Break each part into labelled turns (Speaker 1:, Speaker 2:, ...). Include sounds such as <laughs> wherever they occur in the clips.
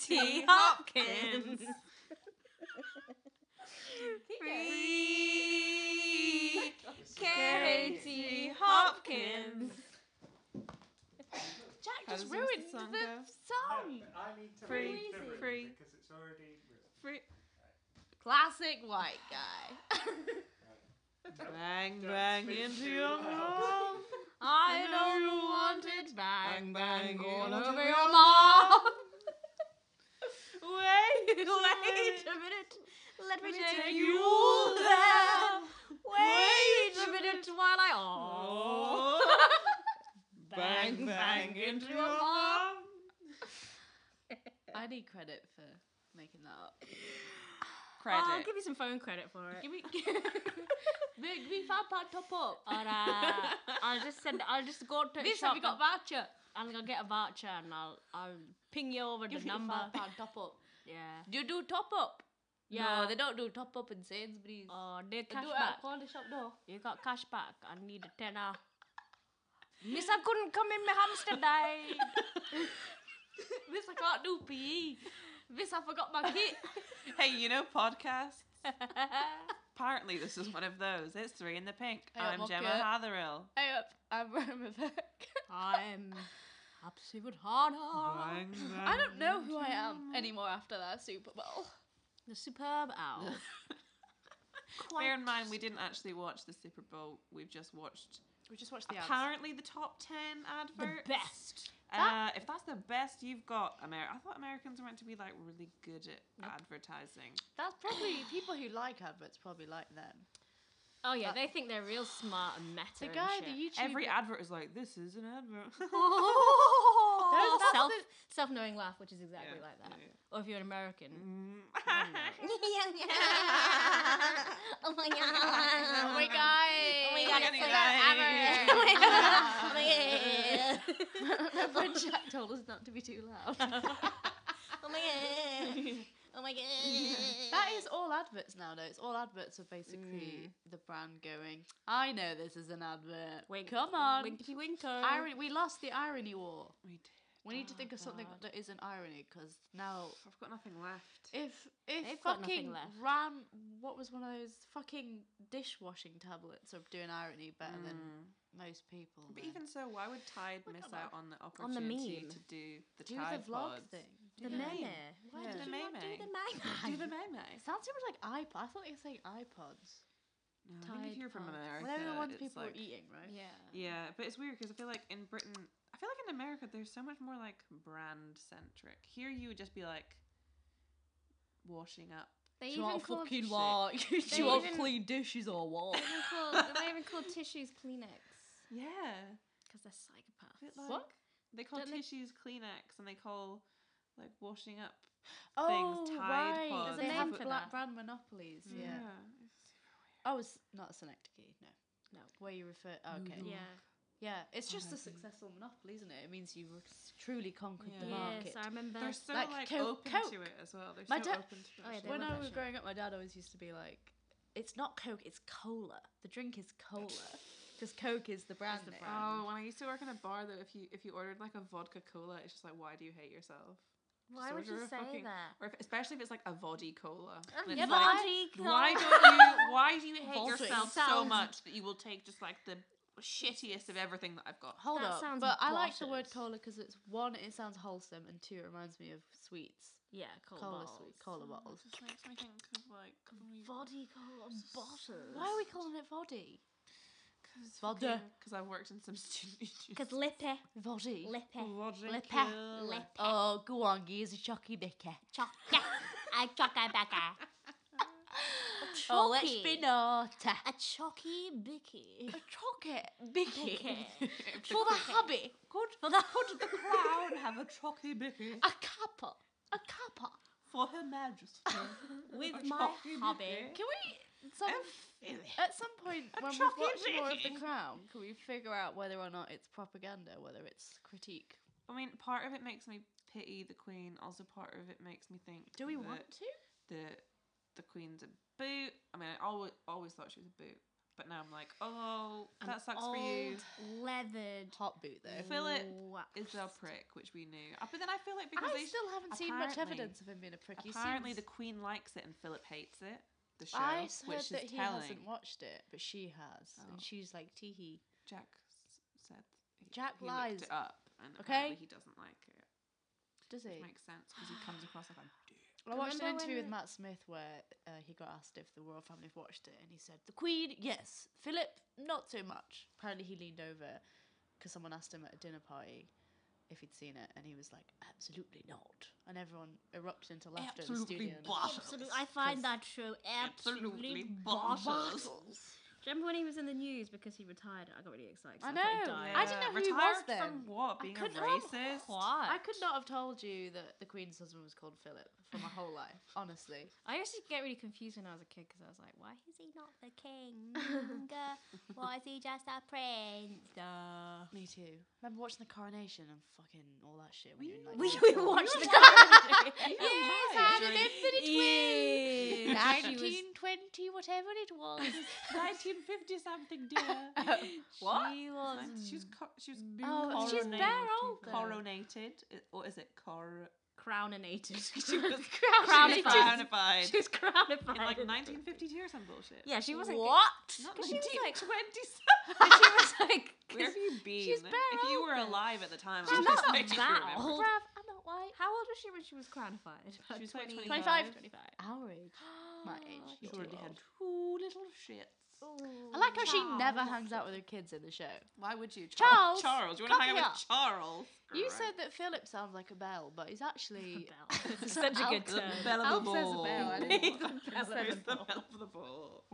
Speaker 1: T. Hopkins. Free Katie Hopkins. Jack
Speaker 2: How
Speaker 1: just
Speaker 2: does the rest
Speaker 1: ruined
Speaker 2: of
Speaker 1: the
Speaker 2: the
Speaker 1: song
Speaker 2: song
Speaker 1: the
Speaker 2: go?
Speaker 1: song.
Speaker 3: I need to
Speaker 1: Free.
Speaker 3: read the room
Speaker 1: Free.
Speaker 3: because it's already written.
Speaker 1: Free. Classic white guy.
Speaker 2: Bang, bang
Speaker 3: speak
Speaker 2: into
Speaker 3: too
Speaker 2: your
Speaker 3: loud.
Speaker 2: mouth.
Speaker 1: I
Speaker 2: <laughs> I know you
Speaker 1: don't want it
Speaker 2: want
Speaker 1: bang bang
Speaker 2: bang, bang
Speaker 1: all
Speaker 2: into
Speaker 1: over
Speaker 2: your
Speaker 1: your mom. <laughs>
Speaker 2: Wait,
Speaker 1: Wait a minute. Let me take you
Speaker 2: you
Speaker 1: there.
Speaker 2: there.
Speaker 1: Wait
Speaker 2: Wait
Speaker 1: a
Speaker 2: a
Speaker 1: minute while I
Speaker 2: <laughs> Oh. Bang, bang into your mouth.
Speaker 1: I need credit for making that up.
Speaker 2: Credit.
Speaker 4: I'll give you some phone credit for it. <laughs>
Speaker 1: Give me, give me five pound top up. <laughs>
Speaker 4: Alright. I'll just send. I'll just go to the
Speaker 1: This have
Speaker 4: shop.
Speaker 1: you got voucher?
Speaker 4: and I'll get a voucher and I'll I'll ping you over
Speaker 1: Give
Speaker 4: the
Speaker 1: me
Speaker 4: number.
Speaker 1: five pound top up.
Speaker 4: Yeah.
Speaker 1: Do you do top up?
Speaker 4: Yeah.
Speaker 1: No, they don't do top up in Sainsbury's.
Speaker 4: Oh, they
Speaker 1: They
Speaker 4: cash
Speaker 1: do it
Speaker 4: back.
Speaker 1: at corner shop door.
Speaker 4: You got cash back. I need a
Speaker 1: <laughs>
Speaker 4: tenner. Miss, I couldn't come in. My hamster died.
Speaker 1: <laughs> Miss, I can't do PE. Miss, I forgot
Speaker 4: <laughs>
Speaker 1: my kit. <laughs>
Speaker 2: Hey, you know podcasts? Apparently, this is one of those. It's Three in the Pink.
Speaker 1: Hey, I'm
Speaker 2: I'm
Speaker 1: up
Speaker 2: Gemma
Speaker 1: here.
Speaker 2: Hatherill.
Speaker 1: hey up, I'm <laughs> Roma
Speaker 4: I'm
Speaker 1: Absolute harder.
Speaker 2: Bang,
Speaker 1: I don't
Speaker 2: bang
Speaker 1: know who I
Speaker 2: into
Speaker 1: am anymore after that Super Bowl.
Speaker 4: the superb
Speaker 1: <laughs>
Speaker 4: owl.
Speaker 2: Bear in mind, we didn't actually watch the Super Bowl. We've just watched
Speaker 1: We just watched the ads.
Speaker 2: apparently the top ten
Speaker 4: the
Speaker 2: adverts.
Speaker 4: best.
Speaker 2: Uh, if that's the best you've got, Amer- I thought Americans were meant to be like really good at advertising.
Speaker 1: That's probably people who like adverts probably like them.
Speaker 4: Oh yeah,
Speaker 1: That-
Speaker 4: they think they're real smart and meta.
Speaker 1: The
Speaker 4: and
Speaker 1: guy,
Speaker 4: shit.
Speaker 1: the
Speaker 4: <laughs>
Speaker 1: YouTube.
Speaker 2: Every advert is like, this is an <laughs> advert.
Speaker 4: That
Speaker 1: oh,
Speaker 4: was self,
Speaker 1: that's
Speaker 4: self-knowing laugh, which is exactly
Speaker 2: <laughs> Yeah,
Speaker 4: like that.
Speaker 2: yeah.
Speaker 4: Or if you're an American. <laughs>
Speaker 2: Mm.
Speaker 4: oh my god!
Speaker 1: the-
Speaker 4: Oh
Speaker 1: Oh my god!
Speaker 4: Oh my
Speaker 2: God,
Speaker 4: god! It's
Speaker 2: it's
Speaker 4: the <laughs>
Speaker 2: like
Speaker 4: best ever. Oh my Oh god! <laughs>
Speaker 1: That friend Jack told us not to be too loud.
Speaker 4: Oh my god! Oh <laughs> my god!
Speaker 1: <laughs> That is all adverts now, though. It's all adverts are basically the brand going. I know this is an advert.
Speaker 4: Wink.
Speaker 1: come on.
Speaker 4: Winky winko.
Speaker 1: Irony. We lost the irony war.
Speaker 2: <laughs> We did.
Speaker 1: We need to think of something
Speaker 4: God.
Speaker 1: that isn't irony because now,
Speaker 2: I've got nothing left.
Speaker 1: if if
Speaker 4: They've got nothing
Speaker 1: fucking
Speaker 4: left.
Speaker 1: ram, what was one of those fucking dishwashing tablets of doing irony better than
Speaker 2: Mm.
Speaker 1: most people?
Speaker 2: But
Speaker 1: then
Speaker 2: even so, why would Tide
Speaker 1: Why
Speaker 2: miss
Speaker 1: not?
Speaker 2: out on the
Speaker 4: On the
Speaker 2: opportunity
Speaker 4: meme.
Speaker 2: to do the
Speaker 1: do the
Speaker 2: Tide
Speaker 1: vlog
Speaker 2: pods?
Speaker 1: thing.
Speaker 4: the
Speaker 2: Yeah.
Speaker 4: meme. Why
Speaker 2: Yeah.
Speaker 4: did you
Speaker 2: The
Speaker 4: not do
Speaker 2: meme.
Speaker 4: the
Speaker 2: Do
Speaker 4: meme?
Speaker 2: the meme. <laughs>
Speaker 1: It sounds too much like iPod. I thought they were saying iPods.
Speaker 2: No, I think
Speaker 4: Tide
Speaker 2: if you're from
Speaker 4: pods.
Speaker 2: America,
Speaker 1: Well, they're the ones
Speaker 2: it's
Speaker 1: people are
Speaker 2: like,
Speaker 1: eating, right?
Speaker 4: Yeah.
Speaker 2: Yeah, but it's weird because I feel like in Britain, I feel like in America, there's so much more like brand centric. Here, you would just be like washing up.
Speaker 4: They even called. They even
Speaker 1: walk.
Speaker 4: <laughs>
Speaker 1: Do
Speaker 4: They want even-
Speaker 1: clean dishes or what?
Speaker 4: called. They even called tissues <laughs> Kleenex
Speaker 2: Yeah,
Speaker 4: because they're psychopaths.
Speaker 2: a bit like
Speaker 1: What?
Speaker 2: they call
Speaker 4: Don't they-
Speaker 2: tissues Kleenex, and they call like washing up.
Speaker 1: Oh,
Speaker 2: Tide
Speaker 1: right.
Speaker 2: Pods.
Speaker 1: There's a
Speaker 2: They
Speaker 1: name
Speaker 2: have
Speaker 1: for
Speaker 4: it.
Speaker 1: that. brand monopolies. Yeah. Oh, it's not synecdoche. No. No. Where you refer. oh, Okay.
Speaker 2: No.
Speaker 4: Yeah.
Speaker 1: Yeah. It's just a
Speaker 2: Alright.
Speaker 1: successful monopoly, isn't it? It means you re- truly conquered the
Speaker 2: Yeah.
Speaker 4: Yes,
Speaker 1: market.
Speaker 4: I remember.
Speaker 2: They're so like,
Speaker 1: like Coke-
Speaker 2: open to
Speaker 1: Coke.
Speaker 2: it as well. They're
Speaker 1: My
Speaker 2: so
Speaker 1: dad-
Speaker 2: open to it.
Speaker 4: Oh, yeah,
Speaker 2: as
Speaker 4: they
Speaker 2: well.
Speaker 1: when
Speaker 4: love
Speaker 1: I
Speaker 4: that
Speaker 1: was
Speaker 4: shit.
Speaker 1: growing up, my dad always used to be like, "It's not Coke, it's cola. The drink is cola, because Coke is the brand
Speaker 4: the
Speaker 1: name."
Speaker 4: brand.
Speaker 2: Oh, when I used to work in a bar, though, if you if you ordered like a vodka cola, it's just like, why do you hate yourself?
Speaker 4: Why
Speaker 2: Just
Speaker 4: would you
Speaker 2: order a
Speaker 4: say
Speaker 2: fucking-
Speaker 4: that?
Speaker 2: Or if, especially if it's like a voddy cola. and it's
Speaker 4: Oh, yeah,
Speaker 2: like,
Speaker 4: but I-
Speaker 2: Why don't
Speaker 4: <laughs>
Speaker 2: you? Why do you hate
Speaker 1: Vulture.
Speaker 2: yourself so
Speaker 4: Sounds-
Speaker 2: much that you will take just like the shittiest of everything that I've got?
Speaker 1: Hold
Speaker 4: That
Speaker 1: up,
Speaker 4: sounds
Speaker 1: but I like the word
Speaker 4: bonkers.
Speaker 1: cola because it's one, it sounds wholesome, and two, it reminds me of sweets,
Speaker 4: Yeah, cola,
Speaker 1: cola,
Speaker 4: bottles.
Speaker 1: sweet, cola bottles.
Speaker 2: Just makes me think of like
Speaker 4: Body cola bottles.
Speaker 1: Why are we calling it Voddy? Vodka.
Speaker 2: vodka because I've worked in some <laughs> student
Speaker 4: Because lippy,
Speaker 1: Voddy.
Speaker 4: lippy,
Speaker 2: vodka.
Speaker 4: lippy, lippy,
Speaker 1: Oh, go on, geez, a chucky bicker. <laughs>
Speaker 4: chocolate, a chocolate backer,
Speaker 1: Oh, let's
Speaker 4: Chucky.
Speaker 1: spin outta.
Speaker 4: a chocky bicky.
Speaker 1: A chocolate bicker.
Speaker 4: Bicky.
Speaker 1: For the hubby. Good. For the hood.
Speaker 2: the crown have a chocky bicky
Speaker 1: A cuppa. A cuppa.
Speaker 2: for her majesty.
Speaker 1: <laughs>
Speaker 4: With
Speaker 2: A
Speaker 4: my
Speaker 2: chocky
Speaker 4: hubby.
Speaker 1: Can we. Some,
Speaker 2: bicky.
Speaker 1: at some point,
Speaker 2: a
Speaker 1: when we've
Speaker 2: chocolate
Speaker 1: watched more of The
Speaker 2: bicky.
Speaker 1: Crown, can we figure out whether or not it's propaganda, whether it's critique?
Speaker 2: I mean, part of it makes me pity the queen. Also, part of it makes me think.
Speaker 1: Do we
Speaker 2: that
Speaker 1: want to?
Speaker 2: the the queen's a boot? I mean, I always always thought she was a boot. But now I'm like, oh,
Speaker 4: An
Speaker 2: that sucks for
Speaker 4: old
Speaker 2: you.
Speaker 4: Leathered.
Speaker 1: Hot boot though.
Speaker 2: Philip
Speaker 4: wax.
Speaker 2: Is a prick, which we knew. Uh, But then I feel like because
Speaker 1: I
Speaker 2: they
Speaker 1: still haven't seen much
Speaker 2: apparently-
Speaker 1: evidence of him being a prick. He
Speaker 2: apparently the
Speaker 1: seems-
Speaker 2: queen likes it and Philip hates it. The show,
Speaker 1: I s- heard
Speaker 2: which
Speaker 1: that
Speaker 2: is
Speaker 1: he
Speaker 2: telling.
Speaker 1: hasn't watched it, but she has,
Speaker 2: Oh.
Speaker 1: and she's like tee hee.
Speaker 2: Jack s- said he-
Speaker 1: Jack
Speaker 2: he
Speaker 1: lies.
Speaker 2: Looked it up, and
Speaker 1: Okay?
Speaker 2: apparently he doesn't like it.
Speaker 1: Does he?
Speaker 2: Which makes sense because he
Speaker 1: <gasps>
Speaker 2: comes across like a dick.
Speaker 1: Well, I watched an
Speaker 4: Remember
Speaker 1: interview
Speaker 4: when
Speaker 1: with Matt Smith where uh, he got asked if the royal family have watched it, and he said, "The Queen, yes. Philip, not so much." Apparently, he leaned over because someone asked him at a dinner party if he'd seen it, and he was like, "Absolutely not!" And everyone erupted into laughter in the
Speaker 2: Absolutely
Speaker 1: studio.
Speaker 2: bottles.
Speaker 4: Absolute- I find that show absolutely
Speaker 2: Absolutely
Speaker 4: bottles.
Speaker 2: bottles.
Speaker 4: Do you remember when he was in the news because he retired? I got really excited.
Speaker 1: I
Speaker 4: so thought he
Speaker 1: know.
Speaker 4: died.
Speaker 1: I didn't know who he was
Speaker 2: Retired
Speaker 1: then.
Speaker 2: From what?
Speaker 1: I
Speaker 2: Being a
Speaker 1: couldn't remember
Speaker 2: racist?
Speaker 4: What?
Speaker 1: I could not have told you that the Queen's husband was called Philip for my whole life, <laughs> honestly.
Speaker 4: I used to get really confused when I was a kid because I was like, why is he not
Speaker 2: <laughs>
Speaker 4: the king? Uh, why is he just a prince? Duh.
Speaker 1: Me too. Remember watching the coronation and fucking all that shit when <laughs> you're
Speaker 4: <laughs>
Speaker 1: in, like
Speaker 4: We,
Speaker 1: year
Speaker 4: we
Speaker 1: four?
Speaker 4: watched the <laughs>
Speaker 2: You were
Speaker 4: Yes,
Speaker 2: alive
Speaker 4: I
Speaker 2: during-
Speaker 4: Yes. She was-
Speaker 1: 1920, whatever it was.
Speaker 2: 1950 something,
Speaker 4: <laughs>
Speaker 2: dear.
Speaker 1: What?
Speaker 4: She
Speaker 2: Like,
Speaker 4: was
Speaker 2: she was co- she was
Speaker 1: Oh, she's
Speaker 2: coronated.
Speaker 1: bare old though.
Speaker 2: coronated, I- or is it cor?
Speaker 4: crowninated. <laughs>
Speaker 2: She was
Speaker 4: Crownified.
Speaker 2: crownified
Speaker 4: She was crowned
Speaker 2: in like 1952 or some bullshit.
Speaker 4: Yeah, she wasn't.
Speaker 1: What?
Speaker 2: Not
Speaker 4: 'Cause she was like-
Speaker 2: 1927.
Speaker 4: But she was
Speaker 1: <laughs>
Speaker 4: like.
Speaker 2: <laughs> Where have
Speaker 4: <laughs>
Speaker 2: you been?
Speaker 1: she's bare
Speaker 2: if you
Speaker 1: old
Speaker 2: were
Speaker 1: though.
Speaker 2: alive at the time,
Speaker 4: She's
Speaker 2: I was
Speaker 4: not
Speaker 2: just like,
Speaker 4: that
Speaker 2: remember.
Speaker 4: old.
Speaker 1: Bruv, I'm not white.
Speaker 4: How old was she when she was crownified? About
Speaker 2: She was like
Speaker 4: 20
Speaker 1: 25.
Speaker 4: 25.
Speaker 1: Our age. My age,
Speaker 2: <gasps>
Speaker 4: Oh,
Speaker 1: She's
Speaker 2: She
Speaker 1: too
Speaker 2: already
Speaker 1: old.
Speaker 2: had two little shits.
Speaker 4: Ooh,
Speaker 1: I like how she never
Speaker 4: Charles.
Speaker 1: <laughs> hangs out with her kids in the show.
Speaker 2: Why would you,
Speaker 1: Charles,
Speaker 2: Charles? Charles, you want
Speaker 1: come
Speaker 2: to hang
Speaker 1: here.
Speaker 2: out with Charles?
Speaker 1: You
Speaker 2: Gross.
Speaker 1: said that Philip sounds like a bell, but he's actually.
Speaker 4: Belle. It's such <laughs> a <laughs> good
Speaker 2: The
Speaker 4: term.
Speaker 2: bell of
Speaker 1: Alf
Speaker 2: the
Speaker 1: says a
Speaker 2: ball.
Speaker 1: bell, I don't
Speaker 2: He's
Speaker 1: know.
Speaker 2: the
Speaker 1: Alf says a
Speaker 2: bell
Speaker 1: ball.
Speaker 2: of the
Speaker 1: <laughs>
Speaker 2: ball.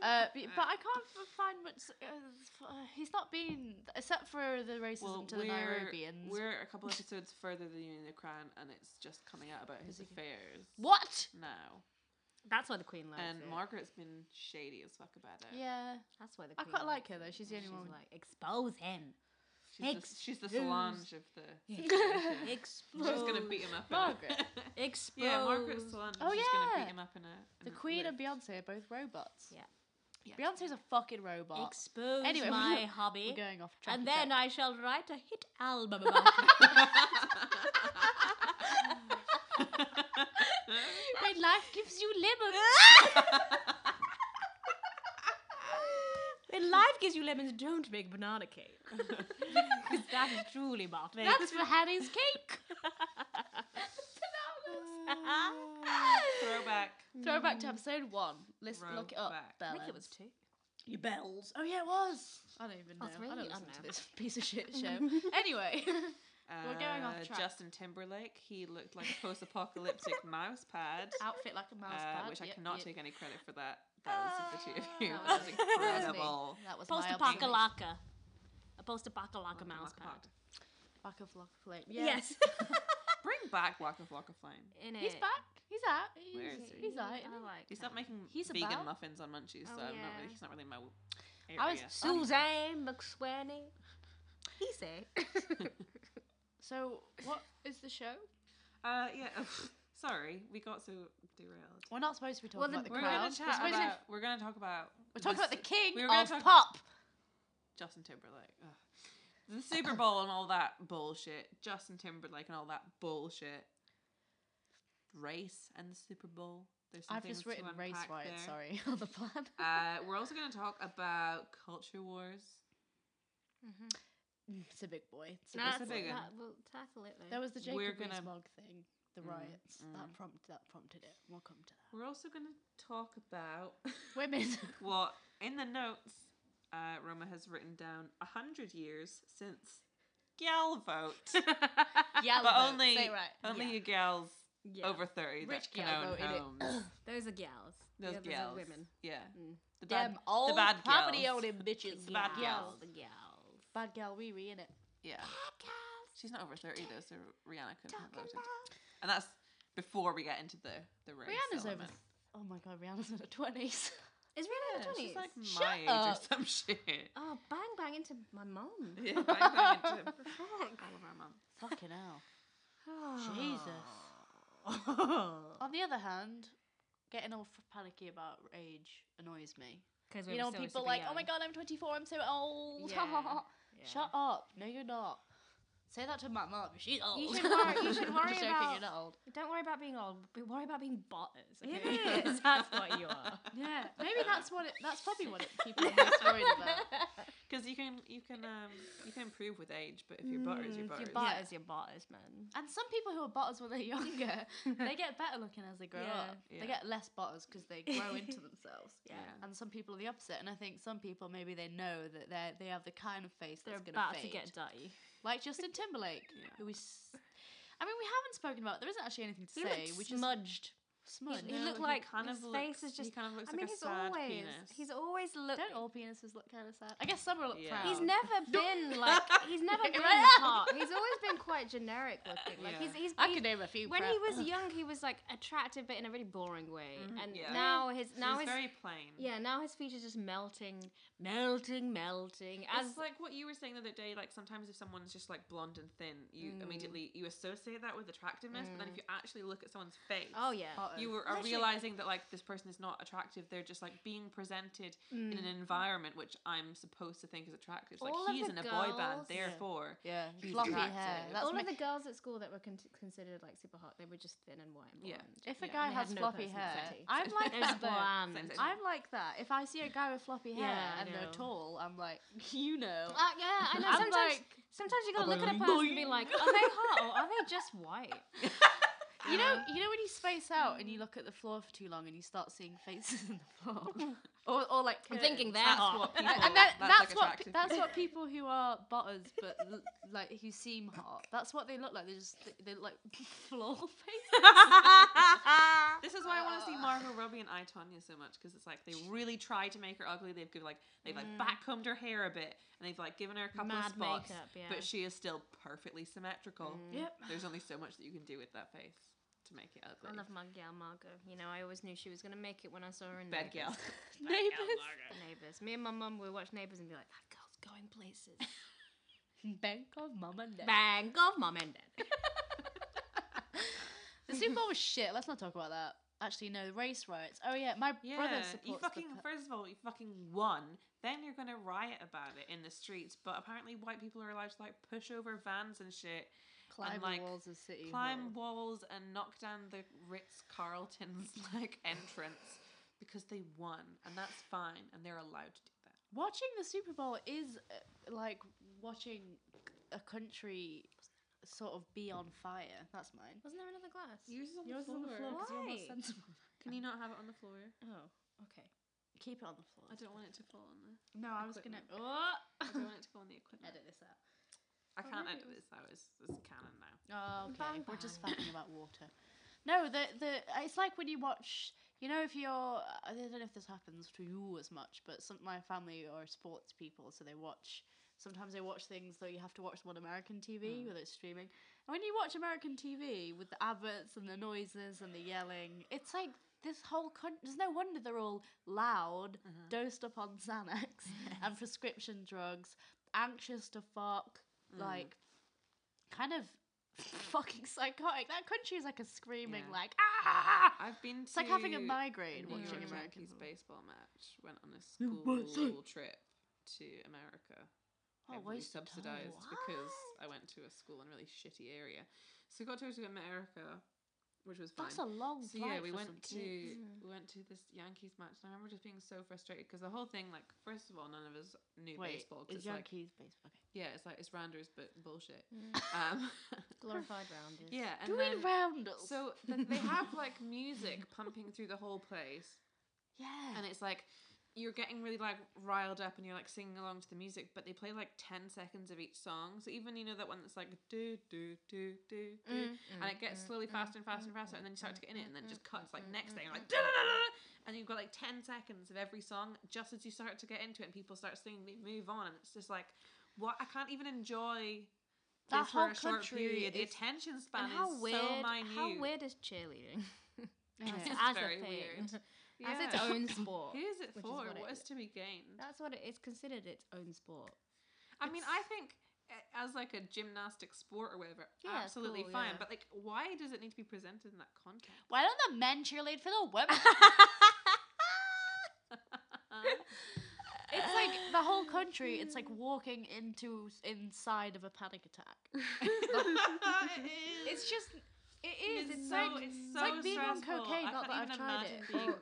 Speaker 1: Uh, but, but I can't f- find much. Uh, f- uh, he's not been except for the racism
Speaker 2: Well,
Speaker 1: to the
Speaker 2: we're,
Speaker 1: Nairobians.
Speaker 2: we're a couple episodes further than you in the crown, and it's just coming out about his
Speaker 1: Is he-
Speaker 2: affairs
Speaker 1: what?
Speaker 2: now.
Speaker 4: That's why the Queen likes
Speaker 2: And
Speaker 4: it.
Speaker 2: Margaret's been shady as fuck about it.
Speaker 1: Yeah,
Speaker 4: That's why the
Speaker 1: I
Speaker 4: Queen.
Speaker 1: quite like
Speaker 4: it.
Speaker 1: her though. She's the only
Speaker 4: She's
Speaker 1: one.
Speaker 4: like, expose him.
Speaker 2: she's the,
Speaker 4: Ex-
Speaker 2: she's the Solange of the.
Speaker 1: <laughs>
Speaker 2: situation.
Speaker 4: expose.
Speaker 2: She's gonna beat him up. in a-
Speaker 1: Margaret.
Speaker 4: Expose.
Speaker 2: <laughs> yeah, Margaret's Solange.
Speaker 1: Oh,
Speaker 2: she's gonna
Speaker 1: yeah.
Speaker 2: beat him up in a.
Speaker 1: the
Speaker 2: in a
Speaker 1: Queen and
Speaker 2: lift.
Speaker 1: Beyonce are both robots.
Speaker 4: Yeah.
Speaker 2: Yeah.
Speaker 1: Beyonce's a fucking robot.
Speaker 4: Expose
Speaker 1: Anyway,
Speaker 4: my
Speaker 1: we're
Speaker 4: hobby.
Speaker 1: We're going off track.
Speaker 4: And
Speaker 1: a bit.
Speaker 4: then I shall write a hit album
Speaker 1: <laughs>
Speaker 4: about it.
Speaker 2: <laughs>
Speaker 1: <laughs> when life gives you lemons. <laughs>
Speaker 4: When life gives you lemons, don't make banana cake. <laughs> Because that is truly Bartley.
Speaker 1: That's for Harry's cake.
Speaker 2: Throwback.
Speaker 1: Throwback to episode one. Let's look it up.
Speaker 2: Mm. Throwback.
Speaker 4: <laughs> I think it was
Speaker 1: Bellends.
Speaker 4: two.
Speaker 1: Your bells. Oh yeah, it was. I don't even know.
Speaker 4: Oh, three?
Speaker 1: I don't
Speaker 4: I
Speaker 1: listen
Speaker 4: don't
Speaker 1: to
Speaker 4: know.
Speaker 1: this <laughs> piece of
Speaker 2: <laughs>
Speaker 1: shit show. anyway, <laughs> <laughs> We're going off
Speaker 2: Uh,
Speaker 1: track.
Speaker 2: Justin Timberlake. He looked like a post-apocalyptic
Speaker 1: <laughs>
Speaker 2: mouse pad.
Speaker 1: outfit like a mouse
Speaker 2: uh,
Speaker 1: pad.
Speaker 2: which I
Speaker 1: Yep,
Speaker 2: cannot
Speaker 1: yep. Ah,
Speaker 2: take any credit for that. That was the two of you.
Speaker 1: That
Speaker 2: That
Speaker 1: was- that was
Speaker 2: was
Speaker 1: me.
Speaker 2: incredible.
Speaker 1: That was my
Speaker 4: Post
Speaker 1: observation.
Speaker 4: apocalaka. A post apocalaka mouse
Speaker 2: Waka
Speaker 4: pad.
Speaker 2: Flocka.
Speaker 1: Back of Lock of Flame. Yeah.
Speaker 4: Yes.
Speaker 1: <laughs>
Speaker 2: Bring back Waka Flocka Flame.
Speaker 4: In
Speaker 1: He's
Speaker 4: it.
Speaker 1: back. He's out. He's,
Speaker 2: Where is he?
Speaker 1: He's out.
Speaker 4: I like
Speaker 2: He stopped
Speaker 4: him.
Speaker 2: making
Speaker 1: He's
Speaker 2: vegan
Speaker 1: about-
Speaker 2: muffins on Munchies,
Speaker 4: Oh,
Speaker 2: so I'm not
Speaker 4: yeah.
Speaker 2: really, he's not really my area.
Speaker 1: I was
Speaker 4: Suzanne McSwaney. He say.
Speaker 1: <laughs> So what is the show?
Speaker 2: <laughs> uh, yeah. <laughs> Sorry, we got so derailed.
Speaker 1: We're not supposed to be talking
Speaker 4: Well,
Speaker 1: about the
Speaker 4: then
Speaker 2: We're
Speaker 1: crown.
Speaker 2: gonna
Speaker 1: We're,
Speaker 2: chat
Speaker 1: supposed to be-
Speaker 2: about. We're gonna talk about.
Speaker 1: we're talking about the
Speaker 2: s-
Speaker 1: king
Speaker 2: we were gonna
Speaker 1: of
Speaker 2: talk-
Speaker 1: pop.
Speaker 2: Justin Timberlake. Ugh. The Super Bowl and all that bullshit. Justin Timberlake and all that bullshit. Race and the Super Bowl. There's some
Speaker 1: I've
Speaker 2: things
Speaker 1: just written
Speaker 2: to
Speaker 1: race
Speaker 2: unpack
Speaker 1: riots.
Speaker 2: there.
Speaker 1: Sorry, <laughs> on the plan.
Speaker 2: Uh, we're also going to talk about culture wars.
Speaker 1: it's a big boy. It's a
Speaker 4: No,
Speaker 1: big
Speaker 2: That's a
Speaker 4: that's-
Speaker 2: big one.
Speaker 4: that- We'll tackle it
Speaker 1: There
Speaker 4: later.
Speaker 1: was the Jacob
Speaker 2: We're gonna-
Speaker 1: Rees-Mogg thing, the
Speaker 2: Mm,
Speaker 1: riots. That
Speaker 2: mm.
Speaker 1: prompted that prompted it. We'll come to that.
Speaker 2: We're also going to talk
Speaker 1: <laughs>
Speaker 2: about
Speaker 1: Women.
Speaker 2: what in the notes uh, Roma has written down a hundred years since gal
Speaker 1: <laughs>
Speaker 2: vote,
Speaker 1: yeah,
Speaker 2: but only
Speaker 1: say it right.
Speaker 2: only
Speaker 4: Yeah.
Speaker 2: you gals
Speaker 4: Yeah.
Speaker 2: over thirty
Speaker 1: Rich
Speaker 2: that can
Speaker 1: gal
Speaker 2: own
Speaker 1: vote, innit?
Speaker 2: homes.
Speaker 4: Those are gals.
Speaker 2: Those
Speaker 4: the others
Speaker 2: gals,
Speaker 4: Are women.
Speaker 2: yeah,
Speaker 4: Mm.
Speaker 2: the
Speaker 1: Them
Speaker 2: bad,
Speaker 1: old
Speaker 2: the bad
Speaker 1: property
Speaker 2: gals.
Speaker 1: owning bitches.
Speaker 2: The bad
Speaker 1: Yeah.
Speaker 2: gals.
Speaker 4: The gals.
Speaker 1: Bad gal wee wee in it.
Speaker 2: yeah. She's not over thirty though, so Rihanna couldn't have voted, and that's before we get into the the race.
Speaker 1: Rihanna's over.
Speaker 2: element.
Speaker 1: Oh my god, Rihanna's in her twenties. <laughs>
Speaker 4: Is Rihanna in
Speaker 2: Yeah,
Speaker 4: her 20s?
Speaker 2: she's like my
Speaker 1: Shut
Speaker 2: age
Speaker 1: up.
Speaker 2: or <laughs> some shit.
Speaker 4: oh, bang bang into my mum.
Speaker 2: <laughs> Yeah, bang, bang into
Speaker 4: <laughs>
Speaker 2: all of our mums.
Speaker 4: <sighs>
Speaker 1: Fucking hell.
Speaker 4: Jesus. <laughs>
Speaker 1: On the other hand, getting all f- panicky about age annoys me.
Speaker 4: Because
Speaker 1: you know, when people like, oh my god, I'm 24, I'm so old.
Speaker 4: Yeah,
Speaker 1: <laughs> Shut up. No, you're not. Say that to my mom. She's old.
Speaker 4: should worry- you should
Speaker 1: <laughs> I'm
Speaker 4: worry
Speaker 1: just joking,
Speaker 4: about-
Speaker 1: You're not old.
Speaker 4: Don't worry about being old. But worry about being butters. Okay?
Speaker 1: Yeah.
Speaker 4: <laughs> that's what you
Speaker 1: <laughs>
Speaker 4: are.
Speaker 1: Yeah, maybe that's what it. That's probably what it, people are <laughs> most worried about.
Speaker 2: Because you can you can um you can improve with age, but if you're butters, you're
Speaker 4: Mm, Your
Speaker 2: butters.
Speaker 4: butters, your butters, man.
Speaker 1: <laughs> And some people who are butters when they're younger, they get better looking as they grow
Speaker 4: Yeah,
Speaker 1: up.
Speaker 2: yeah.
Speaker 1: They get less butters because they grow into themselves.
Speaker 4: Yeah.
Speaker 1: And some people are the opposite. And I think some people maybe they know that they are they have the kind of face
Speaker 4: They're
Speaker 1: that's going to
Speaker 4: about to
Speaker 1: fade,
Speaker 4: get dirty.
Speaker 1: <laughs> like Justin Timberlake,
Speaker 2: Yeah.
Speaker 1: who we. S- I mean, we haven't spoken about. There isn't actually anything to
Speaker 4: He
Speaker 1: say.
Speaker 4: looked
Speaker 1: We just
Speaker 4: smudged.
Speaker 1: smudged.
Speaker 4: he looked
Speaker 2: he
Speaker 4: like-
Speaker 2: kind
Speaker 4: his
Speaker 2: of
Speaker 4: face is
Speaker 2: looks, he
Speaker 4: just-
Speaker 2: kind of looks
Speaker 4: I mean,
Speaker 2: like a
Speaker 4: he's
Speaker 2: sad
Speaker 4: always
Speaker 2: penis.
Speaker 4: he's always looked.
Speaker 1: Don't all penises look kind of sad? I guess some will look
Speaker 2: Yeah.
Speaker 1: proud.
Speaker 4: He's
Speaker 2: down.
Speaker 4: never
Speaker 1: <laughs>
Speaker 4: been like he's never been
Speaker 1: Right.
Speaker 4: hot. He's always been quite generic looking. Like
Speaker 2: Yeah.
Speaker 4: he's, he's,
Speaker 1: I
Speaker 4: he's
Speaker 1: could name a few.
Speaker 4: when
Speaker 1: proud-
Speaker 4: he
Speaker 1: <laughs>
Speaker 4: was young, he was like attractive, but in a really boring way.
Speaker 2: Mhm.
Speaker 4: And
Speaker 2: Yeah.
Speaker 4: now his now
Speaker 2: he's
Speaker 4: his
Speaker 2: very plain.
Speaker 4: yeah now his features just melting, melting, melting. As
Speaker 2: it's like what you were saying the other day. Like sometimes if someone's just like blonde and thin, you
Speaker 4: Mm.
Speaker 2: immediately you associate that with attractiveness. But then if you actually look at someone's face,
Speaker 4: oh yeah,
Speaker 1: Butters.
Speaker 2: you were, are
Speaker 1: Literally.
Speaker 2: realizing that like this person is not attractive. They're just like being presented
Speaker 4: Mm.
Speaker 2: in an environment which I'm supposed to think is attractive. It's
Speaker 4: All
Speaker 2: like
Speaker 4: of
Speaker 2: he's
Speaker 4: the
Speaker 2: in a boy band,
Speaker 4: girls- Yeah.
Speaker 2: therefore.
Speaker 1: Yeah,
Speaker 2: He's
Speaker 1: floppy
Speaker 2: attractive.
Speaker 1: hair. That's
Speaker 4: all
Speaker 1: me.
Speaker 4: of the girls at school that were con- considered like super hot, they were just thin and white. And
Speaker 2: Yeah.
Speaker 4: blonde.
Speaker 2: <laughs>
Speaker 1: If a
Speaker 2: Yeah,
Speaker 1: guy
Speaker 4: and they
Speaker 1: has
Speaker 4: had no
Speaker 1: floppy hair,
Speaker 4: personality. <laughs>
Speaker 1: I'm like
Speaker 4: There's
Speaker 1: that. Though.
Speaker 4: bland.
Speaker 2: Same sex.
Speaker 1: I'm like that. If I see a guy with floppy hair
Speaker 4: Yeah, I
Speaker 1: and they're
Speaker 4: know.
Speaker 1: tall, I'm like, <laughs> you know.
Speaker 4: <laughs> Uh, yeah, I know.
Speaker 1: I'm
Speaker 4: Sometimes,
Speaker 1: like-
Speaker 4: sometimes you gotta look at a
Speaker 1: Boing.
Speaker 4: person and be like, are they hot or are they just
Speaker 2: <laughs>
Speaker 4: white?
Speaker 1: You know,
Speaker 4: Uh-huh.
Speaker 1: you know when you space out and you
Speaker 4: Mm.
Speaker 1: look at the floor for too long and you start seeing faces <laughs> in the floor,
Speaker 4: <laughs>
Speaker 1: or, or like
Speaker 4: I'm
Speaker 1: curtains.
Speaker 4: thinking they're
Speaker 2: That's
Speaker 4: hot.
Speaker 2: what
Speaker 1: And-
Speaker 2: people.
Speaker 1: and that,
Speaker 2: that's,
Speaker 1: that's,
Speaker 2: like,
Speaker 1: what
Speaker 2: attractive
Speaker 1: that's
Speaker 4: <laughs>
Speaker 2: people.
Speaker 1: what people who are butters but l- like who seem hot. That's what they look like. They just they look like <laughs>
Speaker 4: <laughs>
Speaker 1: floor faces.
Speaker 2: This is why I want
Speaker 4: Ah.
Speaker 2: to see Margot Robbie and I Tonya so much because it's like they really tried to make her ugly. They've given like they've like backcombed her hair a bit and they've like given her a couple
Speaker 4: Mm. Mad
Speaker 2: of spots,
Speaker 4: makeup, yeah. Mm.
Speaker 2: but she is still perfectly symmetrical.
Speaker 1: Yep.
Speaker 2: There's only so much that you can do with that face to make it ugly.
Speaker 4: I love my gal Margot. You know, I always knew she was gonna make it when I saw her in
Speaker 2: Bad
Speaker 4: Neighbours. <laughs>
Speaker 2: gal.
Speaker 1: Neighbours.
Speaker 4: Neighbours. Me and my mum would watch Neighbours and be like, that girl's going places.
Speaker 2: <laughs>
Speaker 1: Bank of mum and dad.
Speaker 4: Bang of mum and dad.
Speaker 1: The Super Bowl was shit. Let's not talk about that. Actually, no, the race riots. Oh yeah, my
Speaker 2: Yeah,
Speaker 1: brother
Speaker 2: you
Speaker 1: supports. the
Speaker 2: fucking.
Speaker 1: pa-
Speaker 2: First of all, you fucking won. Then you're gonna riot about it in the streets. But apparently, white people are allowed to like push over vans and shit,
Speaker 1: climb
Speaker 2: and, like,
Speaker 1: the walls of city. Hall.
Speaker 2: climb walls, and knock down the Ritz Carlton's <laughs> like entrance because they won, and that's fine, and they're allowed to do that.
Speaker 1: Watching the Super Bowl is uh, like watching a country sort of be on fire. That's mine.
Speaker 4: <laughs> Wasn't there another glass?
Speaker 2: Yours is on
Speaker 1: Yours is on the floor 'cause you're more
Speaker 4: Why?
Speaker 1: sensible.
Speaker 2: Can you not have it on the floor?
Speaker 4: Oh, okay.
Speaker 1: Keep it on the floor.
Speaker 2: I don't want it to fall on <laughs> the.
Speaker 1: No, I was gonna
Speaker 2: Equipment.
Speaker 1: oh,
Speaker 2: I don't want it to fall on the equipment.
Speaker 1: edit this out.
Speaker 2: I can't
Speaker 4: maybe
Speaker 2: edit this out. It's, it's canon now.
Speaker 1: Oh, okay.
Speaker 4: Bang,
Speaker 1: We're just
Speaker 4: bang.
Speaker 1: fucking about water. No, the the it's like when you watch. You know, if you're, I don't know if this happens to you as much, but some my family are sports people, so they watch. Sometimes they watch things that you have to watch them on American TV, whether it's streaming. And when you watch American TV with the adverts and the noises and the yelling, it's like this whole country. There's no wonder they're all loud, dosed up on <laughs> Xanax and prescription drugs, anxious to fuck, like kind of fucking psychotic. That country is like a screaming,
Speaker 2: Yeah.
Speaker 1: like ah.
Speaker 2: I've been.
Speaker 1: It's like having a
Speaker 2: to
Speaker 1: migraine
Speaker 2: New
Speaker 1: watching
Speaker 2: York
Speaker 1: American.
Speaker 2: Yankees
Speaker 1: football.
Speaker 2: baseball match. Went on a
Speaker 1: what?
Speaker 2: school trip to America.
Speaker 1: Oh,
Speaker 2: heavily
Speaker 1: waste of time.
Speaker 2: subsidized because I went to a school in a really shitty area. So we got to go to America, which was fun.
Speaker 1: That's a long
Speaker 2: So
Speaker 1: flight
Speaker 2: yeah, we
Speaker 1: for
Speaker 2: went
Speaker 1: some
Speaker 2: to
Speaker 1: kids.
Speaker 2: we went to this Yankees match, and I remember just being so frustrated because the whole thing, like, first of all, none of us knew
Speaker 1: Wait,
Speaker 2: baseball.
Speaker 1: is
Speaker 2: 'cause it's like,
Speaker 1: Yankees baseball? Okay.
Speaker 2: yeah, it's like it's rounders, but bullshit.
Speaker 1: <laughs>
Speaker 2: Um,
Speaker 4: <laughs>
Speaker 2: <laughs>
Speaker 4: Glorified rounders.
Speaker 2: yeah, and
Speaker 1: Mm. Doing
Speaker 2: then-
Speaker 1: roundels.
Speaker 2: so th- they have like
Speaker 1: <laughs>
Speaker 2: music pumping through the whole place,
Speaker 1: yeah,
Speaker 2: and it's like you're getting really like riled up and you're like singing along to the music but they play like 10 seconds of each song so even you know that one that's like do do do do do
Speaker 4: Mm.
Speaker 2: and it gets slowly faster and faster and faster and then you start to get in it and then it just cuts
Speaker 4: mm,
Speaker 2: like next thing like da, da, da, da, da, and you've got like 10 seconds of every song just as you start to get into it and people start singing they move on and it's just like what i can't even enjoy
Speaker 1: That
Speaker 2: this for
Speaker 1: whole
Speaker 2: a short
Speaker 1: country
Speaker 2: period the
Speaker 1: is-
Speaker 2: attention
Speaker 4: And
Speaker 2: span
Speaker 4: how
Speaker 2: is
Speaker 4: weird?
Speaker 2: so minute
Speaker 4: how weird is
Speaker 2: <laughs>
Speaker 4: cheerleading?
Speaker 1: Yeah.
Speaker 2: It's
Speaker 4: As
Speaker 2: very
Speaker 4: a thing,
Speaker 2: weird.
Speaker 4: as its
Speaker 2: <laughs> Yeah. <laughs>
Speaker 4: own sport.
Speaker 2: who's it
Speaker 4: which is
Speaker 2: for
Speaker 4: what it
Speaker 2: what
Speaker 4: is.
Speaker 2: is to be gained
Speaker 4: That's what it is considered its own sport.
Speaker 2: I mean, I think a- as like a gymnastic sport or whatever,
Speaker 4: Yeah, it's
Speaker 2: absolutely
Speaker 4: cool,
Speaker 2: fine.
Speaker 4: yeah.
Speaker 2: But like, why does it need to be presented in that
Speaker 4: <laughs>
Speaker 2: context? <laughs>
Speaker 1: Why don't the men cheerlead for the women? the whole country, it's like walking into inside of a panic attack.
Speaker 2: <laughs>
Speaker 4: <laughs>
Speaker 2: it
Speaker 1: It's just, it is.
Speaker 2: It's,
Speaker 1: It's,
Speaker 2: so,
Speaker 1: like
Speaker 2: it's so
Speaker 1: like being on
Speaker 2: stressful.
Speaker 1: cocaine,
Speaker 2: I
Speaker 1: not
Speaker 2: can't
Speaker 1: that
Speaker 2: even
Speaker 1: I've tried
Speaker 2: imagine
Speaker 1: it,
Speaker 2: being-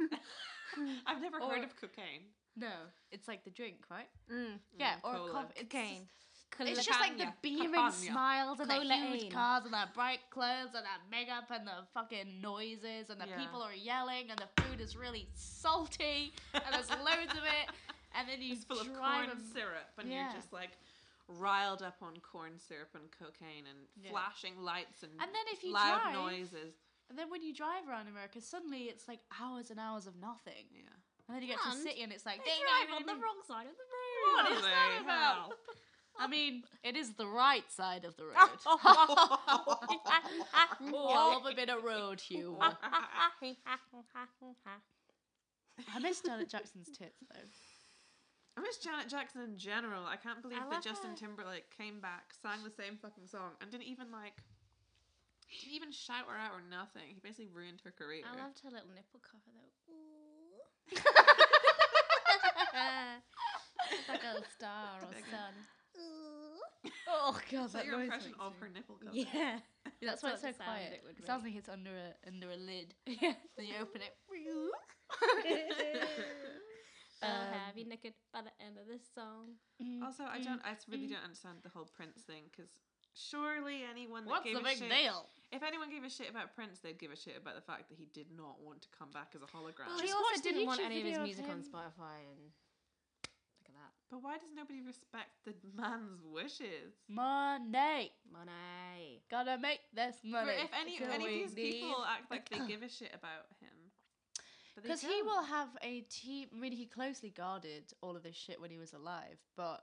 Speaker 2: <laughs> I've never
Speaker 1: or-
Speaker 2: heard of cocaine.
Speaker 1: no, it's like the drink, right?
Speaker 4: Mm.
Speaker 1: Yeah,
Speaker 2: Mm,
Speaker 1: or
Speaker 2: cola.
Speaker 1: a coffee. It's,
Speaker 4: Cocaine.
Speaker 1: just- it's just like the
Speaker 2: Colocaine.
Speaker 1: beaming
Speaker 2: Colocaine.
Speaker 1: smiles and the huge
Speaker 4: Cocaine.
Speaker 1: cars and that bright clothes and that makeup and the fucking noises and the
Speaker 2: Yeah.
Speaker 1: people are yelling and the food is really salty and
Speaker 2: <laughs>
Speaker 1: there's loads of it and then you
Speaker 2: It's full of
Speaker 1: drive
Speaker 2: corn
Speaker 1: a-
Speaker 2: syrup, and
Speaker 1: Yeah.
Speaker 2: you're just like riled up on corn syrup and cocaine and
Speaker 1: Yeah.
Speaker 2: flashing lights and,
Speaker 1: And then if you
Speaker 2: loud
Speaker 1: drive-
Speaker 2: noises.
Speaker 1: And then when you drive around America, suddenly it's like hours and hours of nothing.
Speaker 2: Yeah.
Speaker 1: And then you get to
Speaker 4: And
Speaker 1: the city and it's like,
Speaker 4: They
Speaker 1: "Ding,
Speaker 4: drive
Speaker 1: ding,
Speaker 4: on the
Speaker 1: ding."
Speaker 4: wrong side of the road.
Speaker 1: What
Speaker 2: What
Speaker 1: is
Speaker 2: the
Speaker 1: that
Speaker 2: hell?
Speaker 1: about? I mean, it is the right side of the road. <laughs>
Speaker 2: <laughs>
Speaker 1: I love a bit of
Speaker 2: <laughs>
Speaker 1: road, Hugh.
Speaker 4: <laughs>
Speaker 1: I miss Janet Jackson's tits, though.
Speaker 2: I miss Janet Jackson in general. I can't believe
Speaker 4: I
Speaker 2: that
Speaker 4: love
Speaker 2: Justin
Speaker 4: her.
Speaker 2: Timberlake came back, sang the same fucking song, and didn't even like, didn't even shout her out or nothing. He basically ruined her career.
Speaker 4: I loved her little nipple cover though. Ooh. it's like
Speaker 2: <laughs>
Speaker 4: a star or
Speaker 2: Okay.
Speaker 4: sun.
Speaker 1: <laughs>
Speaker 4: Ooh.
Speaker 1: Oh, God,
Speaker 2: Is that your impression of her <laughs> nipple cover?
Speaker 4: Yeah. That's
Speaker 1: That's, why
Speaker 4: what
Speaker 1: it's so
Speaker 4: the sound
Speaker 1: quiet.
Speaker 4: it would
Speaker 1: sounds
Speaker 4: make.
Speaker 1: like it's under a, under a lid.
Speaker 4: Yeah.
Speaker 1: Then you open it. <laughs>
Speaker 4: I'll
Speaker 1: Um, mm,
Speaker 4: have you naked by the end of this song.
Speaker 2: also, I don't. I really don't understand the whole Prince thing because surely anyone that
Speaker 1: What's
Speaker 2: gave
Speaker 1: the
Speaker 2: a
Speaker 1: big
Speaker 2: shit,
Speaker 1: deal?
Speaker 2: if anyone gave a shit about Prince, they'd give a shit about the fact that he did not want to come back as a hologram.
Speaker 1: Well, he Just also watched a didn't want YouTube any of his video of music on him.
Speaker 4: Spotify and look at that.
Speaker 2: but why does nobody respect the man's wishes?
Speaker 1: Money. <laughs>
Speaker 4: Money.
Speaker 1: Gotta make this
Speaker 2: Or
Speaker 1: money.
Speaker 2: if any,
Speaker 1: So
Speaker 2: any of
Speaker 1: we
Speaker 2: these
Speaker 1: need-
Speaker 2: people act
Speaker 1: <clears throat>
Speaker 2: like they give a shit about him, but they
Speaker 1: Because he
Speaker 2: don't.
Speaker 1: will have a team. I mean, he closely guarded all of this shit when he was alive, but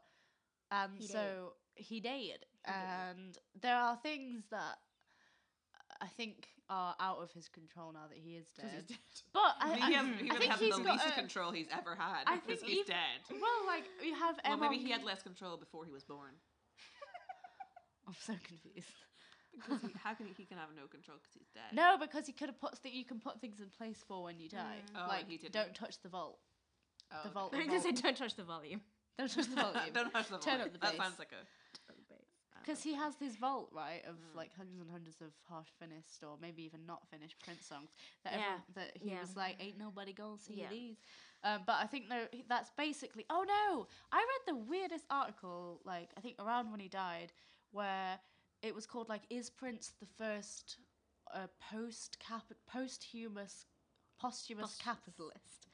Speaker 1: and
Speaker 4: He did.
Speaker 1: so he did.
Speaker 4: did.
Speaker 1: And there are things that I think are out of his control now that he is
Speaker 2: 'Cause he's
Speaker 1: dead.
Speaker 2: dead.
Speaker 1: But <laughs>
Speaker 2: I
Speaker 1: I,
Speaker 2: mean, <laughs> he has, he
Speaker 1: I
Speaker 2: really
Speaker 1: think
Speaker 2: has
Speaker 1: he's
Speaker 2: the
Speaker 1: got
Speaker 2: least
Speaker 1: a-
Speaker 2: control he's ever had
Speaker 1: I
Speaker 2: because
Speaker 1: think
Speaker 2: he's
Speaker 1: even-
Speaker 2: dead.
Speaker 1: well, like you have
Speaker 2: Well, maybe
Speaker 1: MLK.
Speaker 2: he had less control before he was born.
Speaker 1: <laughs> I'm so confused.
Speaker 2: Because he, how can he, he can have no control because he's dead?
Speaker 1: No, because he could have put that you can put things in place for when you die.
Speaker 2: Oh, and
Speaker 1: like
Speaker 2: he didn't.
Speaker 1: don't touch the vault.
Speaker 2: Oh,
Speaker 1: the
Speaker 2: okay.
Speaker 1: vault.
Speaker 4: I was gonna say don't touch the volume.
Speaker 1: Don't touch the volume.
Speaker 2: <laughs> Don't touch the
Speaker 1: Turn
Speaker 2: volume.
Speaker 1: up the
Speaker 2: That
Speaker 1: bass.
Speaker 2: sounds like a.
Speaker 1: Because he has this vault, right, of
Speaker 2: Mm.
Speaker 1: like hundreds and hundreds of half finished or maybe even not finished Prince songs that
Speaker 4: Yeah.
Speaker 1: everyone, that he
Speaker 4: Yeah.
Speaker 1: was like, ain't nobody gonna see
Speaker 4: Yeah.
Speaker 1: these. Um, but I think no, he- that's basically. Oh no, I read the weirdest article, like I think around when he died, where it was called like, is Prince the first uh, post cap posthumous posthumous
Speaker 4: Posthumous.
Speaker 1: capitalist?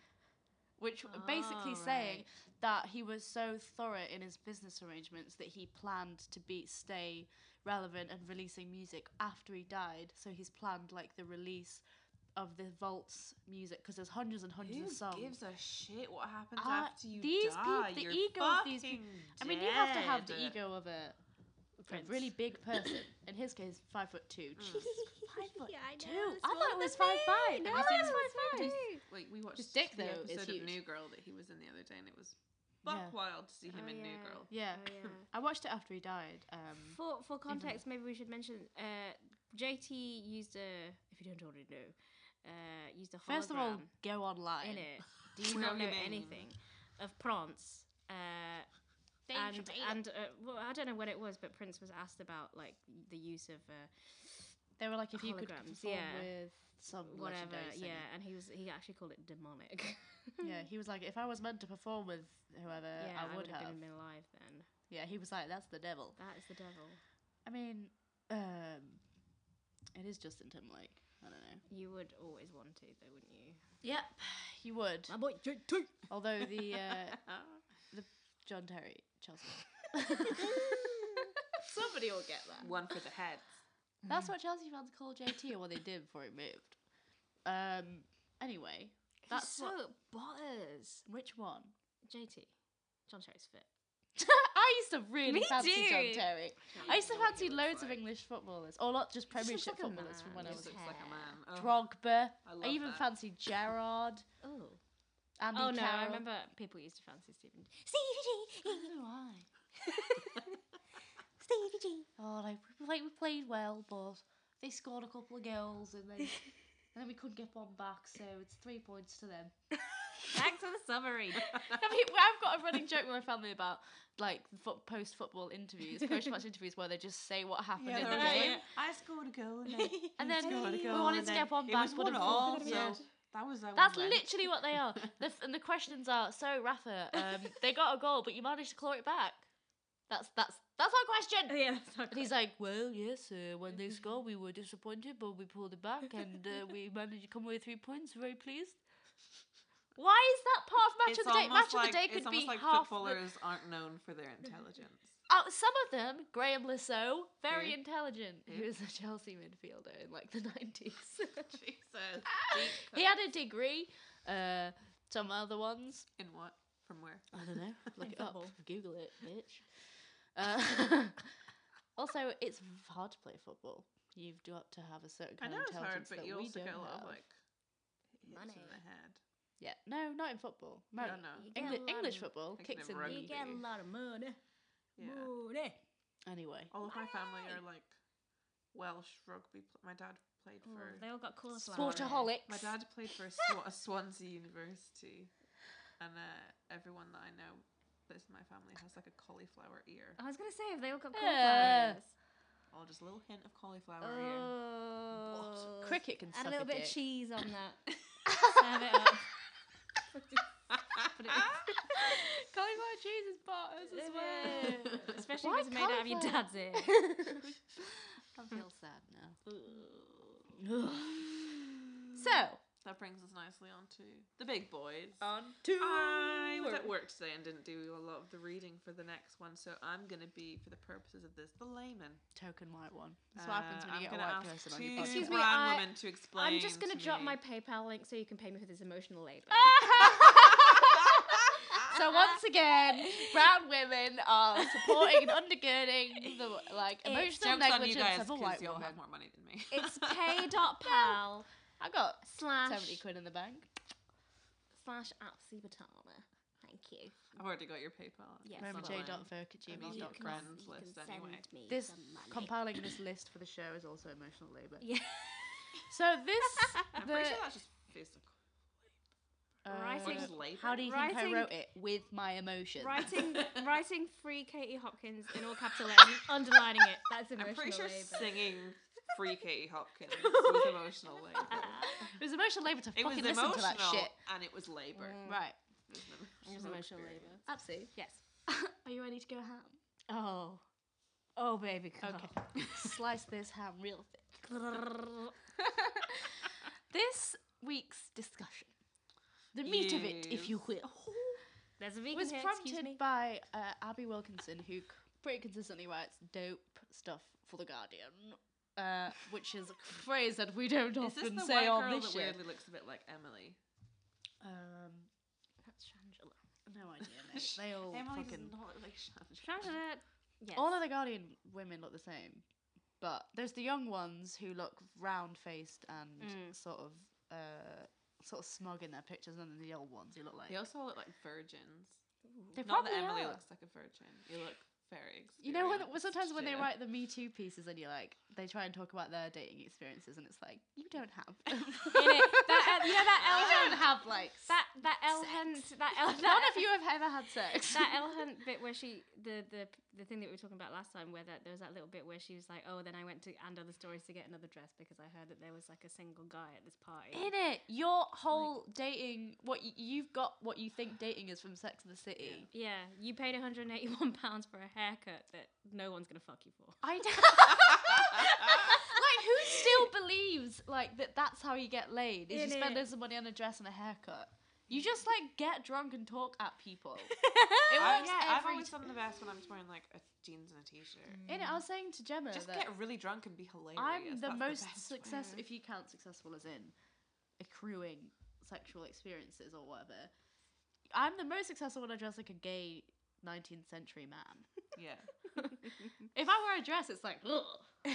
Speaker 1: Which w- basically
Speaker 4: Oh,
Speaker 1: saying
Speaker 4: right.
Speaker 1: that he was so thorough in his business arrangements that he planned to be stay relevant and releasing music after he died. So he's planned like the release of the vaults music because there's hundreds and hundreds of songs.
Speaker 2: Who gives a shit what happens
Speaker 1: Uh,
Speaker 2: after you
Speaker 1: these peop-
Speaker 2: die?
Speaker 1: the
Speaker 2: You're
Speaker 1: ego of these peop-
Speaker 2: fucking
Speaker 1: I mean, you have to have the
Speaker 2: dead.
Speaker 1: ego of a, a
Speaker 4: Prince. <laughs>
Speaker 1: really big person. In his case, five foot two. <laughs> Jesus, five foot
Speaker 4: Yeah, I
Speaker 1: Mm. two.
Speaker 4: know,
Speaker 1: I thought
Speaker 4: smaller
Speaker 1: it was
Speaker 4: than
Speaker 1: five
Speaker 4: me.
Speaker 1: five.
Speaker 4: No,
Speaker 1: I thought it was
Speaker 4: it's
Speaker 1: five
Speaker 4: fine,
Speaker 1: five.
Speaker 4: too.
Speaker 2: Like we watched
Speaker 1: dick,
Speaker 2: the
Speaker 1: though, is
Speaker 2: episode
Speaker 1: huge.
Speaker 2: of New Girl that he was in the other day, and it was buck
Speaker 1: Yeah.
Speaker 2: wild to see him
Speaker 4: Oh,
Speaker 2: in New
Speaker 4: yeah.
Speaker 1: <laughs>
Speaker 2: Girl. <laughs>
Speaker 1: Yeah.
Speaker 4: Oh, yeah.
Speaker 1: I watched it after he died. Um,
Speaker 4: For for context, maybe we should mention uh, JT used a if you don't already know, uh, used a hologram
Speaker 1: first of all, go online.
Speaker 4: in
Speaker 1: <laughs>
Speaker 4: it. Do you
Speaker 2: Know
Speaker 4: not know
Speaker 2: your name.
Speaker 4: anything of Prance? Uh, and and uh, well, I don't know when it was, but Prince was asked about like the use of uh,
Speaker 1: they were like, if you could
Speaker 4: holograms,
Speaker 1: perform
Speaker 4: yeah.
Speaker 1: with some
Speaker 4: whatever,
Speaker 1: legendary singer.
Speaker 4: yeah. And he was he actually called it demonic. <laughs>
Speaker 1: yeah, he was like, if I was meant to perform with whoever,
Speaker 4: yeah,
Speaker 1: Uh, I would
Speaker 4: have
Speaker 1: have.
Speaker 4: been alive then.
Speaker 1: Yeah, he was like, that's the devil.
Speaker 4: That is the devil.
Speaker 1: I mean, um, it is Justin Timberlake. I don't know.
Speaker 4: You would always want to, though, wouldn't you?
Speaker 1: Yep, <sighs> you would.
Speaker 4: My boy JT.
Speaker 1: Although
Speaker 4: <laughs>
Speaker 1: the uh, John Terry, Chelsea. <laughs> Somebody will get that.
Speaker 2: One for the heads.
Speaker 1: That's what Chelsea fans call JT, or what they did before it moved. Um. Anyway,
Speaker 4: That's
Speaker 1: that's
Speaker 4: so
Speaker 1: what-
Speaker 4: bothers.
Speaker 1: which one?
Speaker 4: JT. John Terry's fit.
Speaker 1: <laughs> I used to really
Speaker 4: Me
Speaker 1: fancy John
Speaker 4: too.
Speaker 1: Terry. I used to fancy loads of English footballers, or not just Premiership
Speaker 4: like a
Speaker 1: footballers from when
Speaker 4: man.
Speaker 1: I
Speaker 2: He
Speaker 1: was
Speaker 2: looks
Speaker 4: His
Speaker 2: like a
Speaker 4: hair.
Speaker 2: man. Oh, <laughs>
Speaker 1: Drogba.
Speaker 2: I love
Speaker 1: I even
Speaker 2: that.
Speaker 1: fancied Gerard.
Speaker 4: Oh.
Speaker 1: Andy
Speaker 4: Oh no! I
Speaker 1: Carroll.
Speaker 4: remember people used to fancy Stephen. Stevie G.
Speaker 1: I don't
Speaker 4: <laughs>
Speaker 1: know why.
Speaker 4: Stevie G.
Speaker 1: Oh, like we played, we played well, but they scored a <laughs> couple of goals and then and then we couldn't get one back, so it's three points to them.
Speaker 4: Back to the <laughs> submarine.
Speaker 1: <laughs> I mean, I've got a running joke with my family about like fo- post football interviews, <laughs> post match interviews, where they just say what happened in the
Speaker 4: they're all-
Speaker 1: game.
Speaker 4: yeah.
Speaker 2: I scored a
Speaker 4: <laughs>
Speaker 1: <laughs>
Speaker 2: goal and then,
Speaker 1: And then
Speaker 2: scored a
Speaker 1: we
Speaker 2: goal
Speaker 1: wanted
Speaker 2: and
Speaker 1: to
Speaker 2: then
Speaker 1: get one
Speaker 2: it
Speaker 1: back,
Speaker 2: was
Speaker 1: but
Speaker 2: one all, so
Speaker 1: unfortunately-
Speaker 2: that was how
Speaker 1: That's
Speaker 2: we went.
Speaker 1: literally what they
Speaker 2: <laughs>
Speaker 1: are. The f- and the questions are so Rafa, um, they got a goal, but you managed to claw it back. That's that's that's our question.
Speaker 4: yeah, that's not
Speaker 1: And he's like, well, yes, uh, when
Speaker 2: <laughs>
Speaker 1: they scored, we were disappointed, but we pulled it back and uh, we managed to come away with three points. Very pleased. Why is that part of match
Speaker 2: It's
Speaker 1: of the day?
Speaker 2: almost
Speaker 1: Match of
Speaker 2: like,
Speaker 1: the day
Speaker 2: it's
Speaker 1: could
Speaker 2: almost
Speaker 1: be
Speaker 2: like
Speaker 1: half. The,
Speaker 2: footballers aren't known for <laughs> their intelligence.
Speaker 1: uh, some of them, Graham Lasso, very
Speaker 2: Yeah.
Speaker 1: intelligent. He
Speaker 2: Yeah.
Speaker 1: was a Chelsea midfielder in like the <laughs>
Speaker 2: <laughs>
Speaker 1: nineties.
Speaker 2: Jesus.
Speaker 1: he had a degree. Uh, some other ones,
Speaker 2: In what? From where?
Speaker 1: I don't
Speaker 2: <laughs>
Speaker 1: know. Look it
Speaker 4: football.
Speaker 1: up. Google it, bitch. Uh, also, it's hard to play football. You've got to have a certain
Speaker 2: I
Speaker 1: kind
Speaker 2: know
Speaker 1: of
Speaker 2: it's hard,
Speaker 1: intelligence
Speaker 2: but
Speaker 1: that
Speaker 2: you
Speaker 1: we
Speaker 2: also
Speaker 1: don't
Speaker 2: get a lot
Speaker 1: have.
Speaker 2: of like hits
Speaker 4: Money.
Speaker 2: in the head.
Speaker 1: yeah, no, not in football.
Speaker 2: I
Speaker 1: No,
Speaker 2: don't know.
Speaker 4: You get a
Speaker 1: Engli-
Speaker 4: lot of
Speaker 1: English
Speaker 4: m-
Speaker 1: football
Speaker 2: Thinking
Speaker 1: kicks
Speaker 2: of
Speaker 1: in
Speaker 2: rugby.
Speaker 4: You get a lot of money.
Speaker 2: Yeah.
Speaker 4: Money.
Speaker 1: anyway.
Speaker 2: All of my family
Speaker 4: Money.
Speaker 2: are like Welsh rugby. Pl- my dad played
Speaker 4: Oh,
Speaker 2: for.
Speaker 4: they all got cauliflower.
Speaker 1: Sportaholics.
Speaker 2: My dad played for
Speaker 1: <laughs>
Speaker 2: a, Swa- a Swansea University, and uh, everyone that I know that's in my family has like a cauliflower ear.
Speaker 4: I was gonna say, if they all got cauliflower.
Speaker 1: Yeah.
Speaker 4: ears.
Speaker 2: Oh, just a little hint of cauliflower ear.
Speaker 4: Oh,
Speaker 1: Cricket can
Speaker 4: Add
Speaker 1: suck
Speaker 4: a little bit
Speaker 1: dick.
Speaker 4: of cheese on that. <laughs> Serve it <laughs> up.
Speaker 1: <laughs>
Speaker 4: Put it in.
Speaker 1: <laughs> cauliflower cheese is butters as well.
Speaker 4: Yeah.
Speaker 2: <laughs>
Speaker 4: Especially
Speaker 1: Why
Speaker 4: if it's made out of your
Speaker 1: cauliflower?
Speaker 4: dad's ear.
Speaker 1: <laughs> I
Speaker 2: <laughs>
Speaker 1: feel sad now. <sighs> so
Speaker 2: That brings us nicely on to the big boys.
Speaker 1: on to
Speaker 2: I was at work today and didn't do a lot of the reading for the next one, so I'm going to be, for the purposes of this, the layman.
Speaker 1: token white one. That's what happens
Speaker 2: Uh,
Speaker 1: when you get
Speaker 2: I'm
Speaker 1: a
Speaker 2: gonna
Speaker 1: white
Speaker 2: ask
Speaker 1: person on
Speaker 2: two
Speaker 1: your podcast.
Speaker 4: Excuse
Speaker 2: <laughs>
Speaker 4: me,
Speaker 2: brown
Speaker 4: I-
Speaker 2: women to explain.
Speaker 4: I'm just gonna
Speaker 2: to
Speaker 4: drop
Speaker 2: me.
Speaker 4: my PayPal link so you can pay me for this emotional labor.
Speaker 1: <laughs> so once again, brown women are supporting and undergirding the like
Speaker 4: It's-
Speaker 1: emotional
Speaker 2: Jokes on you
Speaker 1: negligence of
Speaker 2: guys
Speaker 1: a
Speaker 2: because
Speaker 1: white
Speaker 2: you'll
Speaker 1: woman.
Speaker 2: have more money than me.
Speaker 4: <laughs> It's pay.pal
Speaker 1: I got seventy
Speaker 4: slash
Speaker 1: quid in the bank.
Speaker 4: slash Apsi Batama. Thank you.
Speaker 2: I've already got your PayPal.
Speaker 4: Yes,
Speaker 2: It's
Speaker 4: Mama J
Speaker 2: online.
Speaker 4: dot
Speaker 2: I mean,
Speaker 4: You
Speaker 2: not
Speaker 4: can-
Speaker 2: grand
Speaker 4: you can
Speaker 2: list
Speaker 4: send
Speaker 2: anyway.
Speaker 4: me
Speaker 1: This
Speaker 4: some money.
Speaker 1: compiling this list for the show is also emotional
Speaker 2: <laughs>
Speaker 1: labour.
Speaker 4: <laughs> yeah.
Speaker 1: So this,
Speaker 2: I'm
Speaker 1: the,
Speaker 2: pretty sure that's just physical.
Speaker 1: uh,
Speaker 4: writing-
Speaker 2: Just label.
Speaker 1: How do you think
Speaker 4: writing-
Speaker 1: I wrote it with my
Speaker 4: <laughs>
Speaker 1: emotions?
Speaker 4: Writing, writing free Katie Hopkins in all capital letters, <laughs> underlining it. That's emotional
Speaker 2: I'm pretty sure
Speaker 4: <laughs> labor.
Speaker 2: singing Free Katie Hopkins
Speaker 1: <laughs>
Speaker 2: was emotional
Speaker 4: Ah.
Speaker 2: labor.
Speaker 1: It was emotional labour to
Speaker 2: It was
Speaker 1: fucking listen to that
Speaker 2: emotional
Speaker 1: shit. Mm.
Speaker 2: and it was labor.
Speaker 1: Right.
Speaker 2: It was an
Speaker 4: It was emotional
Speaker 2: experience.
Speaker 4: labor.
Speaker 1: Absolutely.
Speaker 4: Yes.
Speaker 1: Are you ready to go ham? Oh. Oh, baby. Okay. <laughs> Slice this ham real thick. This week's discussion, the meat of it, if you will, <laughs>
Speaker 4: There's a vegan
Speaker 1: was
Speaker 4: here, excuse me.
Speaker 1: prompted by uh, Abby Wilkinson, who c- pretty consistently writes dope stuff for The Guardian. Uh, which is a phrase that we don't
Speaker 2: Is this
Speaker 1: often
Speaker 2: the
Speaker 1: say
Speaker 2: white
Speaker 1: on
Speaker 2: girl
Speaker 1: this
Speaker 2: that
Speaker 1: show.
Speaker 2: weirdly looks a bit like Emily?
Speaker 1: Um,
Speaker 4: That's Shangela.
Speaker 1: no idea, mate. <laughs> They all
Speaker 2: Emily does
Speaker 1: fucking.
Speaker 2: not look
Speaker 1: <laughs>
Speaker 2: like Chandra.
Speaker 4: Shangela. Yes.
Speaker 1: All of the Guardian women look the same, but there's the young ones who look round-faced and
Speaker 4: Mm.
Speaker 1: sort of uh, sort of smug in their pictures, and then the old ones who look like
Speaker 2: They also all look like virgins.
Speaker 1: they
Speaker 2: Not
Speaker 1: probably
Speaker 2: that Emily
Speaker 1: are.
Speaker 2: looks like a virgin. You look very experienced.
Speaker 1: You know when well, sometimes when they
Speaker 2: yeah. <laughs>
Speaker 1: write the Me Too pieces and you're like they try and talk about their dating experiences and it's like you don't have them.
Speaker 4: Innit? That, uh, you know that
Speaker 1: <laughs> I
Speaker 4: Elhen
Speaker 1: don't have like <laughs>
Speaker 4: that that Elhen <laughs> that Elhen
Speaker 1: None of you have ever had sex.
Speaker 4: that El Hunt bit where she the the the thing that we were talking about last time where that there was that little bit where she was like oh then I went to and other stories to get another dress because I heard that there was like a single guy at this party
Speaker 1: <laughs> In it, your whole dating, what y- you've got, what you think dating is from Sex and the City.
Speaker 4: yeah you paid 181 pounds for a haircut that no one's gonna fuck you <laughs> for
Speaker 1: <laughs> I don't. <laughs> like, who still believes like that? That's how you get laid. Is you spend
Speaker 4: Innit?
Speaker 1: loads of money on a dress and a haircut. You just like get drunk and talk at
Speaker 2: <laughs>
Speaker 1: people. It
Speaker 2: I,
Speaker 1: works
Speaker 2: Uh, yeah, I've
Speaker 1: every
Speaker 2: always done the best when I'm just wearing like a jeans and a t-shirt.
Speaker 1: In it, I was saying to Gemma
Speaker 2: Just
Speaker 1: that
Speaker 2: get really drunk and be hilarious.
Speaker 1: Mm. I'm the
Speaker 2: That's
Speaker 1: most
Speaker 2: best way.
Speaker 1: successful, if you count successful as in accruing sexual experiences or whatever. I'm the most successful when I dress like a gay 19th century man.
Speaker 2: <laughs> <laughs> Yeah,
Speaker 1: if I wear a dress, it's like, ugh.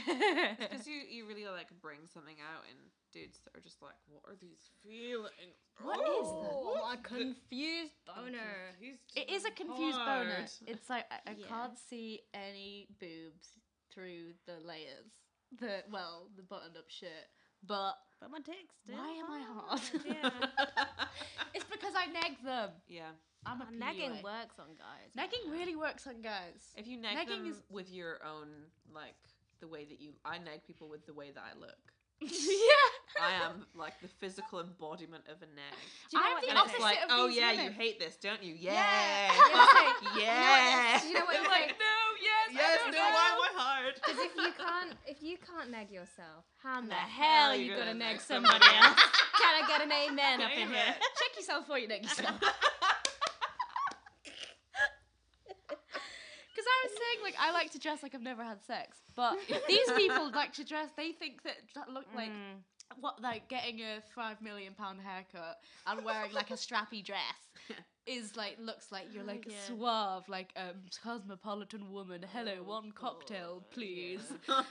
Speaker 2: because you you really like bring something out in dudes that are just like, what are these feelings?
Speaker 1: What is
Speaker 2: Oh,
Speaker 4: a confused boner
Speaker 2: confused
Speaker 1: It is a
Speaker 2: and
Speaker 1: confused boner.
Speaker 2: hard."
Speaker 1: It's like, I, I
Speaker 4: Yeah.
Speaker 1: can't see any boobs through the layers. The, well, the buttoned up shirt. But
Speaker 4: But my dick's still
Speaker 1: why am I hard?
Speaker 4: hard, <laughs> yeah.
Speaker 2: <laughs>
Speaker 1: it's because I nag them.
Speaker 2: yeah.
Speaker 1: I'm a
Speaker 4: And nagging
Speaker 1: PUA.
Speaker 4: works on guys.
Speaker 1: Nagging really works on
Speaker 4: <laughs>
Speaker 1: guys. <laughs>
Speaker 2: If you nag
Speaker 1: Nagging
Speaker 2: them
Speaker 1: is-
Speaker 2: with your own like the way that you, I nag people with the way that I look.
Speaker 1: yeah.
Speaker 2: I am like the physical embodiment of a nag.
Speaker 4: Do you know
Speaker 1: I'm
Speaker 4: what
Speaker 1: the
Speaker 4: that is?
Speaker 2: And it's
Speaker 1: opposite
Speaker 2: like,
Speaker 1: of
Speaker 2: oh
Speaker 1: these
Speaker 2: yeah, you
Speaker 1: women."
Speaker 2: hate this, don't you? Yeah.
Speaker 1: Yeah.
Speaker 2: Fuck yeah.
Speaker 4: that's- you know what
Speaker 2: They're
Speaker 4: it's
Speaker 2: like,
Speaker 4: like-
Speaker 2: no, <laughs> yes,
Speaker 4: Yes,
Speaker 2: I don't
Speaker 4: no,
Speaker 2: know.
Speaker 4: why
Speaker 2: why am I hard?
Speaker 4: Because
Speaker 2: <laughs>
Speaker 4: if you can't, if you can't nag yourself, how in the
Speaker 2: the
Speaker 4: hell
Speaker 2: hell
Speaker 4: are
Speaker 2: you
Speaker 4: you
Speaker 2: gonna
Speaker 4: gonna
Speaker 2: nag
Speaker 4: nag
Speaker 2: somebody
Speaker 4: somebody else? <laughs> Can I get an amen up in here?
Speaker 2: Amen.
Speaker 1: Check yourself before you nag yourself. Because I was saying, like, I like to dress like I've never had sex, but if these
Speaker 4: <laughs>
Speaker 1: people like to dress, they think that that look like
Speaker 4: Mm.
Speaker 1: what, like getting a five million pound haircut and wearing like a strappy dress
Speaker 4: <laughs>
Speaker 1: is like looks like you're
Speaker 4: Oh,
Speaker 1: like
Speaker 4: yeah.
Speaker 1: suave, like um, cosmopolitan woman. Hello,
Speaker 4: Oh,
Speaker 1: one
Speaker 2: <laughs>
Speaker 1: cocktail,
Speaker 4: God,
Speaker 1: please.
Speaker 4: <laughs> yeah. Oh,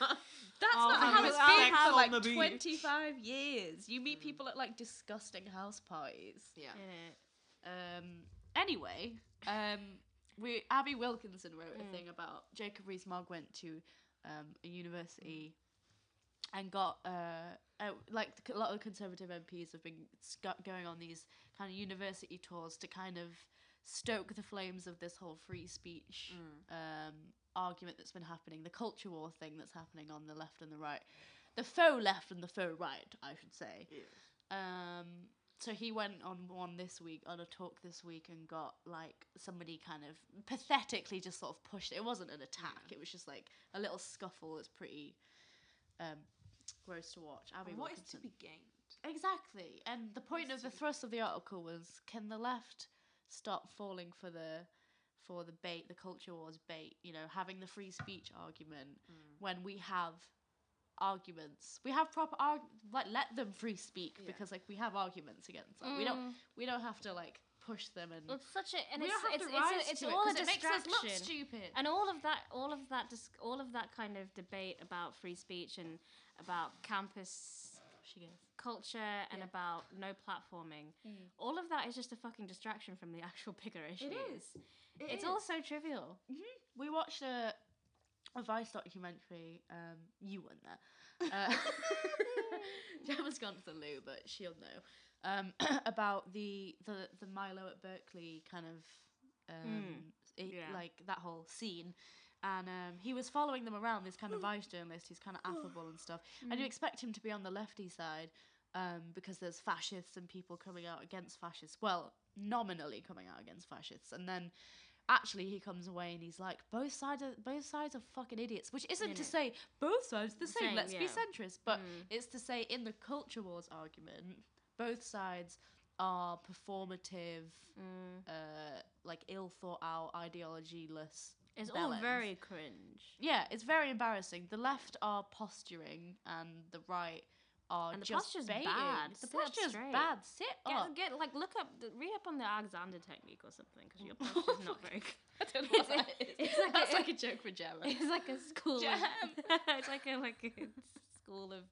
Speaker 1: That's
Speaker 2: I'll
Speaker 1: not
Speaker 2: have
Speaker 1: how
Speaker 2: a
Speaker 1: it's
Speaker 2: sex
Speaker 1: been for
Speaker 2: on
Speaker 1: like
Speaker 2: the beach.
Speaker 1: 25 years. You meet
Speaker 2: Mm.
Speaker 1: people at like disgusting house parties.
Speaker 4: <laughs>
Speaker 2: Yeah.
Speaker 4: Innit?
Speaker 1: Um, anyway, um, we Abby Wilkinson wrote a thing about Jacob Rees-Mogg went to um, a university and got uh, uh, like a lot of conservative MPs have been sc- going on these kind of university tours to kind of stoke the flames of this whole free speech
Speaker 2: Mm.
Speaker 1: um, argument that's been happening, the culture war thing that's happening on the left and the right, the faux left and the faux right, I should say.
Speaker 2: Yeah.
Speaker 1: Um, so he went on one this week on a talk this week and got like somebody kind of pathetically just sort of pushed. It wasn't an attack; it was just like a little scuffle. It's pretty um, gross to watch. Abby
Speaker 2: What is to
Speaker 1: Wilkinson.
Speaker 2: be gained?
Speaker 1: Exactly. And the point of the thrust of the article was can the left stop falling for the for the bait, the culture wars bait, you know, having the free speech argument
Speaker 4: Hmm.
Speaker 1: when we have arguments. We have proper arg- like let them free speak
Speaker 2: Yeah.
Speaker 1: because like we have arguments against them. We don't
Speaker 4: Mm.
Speaker 1: we don't have to like push them and
Speaker 4: Well, it's such a, and
Speaker 1: we
Speaker 4: it's
Speaker 1: don't have
Speaker 4: it's,
Speaker 1: to
Speaker 4: it's, a-
Speaker 1: rise
Speaker 4: it's
Speaker 1: to
Speaker 4: all a
Speaker 1: it 'cause it makes us look
Speaker 4: distraction.
Speaker 1: stupid.
Speaker 4: And all of that, all of that, dis- all of that kind of debate about free speech and about campus
Speaker 1: she goes.
Speaker 4: culture and
Speaker 1: Yeah.
Speaker 4: about no platforming, all of that is just a fucking distraction from the actual bigger issue.
Speaker 1: is.
Speaker 4: it's all so <laughs> trivial.
Speaker 1: we watched a a Vice documentary. Um, you weren't
Speaker 4: <laughs>
Speaker 1: there. Uh, <laughs> Gemma's gone to the loo, but she'll know um, <clears throat> about the, the the Milo at Berkeley kind of um, it,
Speaker 4: Hmm. yeah.
Speaker 1: like that whole scene. And um, he was following them around. This kind of
Speaker 4: Hmm.
Speaker 1: Vice journalist who's kind of affable and stuff. And you expect him to be on the lefty side um, because there's fascists and people coming out against fascists. Well, nominally coming out against fascists, and then actually he comes away and he's like, both sides are both sides are fucking idiots. Which isn't to
Speaker 4: Innit?
Speaker 1: say both sides the same.
Speaker 4: Same,
Speaker 1: Let's be
Speaker 4: yeah. Hmm.
Speaker 1: centrist, but
Speaker 4: Mm. Mm-hmm.
Speaker 1: it's to say in the culture wars argument, both sides are performative,
Speaker 4: Mm.
Speaker 1: uh, like ill thought out, ideologyless.
Speaker 4: It's all
Speaker 1: bellends.
Speaker 4: very cringe.
Speaker 1: Yeah, it's very embarrassing. The left are posturing, and the right are
Speaker 4: And the
Speaker 1: just
Speaker 4: posture's
Speaker 1: baiting.
Speaker 4: bad.
Speaker 1: The
Speaker 4: Sit up
Speaker 1: posture's
Speaker 4: straight.
Speaker 1: bad. Sit up.
Speaker 4: Get, get like look up, the- read up on the Alexander technique or something because <laughs> your posture's not very good.
Speaker 1: I don't <laughs> know
Speaker 4: It's-
Speaker 1: what that is.
Speaker 4: <laughs> it's like
Speaker 1: That's
Speaker 4: a-
Speaker 1: like a joke
Speaker 4: <laughs>
Speaker 1: for Gemma.
Speaker 4: It's like a school.
Speaker 1: Jam.
Speaker 4: Of, <laughs> it's like a like a school of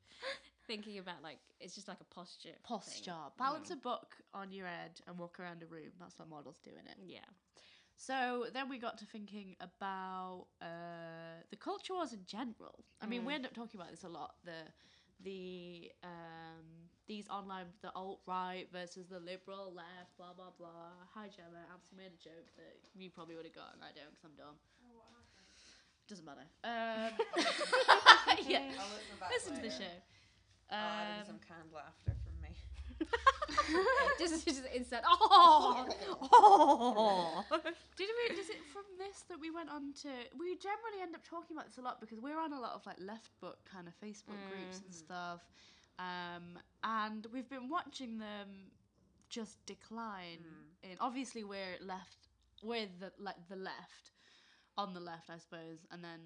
Speaker 4: thinking about like it's just like a posture. thing. Mm.
Speaker 1: Posture. Balance a book on your head and walk around a room. That's what models do in it.
Speaker 4: Yeah. <laughs>
Speaker 1: So then we got to thinking about uh, the culture wars in general. I mean, we end up talking about this a lot. The the um, these online the alt right versus the liberal left, blah blah blah. Hi Gemma, I obviously made a joke that you probably would have gotten. I don't, because I'm dumb. Doesn't matter.
Speaker 2: <laughs>
Speaker 1: Um, <laughs> yeah,
Speaker 2: I'll listen back
Speaker 1: listen to the
Speaker 2: later.
Speaker 1: show.
Speaker 2: Oh, I need
Speaker 1: Um,
Speaker 2: some canned laughter from me.
Speaker 4: <laughs> just, just insert. <laughs> Oh,
Speaker 2: <laughs>
Speaker 4: oh.
Speaker 1: Did we? Is it from this that we went on to? We generally end up talking about this a lot because we're on a lot of like left book kind of Facebook groups and stuff, um, and we've been watching them just decline. In obviously we're left, we're the like the left, on the left I suppose, and then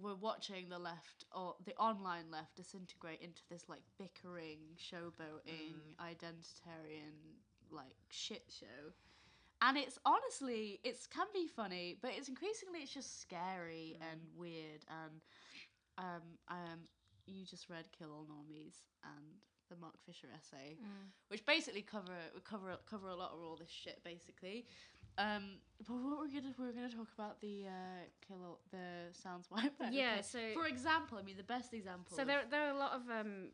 Speaker 1: we're watching the left or the online left disintegrate into this like bickering, showboating, identitarian like shit show. And it's honestly, it's can be funny, but it's increasingly it's just scary and weird. And um, um, you just read Kill All Normies and the Mark Fisher essay,
Speaker 4: Mm.
Speaker 1: which basically cover cover cover a lot of all this shit basically. Um, but what we're gonna we're gonna talk about the uh, Kill All, the Sounds <laughs> White. Better
Speaker 4: Yeah.
Speaker 1: Kill-
Speaker 4: So
Speaker 1: For example, I mean the best example.
Speaker 4: so
Speaker 1: of-
Speaker 4: there there are a lot of um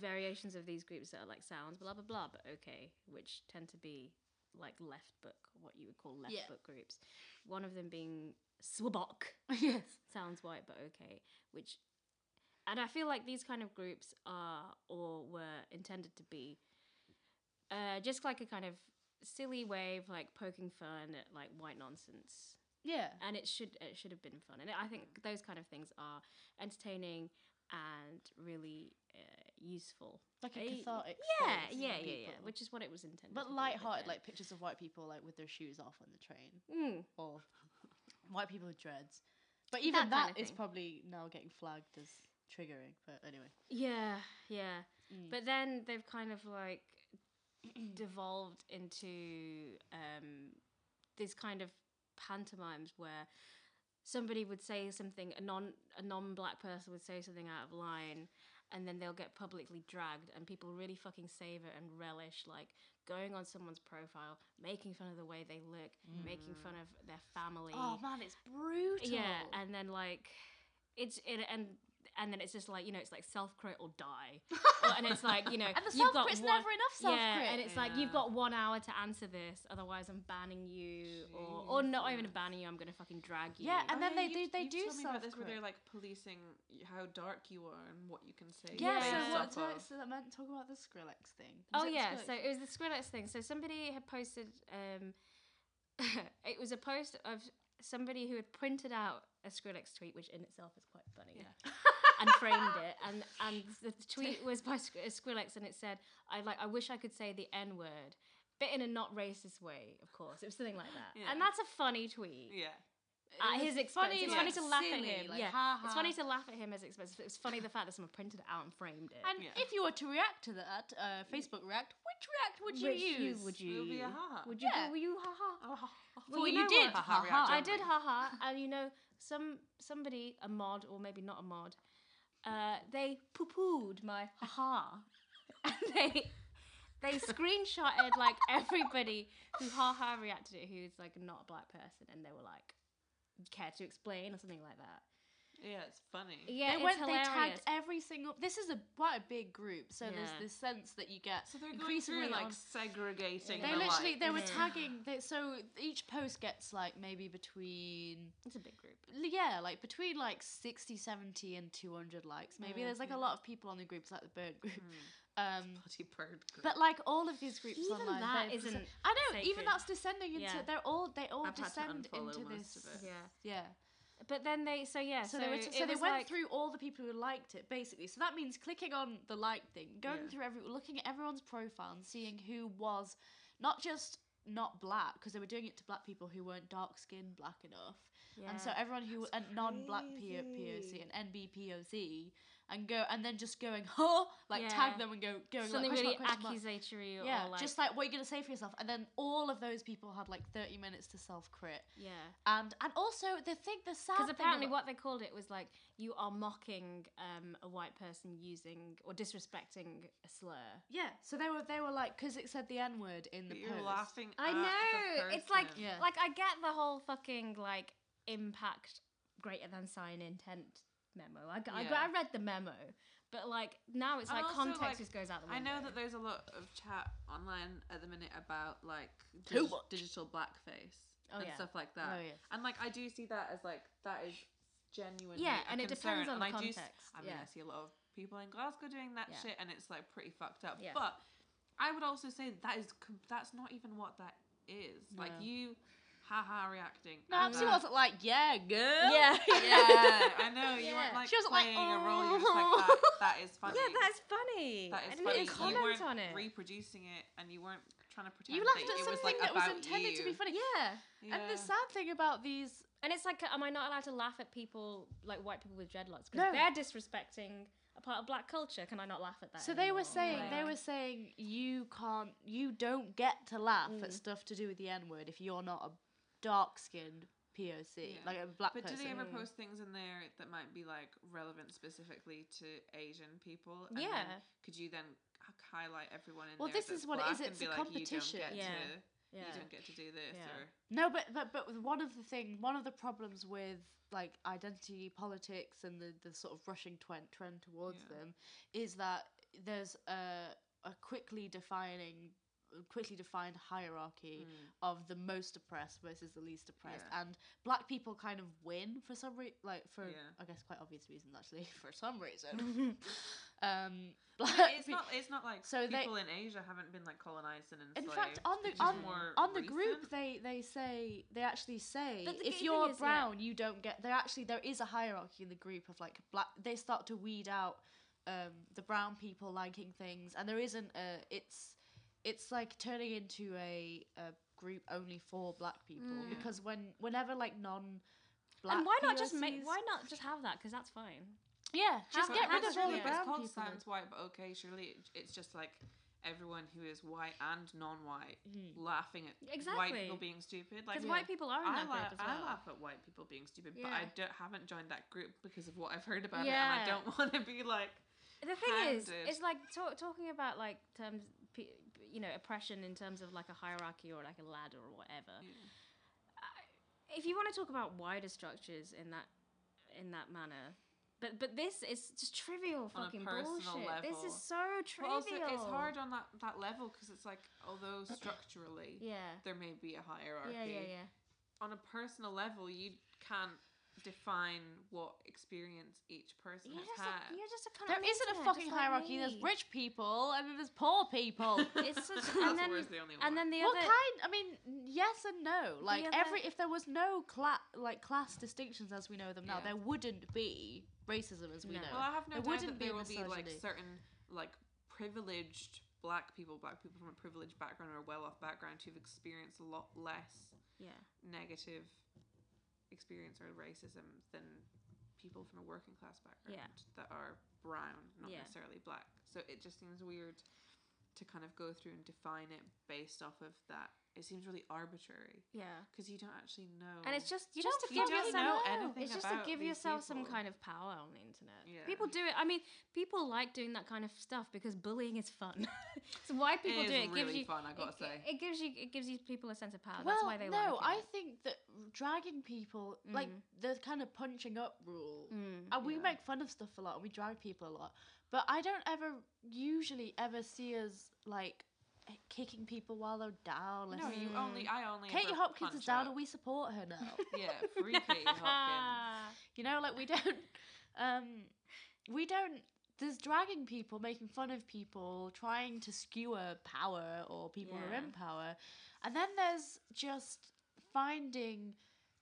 Speaker 4: variations of these groups that are like sounds, blah blah blah, but okay, which tend to be like left book, what you would call left
Speaker 1: Yeah.
Speaker 4: book groups. One of them being Swabok,
Speaker 1: <laughs> yes.
Speaker 4: sounds white but okay, which, and I feel like these kind of groups are or were intended to be, uh, just like a kind of silly way of like poking fun at like white nonsense
Speaker 1: Yeah.
Speaker 4: and it should it should have been fun and i think those kind of things are entertaining and really uh, useful
Speaker 1: Like a
Speaker 4: Eh,
Speaker 1: cathartic.
Speaker 4: yeah
Speaker 1: space
Speaker 4: yeah
Speaker 1: for
Speaker 4: yeah yeah
Speaker 1: people.
Speaker 4: which is what it was intended to
Speaker 1: but
Speaker 4: be,
Speaker 1: light-hearted,
Speaker 4: yeah.
Speaker 1: like pictures of white people like with their shoes off on the train,
Speaker 4: Mm.
Speaker 1: or <laughs> white people with dreads. But even
Speaker 4: That kind
Speaker 1: that
Speaker 4: of
Speaker 1: is
Speaker 4: thing.
Speaker 1: probably now getting flagged as triggering. But anyway,
Speaker 4: yeah yeah
Speaker 1: Mm.
Speaker 4: but then they've kind of like <clears throat> devolved into um these kind of pantomimes where somebody would say something a non a non black person would say something out of line and then they'll get publicly dragged and people really fucking savor and relish like going on someone's profile making fun of the way they look making fun of their family
Speaker 1: Mm. oh man, it's brutal.
Speaker 4: yeah
Speaker 1: <laughs>
Speaker 4: and then like it's it and and then it's just like you know it's like self crit or die Or- and it's like you know
Speaker 1: <laughs> and the
Speaker 4: you've
Speaker 1: self
Speaker 4: got
Speaker 1: crit's
Speaker 4: one-
Speaker 1: never enough self crit.
Speaker 4: yeah, and it's like you've
Speaker 2: Yeah.
Speaker 4: got one hour to answer this, otherwise I'm banning you, or or not even
Speaker 2: Jesus.
Speaker 4: banning you, I'm gonna fucking drag you.
Speaker 1: Yeah, and
Speaker 2: Oh,
Speaker 1: then
Speaker 2: yeah,
Speaker 1: they
Speaker 2: you've-
Speaker 1: do they
Speaker 2: you've
Speaker 1: do
Speaker 2: told me about this where
Speaker 1: self-correct.
Speaker 2: they're like policing y- how dark you are and what you can say.
Speaker 4: Yeah.
Speaker 1: Yeah, so
Speaker 2: based
Speaker 1: what?
Speaker 2: off
Speaker 1: So,
Speaker 2: of.
Speaker 1: so that meant talk about the Skrillex thing.
Speaker 4: oh
Speaker 1: Was it the
Speaker 4: yeah,
Speaker 1: Skrillex?
Speaker 4: so it was the Skrillex thing. So somebody had posted, um, <laughs> it was a post of somebody who had printed out a Skrillex tweet, which in itself is quite funny.
Speaker 2: Yeah.
Speaker 4: <laughs> and framed it. And and the tweet was by Skri- Skrillex, and it said, "I like. I wish I could say the N word, but in a not racist way, of course." It was something like that.
Speaker 2: Yeah.
Speaker 4: And that's a funny tweet.
Speaker 2: yeah.
Speaker 1: It
Speaker 4: At
Speaker 1: was
Speaker 4: his expense,
Speaker 1: Uh, funny,
Speaker 4: it's
Speaker 1: like,
Speaker 4: funny to laugh
Speaker 1: silly,
Speaker 4: at him.
Speaker 1: like,
Speaker 4: yeah,
Speaker 1: ha
Speaker 4: it's
Speaker 1: ha.
Speaker 4: funny to laugh at him as expensive. It was funny the fact that someone printed it out and framed it.
Speaker 1: And
Speaker 2: Yeah.
Speaker 1: if you were to react to that, uh, Facebook React, which React would you
Speaker 4: Which
Speaker 1: use?
Speaker 4: would
Speaker 2: It
Speaker 4: you?
Speaker 2: would be a
Speaker 4: use?
Speaker 2: ha.
Speaker 4: Would you?
Speaker 1: Yeah.
Speaker 4: Were you ha ha?
Speaker 2: Oh,
Speaker 4: Well,
Speaker 1: well,
Speaker 4: you
Speaker 1: you,
Speaker 4: know
Speaker 1: did.
Speaker 4: what?
Speaker 1: Ha
Speaker 2: Haha,
Speaker 1: ha.
Speaker 2: react
Speaker 4: Oh, I
Speaker 2: don't
Speaker 4: did,
Speaker 2: we?
Speaker 4: haha. And you know, some somebody, a mod or maybe not a mod, uh, they poo pooed my haha, <laughs> and they they screenshotted like everybody who haha reacted it, who's like not a black person, and they were like, care to explain or something like that.
Speaker 2: yeah, it's funny.
Speaker 4: Yeah,
Speaker 1: they
Speaker 4: it's
Speaker 1: went.
Speaker 4: hilarious.
Speaker 1: They tagged every single. This is a quite a big group, so there's
Speaker 4: Yeah.
Speaker 1: this sense that you get.
Speaker 2: So they're going
Speaker 1: increasingly
Speaker 2: through like
Speaker 1: on-
Speaker 2: segregating.
Speaker 1: They
Speaker 2: the
Speaker 1: literally
Speaker 2: light.
Speaker 1: they were
Speaker 4: Yeah.
Speaker 1: tagging. They, so each post gets like maybe between
Speaker 4: it's a big group.
Speaker 1: yeah like between like 60 70 and 200 likes maybe there's like a lot of people on the groups like the bird group <laughs> um
Speaker 2: <laughs> bloody bird. Group.
Speaker 1: But like all of these groups
Speaker 4: Even
Speaker 1: online,
Speaker 4: that
Speaker 1: they've
Speaker 4: isn't
Speaker 1: I know. Even
Speaker 4: sacred.
Speaker 1: that's descending into.
Speaker 4: Yeah.
Speaker 1: They're all. They all
Speaker 2: I've had to
Speaker 1: descend
Speaker 2: unfollow
Speaker 1: into
Speaker 2: most
Speaker 1: this.
Speaker 2: of it.
Speaker 4: Yeah,
Speaker 1: Yeah.
Speaker 4: but then they so yeah
Speaker 1: So, they were.
Speaker 4: it
Speaker 1: T- so they
Speaker 4: was
Speaker 1: went
Speaker 4: like-
Speaker 1: through all the people who liked it, basically. So that means clicking on the like thing, going
Speaker 2: Yeah.
Speaker 1: through every, looking at everyone's profile and seeing who was not just not black because they were doing it to black people who weren't dark skinned black enough and so
Speaker 4: Yeah.
Speaker 1: everyone who and non-black P- poc
Speaker 2: crazy.
Speaker 1: and nbpoc and go and then just going <laughs> huh like
Speaker 4: Yeah.
Speaker 1: tag them and go going
Speaker 4: something
Speaker 1: like, question
Speaker 4: really
Speaker 1: mark, question mark.
Speaker 4: accusatory or,
Speaker 1: Yeah,
Speaker 4: like
Speaker 1: just like what are you gonna say for yourself? And then all of those people had like thirty minutes to self crit,
Speaker 4: yeah.
Speaker 1: and and also the thing, the sad
Speaker 4: Because
Speaker 1: thing
Speaker 4: apparently,
Speaker 1: about-
Speaker 4: what they called it was like you are mocking um, a white person using or disrespecting a slur.
Speaker 1: yeah, so they were they were like because it said the n word in the
Speaker 2: But you're
Speaker 1: post.
Speaker 2: laughing.
Speaker 4: I
Speaker 2: at
Speaker 4: know.
Speaker 2: The
Speaker 4: It's like,
Speaker 2: person.
Speaker 1: Yeah.
Speaker 4: like I get the whole fucking like impact greater than sign intent memo. I, g- I g-
Speaker 2: Yeah.
Speaker 4: I read the memo, but like now it's
Speaker 2: And
Speaker 4: like
Speaker 2: also,
Speaker 4: context
Speaker 2: like,
Speaker 4: just goes out the
Speaker 2: I
Speaker 4: window.
Speaker 2: know that there's a lot of chat online at the minute about like
Speaker 1: Too
Speaker 2: digi-
Speaker 1: much.
Speaker 2: digital blackface
Speaker 4: Oh,
Speaker 2: and
Speaker 4: yeah.
Speaker 2: stuff like that.
Speaker 1: Oh, yes.
Speaker 2: And like I do see that as like that is genuinely
Speaker 4: Yeah,
Speaker 2: a
Speaker 4: and it
Speaker 2: concern.
Speaker 4: depends on
Speaker 2: and
Speaker 4: the
Speaker 2: I Do,
Speaker 4: context,
Speaker 2: s- I mean,
Speaker 4: yeah.
Speaker 2: I see a lot of people in Glasgow doing that
Speaker 4: Yeah.
Speaker 2: shit, and it's like pretty fucked up.
Speaker 4: Yeah.
Speaker 2: But I would also say that is com- that's not even what that is. Like
Speaker 1: No.
Speaker 2: you, haha, reacting.
Speaker 1: No,
Speaker 2: at
Speaker 1: she
Speaker 2: that.
Speaker 1: wasn't like yeah, girl.
Speaker 4: yeah,
Speaker 1: <laughs>
Speaker 2: <laughs> yeah, I know. You
Speaker 4: Yeah.
Speaker 2: weren't like
Speaker 1: She wasn't like, "Oh."
Speaker 2: playing a role. You were just like that. That is funny.
Speaker 4: that's funny.
Speaker 2: That is
Speaker 4: I didn't
Speaker 2: funny.
Speaker 4: even
Speaker 2: You
Speaker 4: comment
Speaker 2: weren't
Speaker 4: on it.
Speaker 2: reproducing it, and you weren't trying to pretend.
Speaker 1: You laughed at
Speaker 2: that it
Speaker 1: something
Speaker 2: was, like,
Speaker 1: that was
Speaker 2: about
Speaker 1: intended to be
Speaker 2: you.
Speaker 1: funny.
Speaker 4: yeah.
Speaker 2: Yeah.
Speaker 1: And the sad thing about these,
Speaker 4: And it's like, am I not allowed to laugh at people like white people with dreadlocks because
Speaker 1: No.
Speaker 4: they're disrespecting a part of black culture? Can I not laugh at that?
Speaker 1: so they were
Speaker 4: anymore?
Speaker 1: saying
Speaker 4: Like-
Speaker 1: they were saying you can't, you don't get to laugh at
Speaker 4: Mm.
Speaker 1: stuff to do with the n word if you're not a dark skinned poc,
Speaker 2: Yeah.
Speaker 1: like a black
Speaker 2: But do
Speaker 1: person.
Speaker 2: they ever
Speaker 4: Mm.
Speaker 2: post things in there that might be like relevant specifically to Asian people? And
Speaker 4: yeah.
Speaker 2: Then could you then h- highlight everyone in
Speaker 1: Well,
Speaker 2: there
Speaker 1: this is
Speaker 2: that's
Speaker 1: what it is,
Speaker 2: black and
Speaker 1: it's
Speaker 2: be
Speaker 1: a
Speaker 2: like,
Speaker 1: competition.
Speaker 2: You don't get
Speaker 4: Yeah.
Speaker 2: to.
Speaker 4: yeah.
Speaker 2: You don't get to do this,
Speaker 4: Yeah.
Speaker 2: or
Speaker 1: No, but but but with one of the thing, one of the problems with like identity politics and the, the sort of rushing twen- trend towards
Speaker 2: Yeah.
Speaker 1: them is that there's a, a quickly defining quickly defined hierarchy of the most oppressed versus the least oppressed
Speaker 2: Hmm. Yeah.
Speaker 1: and black people kind of win for some reason like for
Speaker 2: Yeah.
Speaker 1: i guess quite obvious reasons actually <laughs> for some
Speaker 2: <laughs>
Speaker 1: reason um black
Speaker 2: But it's
Speaker 1: pe-
Speaker 2: not. It's not like
Speaker 1: So they-
Speaker 2: people in Asia haven't been like colonized and
Speaker 1: in
Speaker 2: enslaved.
Speaker 1: fact on the
Speaker 2: It's
Speaker 1: on,
Speaker 2: just more
Speaker 1: on the
Speaker 2: recent.
Speaker 1: group they they say they actually say
Speaker 4: But the good
Speaker 1: if
Speaker 4: thing
Speaker 1: you're
Speaker 4: is, yeah.
Speaker 1: brown you don't get there actually there is a hierarchy in the group of like black they start to weed out um the brown people liking things and there isn't a it's it's like turning into a, a group only for black people
Speaker 4: Mm.
Speaker 2: Yeah.
Speaker 1: because when whenever like non black
Speaker 4: and why not just make?
Speaker 1: POCs
Speaker 4: Why not just have that? Because that's fine.
Speaker 1: yeah just
Speaker 4: have-
Speaker 1: get rid
Speaker 4: have
Speaker 1: of all
Speaker 4: it.
Speaker 1: the
Speaker 2: yeah,
Speaker 1: brown
Speaker 2: It's called
Speaker 1: people then.
Speaker 2: sounds white, but okay, surely it- it's just like everyone who is white and non-white
Speaker 1: Mm.
Speaker 2: laughing at white people
Speaker 4: Exactly.
Speaker 2: being stupid. Like
Speaker 4: Because
Speaker 1: Yeah.
Speaker 4: white people are in
Speaker 2: I,
Speaker 4: that
Speaker 2: la-
Speaker 4: group as well.
Speaker 2: I laugh at white people being stupid, but I
Speaker 4: Yeah.
Speaker 2: don't, haven't joined that group because of what I've heard about it, and
Speaker 4: Yeah.
Speaker 2: I don't <laughs> want to be like.
Speaker 4: the thing is,
Speaker 2: handed.
Speaker 4: it's like ta- talking about like terms, p- you know, oppression in terms of like a hierarchy or like a ladder or whatever. I- If you want to talk about wider structures in that in that manner, but but this is just trivial
Speaker 2: On a
Speaker 4: fucking
Speaker 2: personal
Speaker 4: bullshit. This
Speaker 2: level.
Speaker 4: is so
Speaker 2: But
Speaker 4: trivial.
Speaker 2: also, it's hard on that that level because it's like although structurally
Speaker 4: Yeah.
Speaker 2: there may be a hierarchy,
Speaker 4: Yeah, yeah, yeah.
Speaker 2: on a personal level you can't define what experience each person
Speaker 4: You're
Speaker 2: has
Speaker 4: just,
Speaker 2: had. <laughs>
Speaker 4: a, you're just a cunt
Speaker 1: there
Speaker 4: on the
Speaker 1: isn't a
Speaker 4: internet,
Speaker 1: fucking
Speaker 4: just like
Speaker 1: hierarchy there's
Speaker 4: me.
Speaker 1: rich people and then there's poor people
Speaker 4: It's such,
Speaker 2: That's
Speaker 4: and
Speaker 2: where
Speaker 4: then
Speaker 2: it's the only one.
Speaker 4: and then the
Speaker 1: what
Speaker 4: other
Speaker 1: kind? I mean, yes and no. Like
Speaker 4: other-
Speaker 1: every, if there was no class, like class distinctions as we know them now,
Speaker 2: Yeah.
Speaker 1: there wouldn't be racism as we
Speaker 4: No.
Speaker 1: know.
Speaker 2: Well, I have no
Speaker 1: There
Speaker 2: doubt
Speaker 1: wouldn't
Speaker 2: that there
Speaker 1: be
Speaker 2: will be like
Speaker 1: misogyny.
Speaker 2: certain like privileged black people, black people from a privileged background or a well-off background who've experienced a lot less
Speaker 4: yeah.
Speaker 2: negative experience or racism than people from a working class background that are brown, not
Speaker 4: Yeah.
Speaker 2: necessarily black. So it just seems weird to kind of go through and define it based off of that. It seems really arbitrary
Speaker 4: Yeah.
Speaker 2: because you don't actually know.
Speaker 4: And it's just
Speaker 1: You
Speaker 4: just
Speaker 1: don't
Speaker 4: to
Speaker 1: You
Speaker 4: give
Speaker 1: don't
Speaker 4: yourself
Speaker 1: know
Speaker 2: anything
Speaker 4: it's just
Speaker 2: about
Speaker 4: to give
Speaker 2: these
Speaker 4: yourself some
Speaker 2: people.
Speaker 4: kind of power on the internet.
Speaker 2: Yeah.
Speaker 4: People do it. I mean, people like doing that kind of stuff because bullying is fun. <laughs> so why people
Speaker 2: is
Speaker 4: do it, gives
Speaker 2: really
Speaker 4: you
Speaker 2: fun, I gotta
Speaker 4: it,
Speaker 2: say.
Speaker 4: it gives you it gives you people a sense of power.
Speaker 1: well,
Speaker 4: That's why they
Speaker 1: no,
Speaker 4: like
Speaker 1: I
Speaker 4: it.
Speaker 1: think that dragging people, like the kind of punching up rule,
Speaker 4: <laughs> Mm.
Speaker 1: and we
Speaker 2: Yeah.
Speaker 1: make fun of stuff a lot and we drag people a lot, but I don't ever usually ever see us like kicking people while they're down.
Speaker 2: no,
Speaker 1: Like,
Speaker 2: you only I only
Speaker 1: Katie
Speaker 2: ever
Speaker 1: Hopkins
Speaker 2: punch
Speaker 1: is down
Speaker 2: up.
Speaker 1: and we support her now.
Speaker 2: Yeah, free
Speaker 4: <laughs>
Speaker 2: Katie Hopkins.
Speaker 1: You know, like we don't, <laughs> um, we don't. There's dragging people, making fun of people, trying to skewer power or people who are in
Speaker 4: Yeah.
Speaker 1: power, and then there's just finding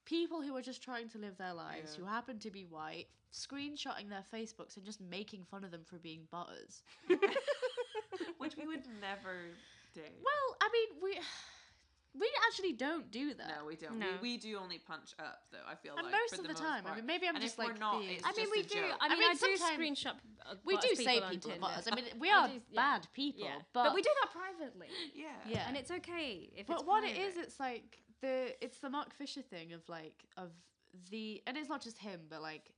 Speaker 1: people who are just trying to live their lives,
Speaker 2: Yeah.
Speaker 1: who happen to be white, screenshotting their Facebooks and just making fun of them for being butters.
Speaker 2: Which we would never do.
Speaker 1: Well, I mean, we <sighs> we actually don't do that.
Speaker 2: No, we don't.
Speaker 4: No.
Speaker 2: We, we do only punch up, though. I feel
Speaker 1: And
Speaker 2: like
Speaker 1: most
Speaker 2: for
Speaker 1: of the,
Speaker 2: most
Speaker 1: time, I
Speaker 2: part.
Speaker 1: mean, maybe I'm
Speaker 2: And
Speaker 1: just
Speaker 2: if we're
Speaker 1: like
Speaker 2: not,
Speaker 1: being-
Speaker 2: it's
Speaker 4: I mean,
Speaker 2: just
Speaker 4: we
Speaker 2: a
Speaker 4: do.
Speaker 2: joke.
Speaker 4: I mean, I,
Speaker 1: mean,
Speaker 4: do
Speaker 1: sometimes-
Speaker 4: screenshot. uh,
Speaker 1: we do
Speaker 4: bots
Speaker 1: say
Speaker 4: on
Speaker 1: people are
Speaker 4: Tinder.
Speaker 1: butters. I
Speaker 2: <laughs>
Speaker 1: mean, we
Speaker 4: I
Speaker 1: are
Speaker 4: do- yeah.
Speaker 1: bad people,
Speaker 4: Yeah.
Speaker 1: but,
Speaker 4: we do that privately,
Speaker 2: yeah.
Speaker 1: yeah.
Speaker 4: and it's okay. If
Speaker 1: but
Speaker 4: it's
Speaker 1: what
Speaker 4: private.
Speaker 1: it is it's like the it's the mark fisher thing of like of the and it's not just him but like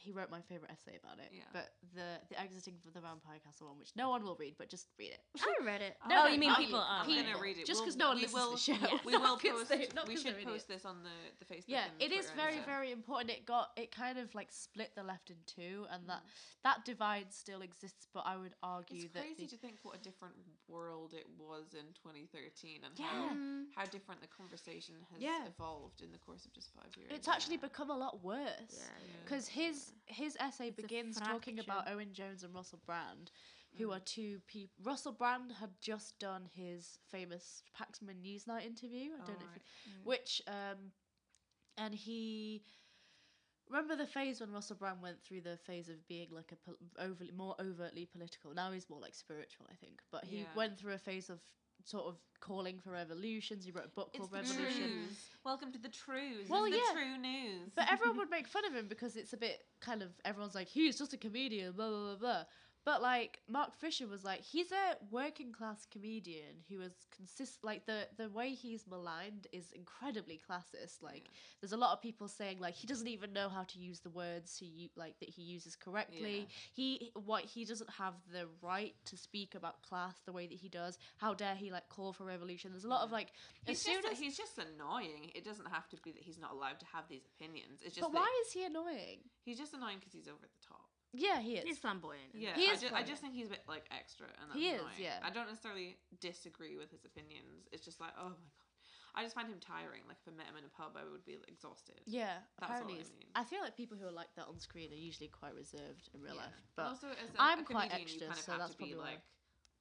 Speaker 1: he wrote my favorite essay about it
Speaker 2: Yeah.
Speaker 1: but the the exiting for the vampire castle one which no one will read but just read
Speaker 2: <laughs>
Speaker 1: it
Speaker 4: I read it.
Speaker 2: No,
Speaker 4: oh,
Speaker 2: no,
Speaker 4: you mean
Speaker 2: no,
Speaker 4: people?
Speaker 1: you-
Speaker 4: are
Speaker 2: I'm gonna
Speaker 1: people.
Speaker 2: read it.
Speaker 1: Just
Speaker 2: We'll-
Speaker 1: 'cause no one
Speaker 2: we
Speaker 1: listens to
Speaker 2: will-
Speaker 1: the show. <laughs>
Speaker 2: We will
Speaker 1: Not 'cause
Speaker 2: post.
Speaker 1: they- not
Speaker 2: we
Speaker 1: 'cause
Speaker 2: should
Speaker 1: they're idiots.
Speaker 2: post this on the the Facebook.
Speaker 1: yeah
Speaker 2: and
Speaker 1: it is
Speaker 2: Twitter and
Speaker 1: very
Speaker 2: stuff.
Speaker 1: very important it got it kind of like split the left in two and that that divide still exists but i would argue
Speaker 2: Mm. It's
Speaker 1: that
Speaker 2: crazy
Speaker 1: the-
Speaker 2: to think what a different world it was in 2013 and
Speaker 1: Yeah.
Speaker 4: Mm.
Speaker 2: how, how different the conversation has
Speaker 1: Yeah.
Speaker 2: evolved in the course of just five years.
Speaker 1: it's actually become a lot worse because his his essay
Speaker 4: a
Speaker 1: begins talking about
Speaker 4: fracture. Mm.
Speaker 1: Owen Jones and Russell Brand, who are two people. Russell Brand had just done his famous Paxman Newsnight interview. I don't know, if you, which um, and he. Remember the phase when Russell Brand went through the phase of being like a pol- overly more overtly political. Now he's more like spiritual, I think. But he
Speaker 2: Yeah.
Speaker 1: went through a phase of sort of calling for revolutions. He wrote a book
Speaker 2: It's
Speaker 1: called
Speaker 2: the
Speaker 1: Revolution.
Speaker 2: trues. Welcome to the trues.
Speaker 1: Well,
Speaker 2: Well, yeah.
Speaker 1: yeah.
Speaker 2: the true news.
Speaker 1: But
Speaker 2: <laughs>
Speaker 1: everyone would make fun of him because it's a bit kind of everyone's like he's just a comedian, blah blah blah. blah. But like Mark Fisher was like he's a working class comedian who is consist like the the way he's maligned is incredibly classist. Like
Speaker 2: Yeah.
Speaker 1: there's a lot of people saying like he doesn't even know how to use the words he u- like that he uses correctly.
Speaker 2: Yeah.
Speaker 1: He what he doesn't have the right to speak about class the way that he does. How dare he like call for revolution? There's a lot of like
Speaker 2: He's
Speaker 1: as soon
Speaker 2: just,
Speaker 1: as
Speaker 2: he's just annoying. It doesn't have to be that he's not allowed to have these opinions. It's just
Speaker 1: but
Speaker 2: that
Speaker 1: why is he annoying?
Speaker 2: he's just annoying because he's over the top.
Speaker 1: Yeah, he is.
Speaker 4: He's flamboyant.
Speaker 2: Yeah,
Speaker 1: He
Speaker 2: I,
Speaker 1: is
Speaker 2: ju- I
Speaker 1: funny.
Speaker 2: just think he's a bit like extra, and that's
Speaker 1: He is,
Speaker 2: annoying.
Speaker 1: yeah.
Speaker 2: I don't necessarily disagree with his opinions. It's just like, oh my god, I just find him tiring. Like if I met him in a pub, I would be exhausted.
Speaker 1: yeah,
Speaker 2: That's all
Speaker 1: apparently.
Speaker 2: I
Speaker 1: it's-
Speaker 2: mean.
Speaker 1: I feel like people who are like that on screen are usually quite reserved in real
Speaker 2: Yeah.
Speaker 1: life. But
Speaker 2: also, as a,
Speaker 1: I'm
Speaker 2: a
Speaker 1: quite
Speaker 2: comedian,
Speaker 1: extra,
Speaker 2: you kind of
Speaker 1: so
Speaker 2: have
Speaker 1: that's
Speaker 2: to be
Speaker 1: probably why.
Speaker 2: like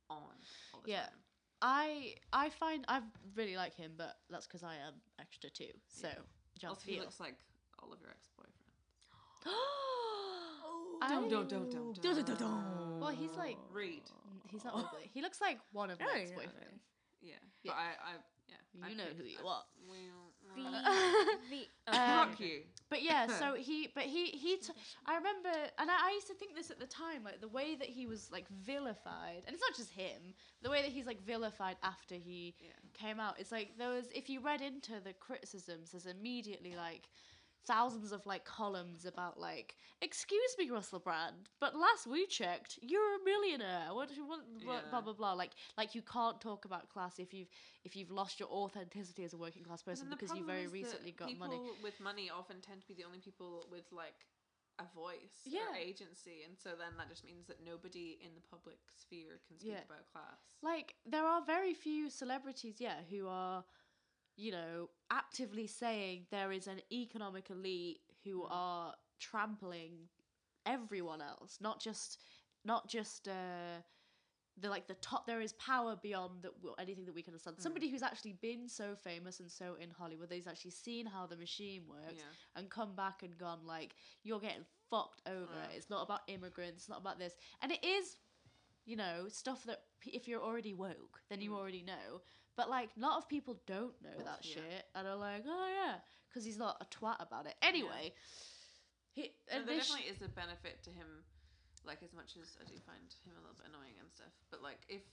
Speaker 2: on all the
Speaker 1: Yeah.
Speaker 2: time.
Speaker 1: I I find I really like him, but that's because I am extra too. So John
Speaker 2: Also, he
Speaker 1: Field.
Speaker 2: looks like all of your ex-boyfriends. <gasps>
Speaker 1: I-
Speaker 2: Dum dum dum Oh. dum
Speaker 4: Dun, dun,
Speaker 2: dum.
Speaker 4: dun.
Speaker 1: Well, he's like-
Speaker 2: Reed.
Speaker 1: He's
Speaker 2: Oh.
Speaker 1: not ugly. He looks like one of my
Speaker 4: Oh, yeah.
Speaker 1: ex-boyfriends.
Speaker 2: Yeah.
Speaker 1: Yeah.
Speaker 2: But I, I yeah.
Speaker 1: You
Speaker 2: I
Speaker 1: know
Speaker 2: could-
Speaker 1: who you
Speaker 2: I-
Speaker 1: are.
Speaker 2: <laughs>
Speaker 4: The,
Speaker 2: Well, well,
Speaker 4: the
Speaker 1: Um,
Speaker 2: Fuck you.
Speaker 1: But
Speaker 2: <laughs>
Speaker 1: yeah, so he, but he, he. T- I remember, and I, I used to think this at the time, like the way that he was like vilified, and it's not just him. The way that he's like vilified after he
Speaker 2: Yeah.
Speaker 1: came out, it's like there was. If you read into the criticisms, there's immediately like thousands of like columns about like, excuse me, Russell Brand, but last we checked, you're a millionaire. What, what, what
Speaker 2: Yeah.
Speaker 1: blah blah blah. Like, like you can't talk about class if you've if you've lost your authenticity as a working class
Speaker 2: But
Speaker 1: person
Speaker 2: then the
Speaker 1: because you
Speaker 2: problem
Speaker 1: very
Speaker 2: is that
Speaker 1: recently got money.
Speaker 2: People with money often tend to be the only people with like a voice
Speaker 1: Yeah.
Speaker 2: or agency, and so then that just means that nobody in the public sphere can speak
Speaker 1: Yeah.
Speaker 2: about class.
Speaker 1: Like there are very few celebrities, yeah, who are, you know, actively saying there is an economic elite who are trampling everyone else, not just, not just uh, the like the top. There is power beyond that w- anything that we can understand. Somebody who's actually been so famous and so in Hollywood, that he's actually seen how the machine works
Speaker 2: Yeah.
Speaker 1: and come back and gone like you're getting fucked over.
Speaker 2: Yeah.
Speaker 1: It's not about immigrants. It's not about this. And it is, you know, stuff that p- if you're already woke, then you
Speaker 2: Mm.
Speaker 1: already know. But like, a lot of people don't know that
Speaker 2: Yeah.
Speaker 1: shit and are like, oh yeah, because he's not a twat about it. Anyway, he
Speaker 2: No,
Speaker 1: and
Speaker 2: there
Speaker 1: this sh-
Speaker 2: definitely is a benefit to him, like as much as I do find him a little bit annoying and stuff. But like, if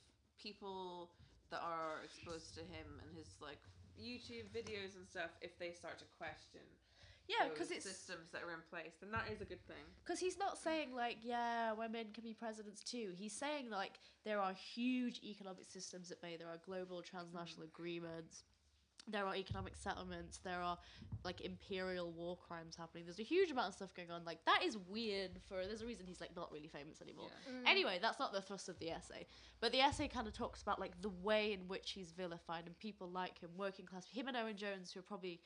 Speaker 2: people that are exposed to him and his like YouTube videos and stuff, if they start to question
Speaker 1: yeah,
Speaker 2: those
Speaker 1: because it's
Speaker 2: systems that are in place, then that is a good thing.
Speaker 1: because he's not saying like, yeah, women can be presidents too. He's saying like there are huge economic systems at bay. There are global transnational agreements. There are economic settlements. There are like imperial war crimes happening. There's a huge amount of stuff going on. Like that is weird. For there's a reason he's like not really famous anymore.
Speaker 2: Yeah.
Speaker 1: Anyway, that's not the thrust of the essay. But the essay kind of talks about like the way in which he's vilified and people like him, working class, him and Owen Jones, who are probably,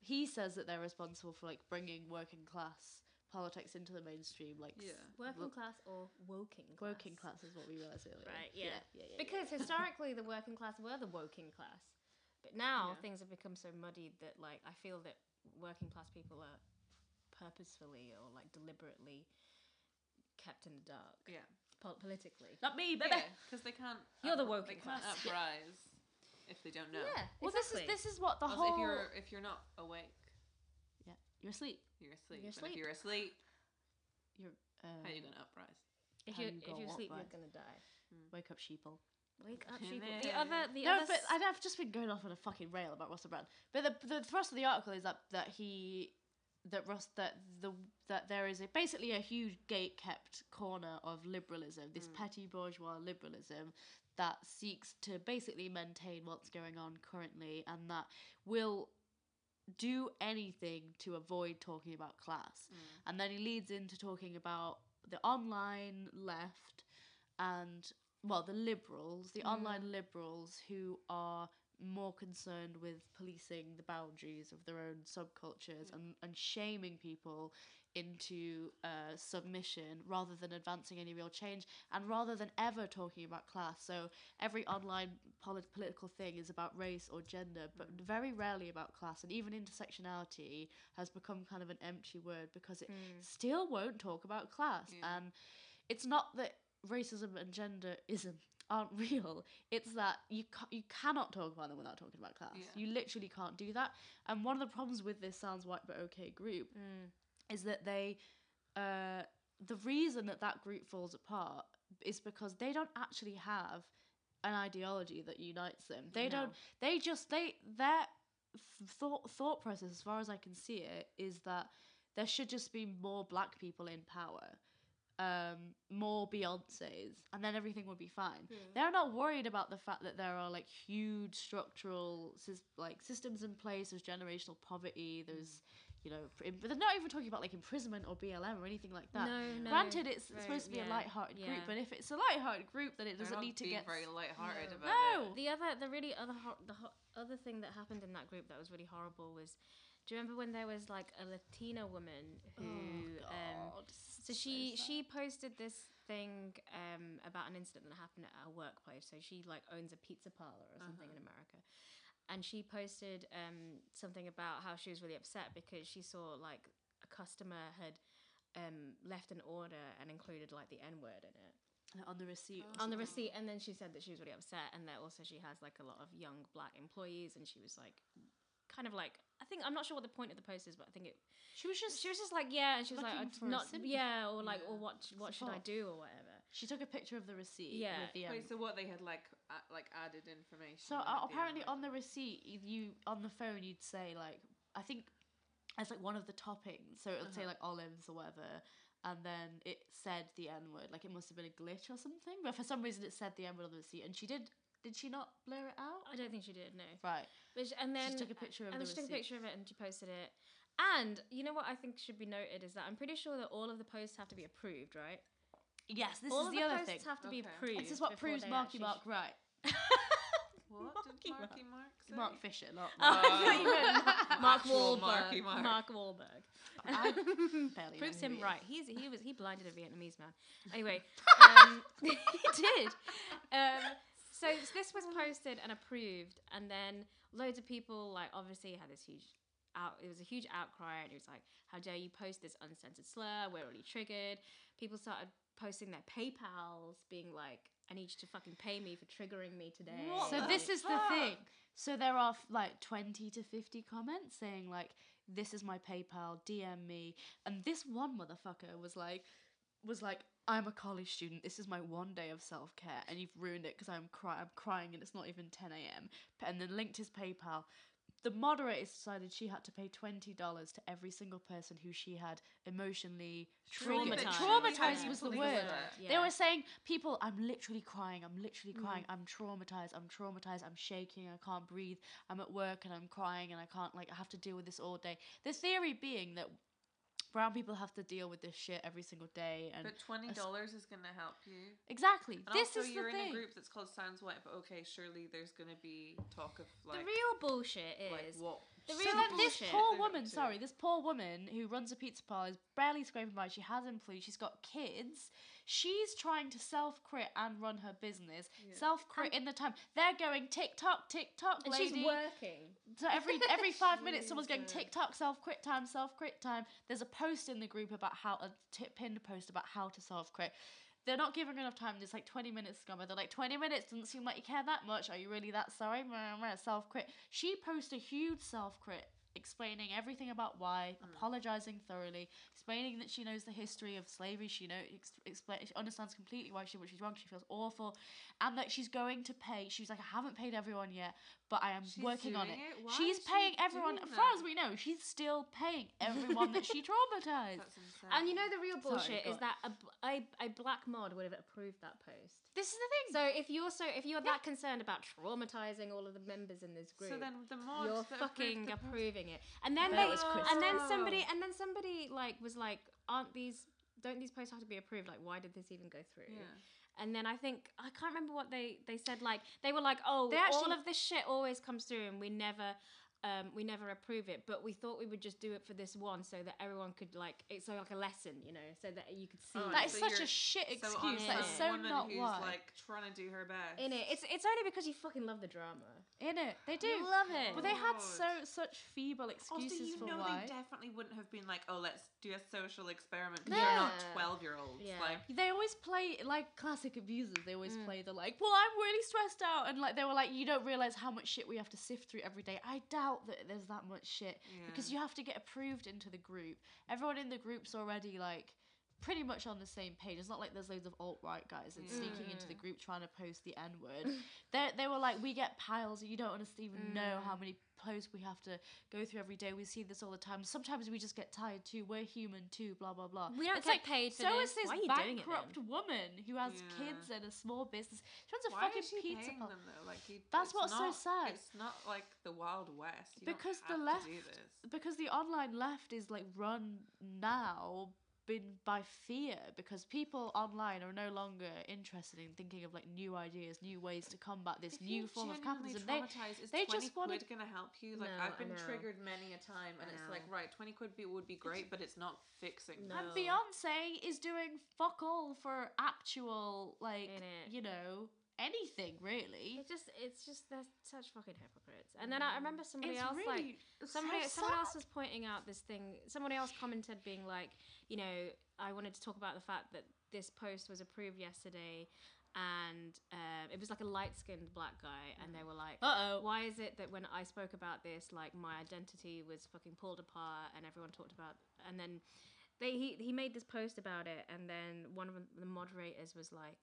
Speaker 1: he says that they're responsible for like bringing working class politics into the mainstream, like s-
Speaker 2: Yeah.
Speaker 4: working class or woking class.
Speaker 1: working class is what we realized earlier.
Speaker 4: Right, yeah.
Speaker 1: yeah, yeah, yeah.
Speaker 4: Because historically, the working class were the woking class, but now
Speaker 2: Yeah.
Speaker 4: things have become so muddied that, like, I feel that working class people are purposefully or like deliberately kept in the dark
Speaker 2: Yeah.
Speaker 4: pol- politically. Not me,
Speaker 2: Yeah, because they can't.
Speaker 4: You're the
Speaker 2: up-
Speaker 4: woken
Speaker 2: They can't
Speaker 4: class.
Speaker 2: uprise if they don't know.
Speaker 4: Yeah.
Speaker 1: well,
Speaker 4: exactly.
Speaker 1: this is this is what the
Speaker 2: Also,
Speaker 1: whole
Speaker 2: if you're if you're not awake,
Speaker 1: you're asleep.
Speaker 2: you're asleep.
Speaker 4: You're
Speaker 2: And
Speaker 4: asleep.
Speaker 2: if you're asleep,
Speaker 1: Um,
Speaker 2: how are you gonna uprise?
Speaker 4: If
Speaker 1: how
Speaker 4: you
Speaker 1: you
Speaker 4: if
Speaker 1: gonna
Speaker 4: you're
Speaker 1: walk
Speaker 4: asleep,
Speaker 1: by.
Speaker 4: you're gonna die.
Speaker 1: Um, wake up sheeple.
Speaker 4: Wake up,
Speaker 2: And
Speaker 4: people.
Speaker 2: then-
Speaker 4: The other the
Speaker 1: No,
Speaker 4: other.
Speaker 1: but
Speaker 4: s-
Speaker 1: and I've just been going off on a fucking rail about Russell Brand. But the, the thrust of the article is that that he that Russ that the that there is a basically a huge gate kept corner of liberalism,
Speaker 4: Mm.
Speaker 1: this petty bourgeois liberalism that seeks to basically maintain what's going on currently and that will do anything to avoid talking about class. And then he leads into talking about the online left and well, the liberals, the online liberals who are more concerned with policing the boundaries of their own subcultures and, and shaming people into uh, submission rather than advancing any real change and rather than ever talking about class. So every online polit- political thing is about race or gender, but very rarely about class. And even intersectionality has become kind of an empty word because it
Speaker 4: Mm.
Speaker 1: still won't talk about class.
Speaker 2: Mm. Yeah.
Speaker 1: And it's not that racism and genderism aren't <laughs> real. It's that you ca- you cannot talk about them without talking about class.
Speaker 2: Yeah.
Speaker 1: You literally can't do that. And one of the problems with this sounds white but okay group
Speaker 2: Mm.
Speaker 1: is that they uh, the reason that that group falls apart is because they don't actually have an ideology that unites them. They don't. They just they their f- thought thought process, as far as I can see it, is that there should just be more black people in power, um, more Beyonces, and then everything would be
Speaker 4: Hmm.
Speaker 1: fine. They're not worried about the fact that there are like huge structural sys- like systems in place. There's generational poverty. There's
Speaker 4: Hmm.
Speaker 1: you know, pr- but they're not even talking about like imprisonment or BLM or anything like that.
Speaker 4: no, no.
Speaker 1: Granted, it's
Speaker 4: very-
Speaker 1: supposed to be a
Speaker 4: yeah,
Speaker 1: light-hearted group,
Speaker 4: yeah.
Speaker 1: but if it's a light-hearted group, then it
Speaker 2: They're
Speaker 1: doesn't
Speaker 2: not
Speaker 1: need to
Speaker 2: being
Speaker 1: get s-
Speaker 2: very lighthearted
Speaker 1: no.
Speaker 2: about it.
Speaker 4: the other, the really other, ho- the ho- other thing that happened in that group that was really horrible was, do you remember when there was like a Latina woman who, um, so she she posted this thing um, about an incident that happened at her workplace. So she like owns a pizza parlor or something in America, and she posted um, something about how she was really upset because she saw like a customer had um, left an order and included like the N word in it
Speaker 1: on the receipt or
Speaker 4: on the
Speaker 1: something.
Speaker 4: receipt and then she said that she was really upset and that also she has like a lot of young black employees and she was like kind of like i think i'm not sure what the point of the post is but i think it
Speaker 1: She was just
Speaker 4: she was just like yeah and she was like
Speaker 1: Looking
Speaker 4: I'm
Speaker 1: for a
Speaker 4: not
Speaker 1: sympathy.
Speaker 4: yeah or like or
Speaker 2: Yeah.
Speaker 4: what what should i
Speaker 1: Support.
Speaker 4: do or whatever
Speaker 1: she took a picture of the receipt.
Speaker 4: Yeah.
Speaker 1: with the, um,
Speaker 2: Wait, so what they had like uh, like added information.
Speaker 1: So
Speaker 2: about
Speaker 1: uh,
Speaker 2: the
Speaker 1: apparently,
Speaker 2: N-word.
Speaker 1: on the receipt, y- you on the phone, you'd say like, I think as like one of the toppings. So it would say
Speaker 2: Uh-huh.
Speaker 1: like olives or whatever, and then it said the N word. Like it must have been a glitch or something. But for some reason, it said the N word on the receipt, and she did. Did she not blur it out?
Speaker 4: i don't think she did no
Speaker 1: Right.
Speaker 4: but she, and then
Speaker 1: she took a picture of
Speaker 4: and
Speaker 1: the
Speaker 4: then she took a
Speaker 1: receipt.
Speaker 4: picture of it and she posted it and you know what i think should be noted is that i'm pretty sure that all of the posts have to be approved right
Speaker 1: Yes, this
Speaker 4: all
Speaker 1: is
Speaker 4: of
Speaker 1: the, other
Speaker 4: posts
Speaker 1: thing.
Speaker 4: have to be
Speaker 2: Okay.
Speaker 4: approved
Speaker 1: This is what
Speaker 4: before
Speaker 1: proves
Speaker 4: they
Speaker 1: Marky
Speaker 4: actually
Speaker 1: Mark
Speaker 4: sh-
Speaker 1: right.
Speaker 2: what did Marky Mark say?
Speaker 1: Mark <laughs> Fisher,
Speaker 4: <laughs>
Speaker 1: not
Speaker 4: Oh,
Speaker 1: Mark.
Speaker 4: I thought you meant Ma- Mark
Speaker 2: Actual
Speaker 4: Wahlberg.
Speaker 2: Marky Mark.
Speaker 4: Mark Wahlberg.
Speaker 1: I barely know
Speaker 4: proves
Speaker 1: who
Speaker 4: him
Speaker 1: he is.
Speaker 4: right. He's he was he blinded a Vietnamese man.
Speaker 2: <laughs>
Speaker 4: Anyway, um, <laughs> he did. Um, so s- this was posted and approved, and then loads of people like obviously had this huge out. It was a huge outcry, and it was like, "How dare you post this uncensored slur? We're already triggered." People started posting their PayPals, being like, "I need you to fucking pay me for triggering me today."
Speaker 2: What
Speaker 1: So
Speaker 2: the
Speaker 1: this is the thing. So there are f- like 20 to 50 comments saying like this is my PayPal, DM me. And this one motherfucker was like was like I'm a college student. This is my one day of self-care and you've ruined it because I'm cry- I'm crying and it's not even 10 a.m. P- And then linked his PayPal. The moderator decided she had to pay $20 to every single person who she had emotionally triggered.
Speaker 4: Traumatized.
Speaker 1: Traumatized
Speaker 4: Yeah.
Speaker 1: was the
Speaker 2: Yeah. Mm-hmm.
Speaker 1: word. They
Speaker 4: Yeah.
Speaker 1: were saying, people, I'm literally crying. I'm literally crying. I'm traumatized. I'm traumatized. I'm shaking. I can't breathe. I'm at work and I'm crying and I can't, like, I have to deal with this all day. The theory being that brown people have to deal with this shit every single day. And
Speaker 2: But twenty dollars is gonna help you.
Speaker 1: exactly,
Speaker 2: And
Speaker 1: this
Speaker 2: also,
Speaker 1: is the
Speaker 2: you're in
Speaker 1: thing.
Speaker 2: a group that's called Sans White, but okay, surely there's gonna be talk of like
Speaker 4: the real bullshit is
Speaker 2: like what
Speaker 4: the
Speaker 1: So
Speaker 4: real
Speaker 1: then this
Speaker 4: bullshit.
Speaker 1: poor
Speaker 2: they're up
Speaker 1: woman,
Speaker 2: to.
Speaker 1: sorry, this poor woman who runs a pizza parlor is barely scraping by. She has employees. She's got kids. She's trying to self crit and run her business. Self crit in the time. They're going tick tock, tick tock,
Speaker 4: and
Speaker 1: lady.
Speaker 4: she's working.
Speaker 1: So every
Speaker 2: <laughs>
Speaker 1: every five minutes, someone's going TikTok self quit time, self quit time. There's a post in the group about how a t- pinned post about how to self quit. They're not giving enough time. There's like 20 minutes gone. by. They're like 20 minutes doesn't seem like you care that much. Are you really that sorry? Self quit. She posts a huge self quit. Explaining everything about why,
Speaker 2: Mm.
Speaker 1: apologizing thoroughly, explaining that she knows the history of slavery. She know ex- explain, she understands completely why she what she's wrong. She feels awful, and that she's going to pay. She's like, I haven't paid everyone yet, but I am
Speaker 2: She's
Speaker 1: working on it.
Speaker 2: doing it? Why
Speaker 1: she's
Speaker 2: is she
Speaker 1: paying everyone.
Speaker 2: doing
Speaker 1: As far
Speaker 2: that?
Speaker 1: as we know, she's still paying everyone that
Speaker 2: <laughs>
Speaker 1: she traumatized.
Speaker 2: That's insane.
Speaker 4: And you know the real
Speaker 1: Sorry,
Speaker 4: bullshit
Speaker 1: go
Speaker 4: is
Speaker 1: on.
Speaker 4: that a, b- a- a black mod would have approved that post.
Speaker 1: This is the thing.
Speaker 4: So if you're so if you're that concerned about traumatizing all of the members in this group,
Speaker 2: so then the mods
Speaker 4: you're
Speaker 2: that approved
Speaker 4: fucking
Speaker 2: the post-
Speaker 4: approving it. And then
Speaker 1: bet
Speaker 4: they,
Speaker 1: it was Chris.
Speaker 4: and then
Speaker 2: Oh.
Speaker 4: somebody and then somebody like was like, aren't these don't these posts have to be approved? Like why did this even go through?
Speaker 2: Yeah.
Speaker 4: And then I think I can't remember what they they said. Like they were like, oh,
Speaker 1: They actually-
Speaker 4: all of this shit always comes through, and we never. Um, we never approve it, but we thought we would just do it for this one, so that everyone could like it's like a lesson, you know, so that you could see
Speaker 2: Oh,
Speaker 1: that is
Speaker 2: so
Speaker 1: such
Speaker 2: you're-
Speaker 1: a shit excuse.
Speaker 2: So on
Speaker 1: that is
Speaker 2: some
Speaker 1: so
Speaker 2: woman
Speaker 1: not
Speaker 2: who's
Speaker 1: why.
Speaker 2: like trying to do her best
Speaker 4: in it. It's it's only because you fucking love the drama.
Speaker 1: in it, they do.
Speaker 4: love it.
Speaker 1: But they had
Speaker 2: God.
Speaker 1: so such feeble excuses
Speaker 2: also, you
Speaker 1: for
Speaker 2: know
Speaker 1: why.
Speaker 2: they definitely wouldn't have been like, "Oh, let's do a social experiment." 'cause
Speaker 4: Yeah.
Speaker 2: They're not
Speaker 4: Yeah.
Speaker 2: twelve-year-olds.
Speaker 4: Yeah.
Speaker 2: Like,
Speaker 1: They always play like classic abusers. They
Speaker 2: Mm.
Speaker 1: always play the like, well, I'm really stressed out, and like they were like, you don't realize how much shit we have to sift through every day. I doubt that there's that much shit because you have to get approved into the group. Everyone in the group's already like pretty much on the same page. It's not like there's loads of alt right guys
Speaker 4: Mm.
Speaker 1: and sneaking into the group trying to post the N word. they they were like, we get piles. You don't honestly even
Speaker 4: Mm.
Speaker 1: know how many posts we have to go through every day. We see this all the time. Sometimes we just get tired too. We're human too. Blah blah blah.
Speaker 4: We don't
Speaker 1: it's
Speaker 4: get
Speaker 1: like,
Speaker 4: paid for
Speaker 1: so
Speaker 4: this.
Speaker 1: is this
Speaker 4: Why are you doing it
Speaker 1: bankrupt woman who has
Speaker 2: Yeah.
Speaker 1: kids and a small business. She runs a
Speaker 2: Why
Speaker 1: fucking
Speaker 2: is she
Speaker 1: pizza
Speaker 2: paying
Speaker 1: pub.
Speaker 2: them though? Like you,
Speaker 1: That's
Speaker 2: it's
Speaker 1: what's so
Speaker 2: not-
Speaker 1: sad.
Speaker 2: It's not like the Wild West. You don't
Speaker 1: Because the
Speaker 2: have to do
Speaker 1: left-
Speaker 2: this.
Speaker 1: because the online left is like run now been by fear because people online are no longer interested in thinking of like new ideas new ways to combat this
Speaker 2: If
Speaker 1: new
Speaker 2: you
Speaker 1: form of
Speaker 2: genuinely
Speaker 1: capitalism they,
Speaker 2: traumatise, is
Speaker 1: they
Speaker 2: 20
Speaker 1: just wanna-
Speaker 2: quid gonna help you like
Speaker 4: No, I
Speaker 2: i've been
Speaker 4: know.
Speaker 2: triggered many a time and
Speaker 4: I
Speaker 2: it's like
Speaker 4: know.
Speaker 2: right 20 quid be, would be great but it's not fixing
Speaker 4: No.
Speaker 1: and
Speaker 2: that.
Speaker 1: beyonce is doing fuck all for actual like
Speaker 4: Innit.
Speaker 1: you know anything really
Speaker 4: It just it's just they're such fucking hypocrites. And then I remember somebody
Speaker 1: it's
Speaker 4: else like
Speaker 1: really
Speaker 4: somebody
Speaker 1: so
Speaker 4: someone else
Speaker 1: sad.
Speaker 4: was pointing out this thing someone else commented being like you know i wanted to talk about the fact that this post was approved yesterday and um, it was like a light-skinned black guy and they were like
Speaker 1: uh-oh
Speaker 4: why is it that when i spoke about this like my identity was fucking pulled apart and everyone talked about and then they he, he made this post about it and then one of the moderators was like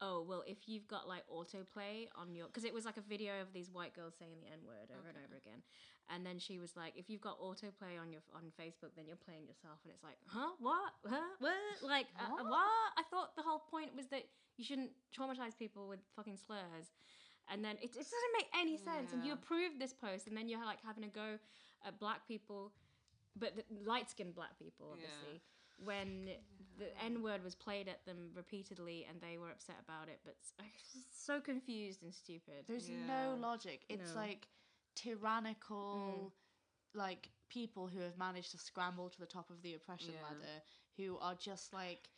Speaker 4: oh well if you've got like autoplay on your because it was like a video of these white girls saying the n-word over and
Speaker 1: Okay.
Speaker 4: over again and then she was like if you've got autoplay on your on facebook then you're playing yourself and it's like huh what huh what like uh,
Speaker 1: What?
Speaker 4: uh, what i thought the whole point was that you shouldn't traumatize people with fucking slurs and then it, it doesn't make any sense and you
Speaker 2: Yeah.
Speaker 4: approved this post and then you're like having a go at black people but the light-skinned black people
Speaker 2: Yeah.
Speaker 4: obviously when the N word was played at them repeatedly and they were upset about it, but s- I was just so confused and stupid.
Speaker 1: There's
Speaker 2: Yeah.
Speaker 1: no logic. It's
Speaker 4: No. Mm.
Speaker 1: like tyrannical, like people who have managed to scramble to the top of the oppression
Speaker 2: Yeah.
Speaker 1: ladder, who are just like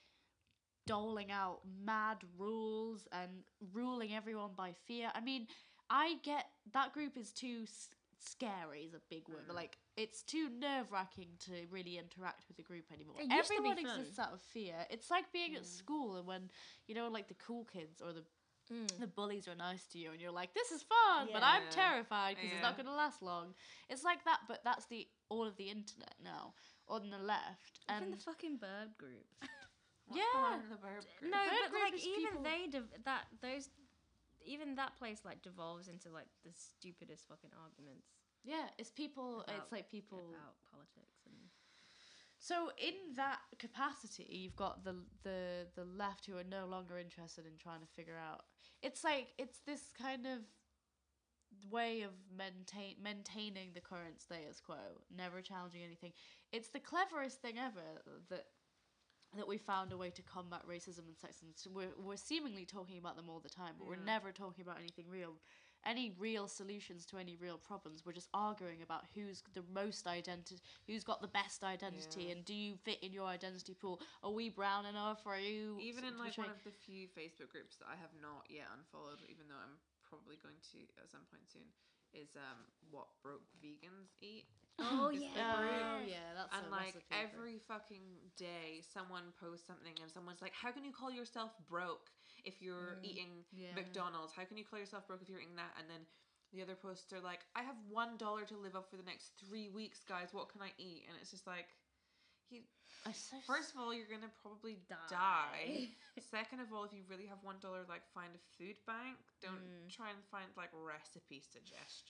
Speaker 1: doling out mad rules and ruling everyone by fear. I mean, I get that group is too s- scary is a big word,
Speaker 4: Mm.
Speaker 1: but like it's too nerve wracking to really interact with a group anymore.
Speaker 4: It used to be
Speaker 1: Everyone
Speaker 4: fun. Mm.
Speaker 1: exists out of fear. It's like being at school and when you know, like the cool kids or the
Speaker 4: Mm.
Speaker 1: the bullies are nice to you and you're like this is fun but i'm
Speaker 2: Yeah.
Speaker 1: terrified because it's not
Speaker 2: Yeah.
Speaker 1: going to last long it's like that but that's the all of the internet now on the left and
Speaker 4: even the fucking bird group.
Speaker 2: What's
Speaker 1: yeah
Speaker 2: behind the verb
Speaker 4: <laughs> no,
Speaker 2: group?
Speaker 1: Bird
Speaker 4: but
Speaker 1: group
Speaker 4: like
Speaker 1: is
Speaker 4: even
Speaker 1: people-
Speaker 4: they div- that those even that place like devolves into like the stupidest fucking arguments
Speaker 1: yeah it's people
Speaker 4: About-
Speaker 1: it's like people
Speaker 4: about politics and
Speaker 1: so in that capacity you've got the the the left who are no longer interested in trying to figure out it's like it's this kind of way of maintain maintaining the current status quo never challenging anything it's the cleverest thing ever that that we found a way to combat racism and sexism. So we're, we're seemingly talking about them all the time, but we're
Speaker 2: Yeah.
Speaker 1: never talking about anything real, any real solutions to any real problems. We're just arguing about who's the most identity, who's got the best identity,
Speaker 2: Yeah.
Speaker 1: and do you fit in your identity pool? Are we brown enough? Are you
Speaker 2: even in like
Speaker 1: which way-
Speaker 2: one of the few facebook groups that i have not yet unfollowed even though i'm probably going to at some point soon is um what broke vegans eat
Speaker 4: <laughs> Oh,
Speaker 2: Is the
Speaker 4: yeah.
Speaker 2: group.
Speaker 1: Oh yeah, that's
Speaker 2: and
Speaker 1: a
Speaker 2: like
Speaker 1: recipe for-
Speaker 2: every fucking day someone posts something and someone's like how can you call yourself broke if you're
Speaker 1: Mm.
Speaker 2: eating
Speaker 1: Yeah.
Speaker 2: mcdonald's how can you call yourself broke if you're eating that and then the other posts are like i have one dollar to live off for the next three weeks guys what can i eat and it's just like you,
Speaker 1: It's so
Speaker 2: first of all you're gonna probably die,
Speaker 4: Die.
Speaker 2: second of all if you really have one dollar like find a food bank don't
Speaker 4: Mm.
Speaker 2: try and find like recipe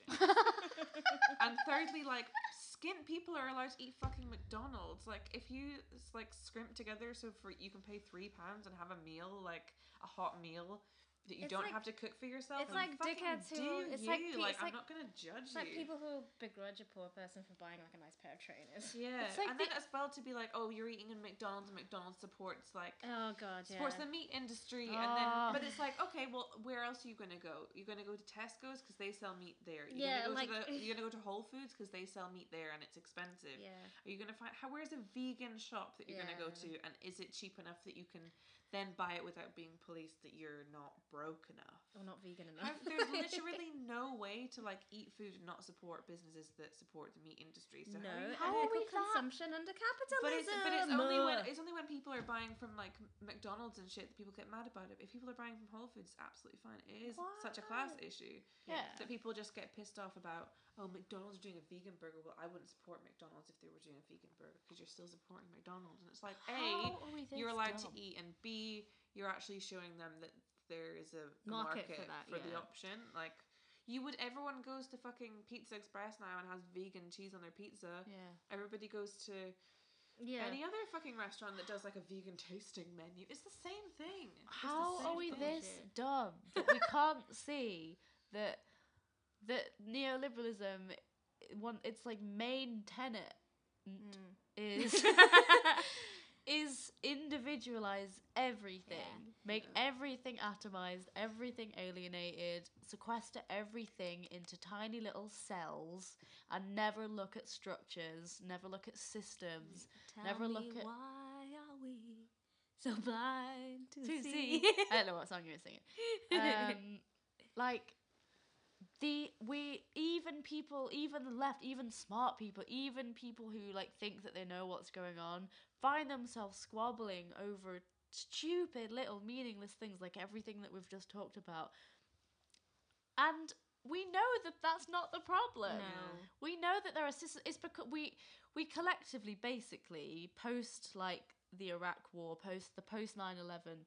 Speaker 4: <laughs>
Speaker 2: suggestions and thirdly, like skint people are allowed to eat fucking McDonald's. Like if you s- like scrimp together, so for you can pay three pounds and have a meal, like a hot meal that you
Speaker 4: It's
Speaker 2: don't
Speaker 4: like-
Speaker 2: have to cook for yourself.
Speaker 4: it's
Speaker 2: then
Speaker 4: like
Speaker 2: fucking
Speaker 4: dickheads who-
Speaker 2: do
Speaker 4: it's
Speaker 2: you.
Speaker 4: like pe- it's
Speaker 2: I'm
Speaker 4: like-
Speaker 2: not gonna judge
Speaker 4: It's like
Speaker 2: you.
Speaker 4: people who begrudge a poor person for buying like a nice pair of trainers.
Speaker 2: yeah,
Speaker 1: it's like
Speaker 2: and
Speaker 1: the-
Speaker 2: then as well to be like, oh, you're eating in McDonald's, and McDonald's supports like
Speaker 4: <laughs> Oh god, yeah. Ah.
Speaker 2: supports the meat industry, and then
Speaker 1: Oh.
Speaker 2: but it's like, okay, well, where else are you gonna go? You're gonna go to Tesco's because they sell meat there. You're
Speaker 4: Yeah,
Speaker 2: gonna go
Speaker 4: like- <laughs>
Speaker 2: to the, you're gonna go to Whole Foods because they sell meat there and it's expensive.
Speaker 4: Yeah.
Speaker 2: Are you gonna find how? Where's a vegan shop that you're gonna go
Speaker 4: Yeah.
Speaker 2: to, and is it cheap enough that you can then buy it without being policed that you're not broke enough?
Speaker 4: <laughs> Or not vegan enough.
Speaker 2: How- There's
Speaker 4: <laughs>
Speaker 2: literally no way to like eat food and not support businesses that support the meat industry. So
Speaker 4: no
Speaker 2: how are you-
Speaker 1: how are
Speaker 4: ethical
Speaker 1: we that-
Speaker 4: consumption under capitalism.
Speaker 2: but it's but it's only when it's only when people are buying from like McDonald's and shit, people get mad about it. If people are buying from Whole Foods, it's absolutely fine. It is such a class
Speaker 1: Wow.
Speaker 2: issue
Speaker 1: Yeah.
Speaker 2: that people just get pissed off about. Oh, McDonald's are doing a vegan burger. Well, I wouldn't support McDonald's if they were doing a vegan burger because you're still supporting McDonald's, and it's like a
Speaker 4: How are we this
Speaker 2: you're allowed
Speaker 4: dumb?
Speaker 2: to eat, and b you're actually showing them that there is a a
Speaker 4: Market
Speaker 2: market,
Speaker 4: for that,
Speaker 2: for the
Speaker 4: yeah.
Speaker 2: option. Like you would, everyone goes to fucking Pizza Express now and has vegan cheese on their pizza.
Speaker 1: Yeah.
Speaker 2: Everybody goes to
Speaker 4: Yeah.
Speaker 2: any other fucking restaurant that does like a vegan tasting menu. It's the same thing. It's the
Speaker 1: How
Speaker 2: same
Speaker 1: are we
Speaker 2: thing.
Speaker 1: this dumb that we can't <laughs> see that that neoliberalism i- one its like main tenet
Speaker 2: Mm.
Speaker 4: Mm.
Speaker 2: <laughs>
Speaker 1: is <laughs> is individualize everything. Make everything atomized, everything alienated, sequester everything into tiny little cells and never look at structures, never look at systems.
Speaker 4: Tell
Speaker 1: Never
Speaker 4: me
Speaker 1: look at-
Speaker 4: Why are we so blind to,
Speaker 1: to
Speaker 4: see?
Speaker 1: see.
Speaker 4: <laughs>
Speaker 1: I don't know what song you were singing. um, like the we even people even the left even smart people even people who like think that they know what's going on find themselves squabbling over stupid little meaningless things like everything that we've just talked about and we know that that's not the problem <laughs>
Speaker 4: No.
Speaker 1: we know that there are systems it's because we we collectively basically post like the iraq war post the post 9-11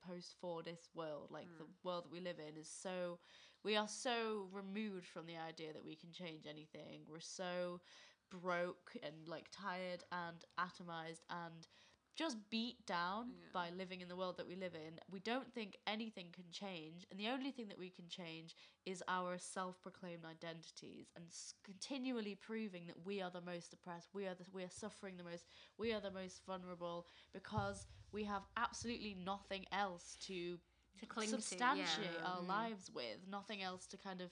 Speaker 1: post fordist world like the world that we live in is so we are so removed from the idea that we can change anything we're so broke and like tired and atomized and just beat down
Speaker 2: Yeah.
Speaker 1: by living in the world that we live in we don't think anything can change and the only thing that we can change is our self-proclaimed identities and s- continually proving that we are the most oppressed we are the, we are suffering the most we are the most vulnerable because we have absolutely nothing else to
Speaker 4: To cling
Speaker 1: substantiate
Speaker 4: to. Yeah. Mm-hmm.
Speaker 1: our lives with, nothing else to kind of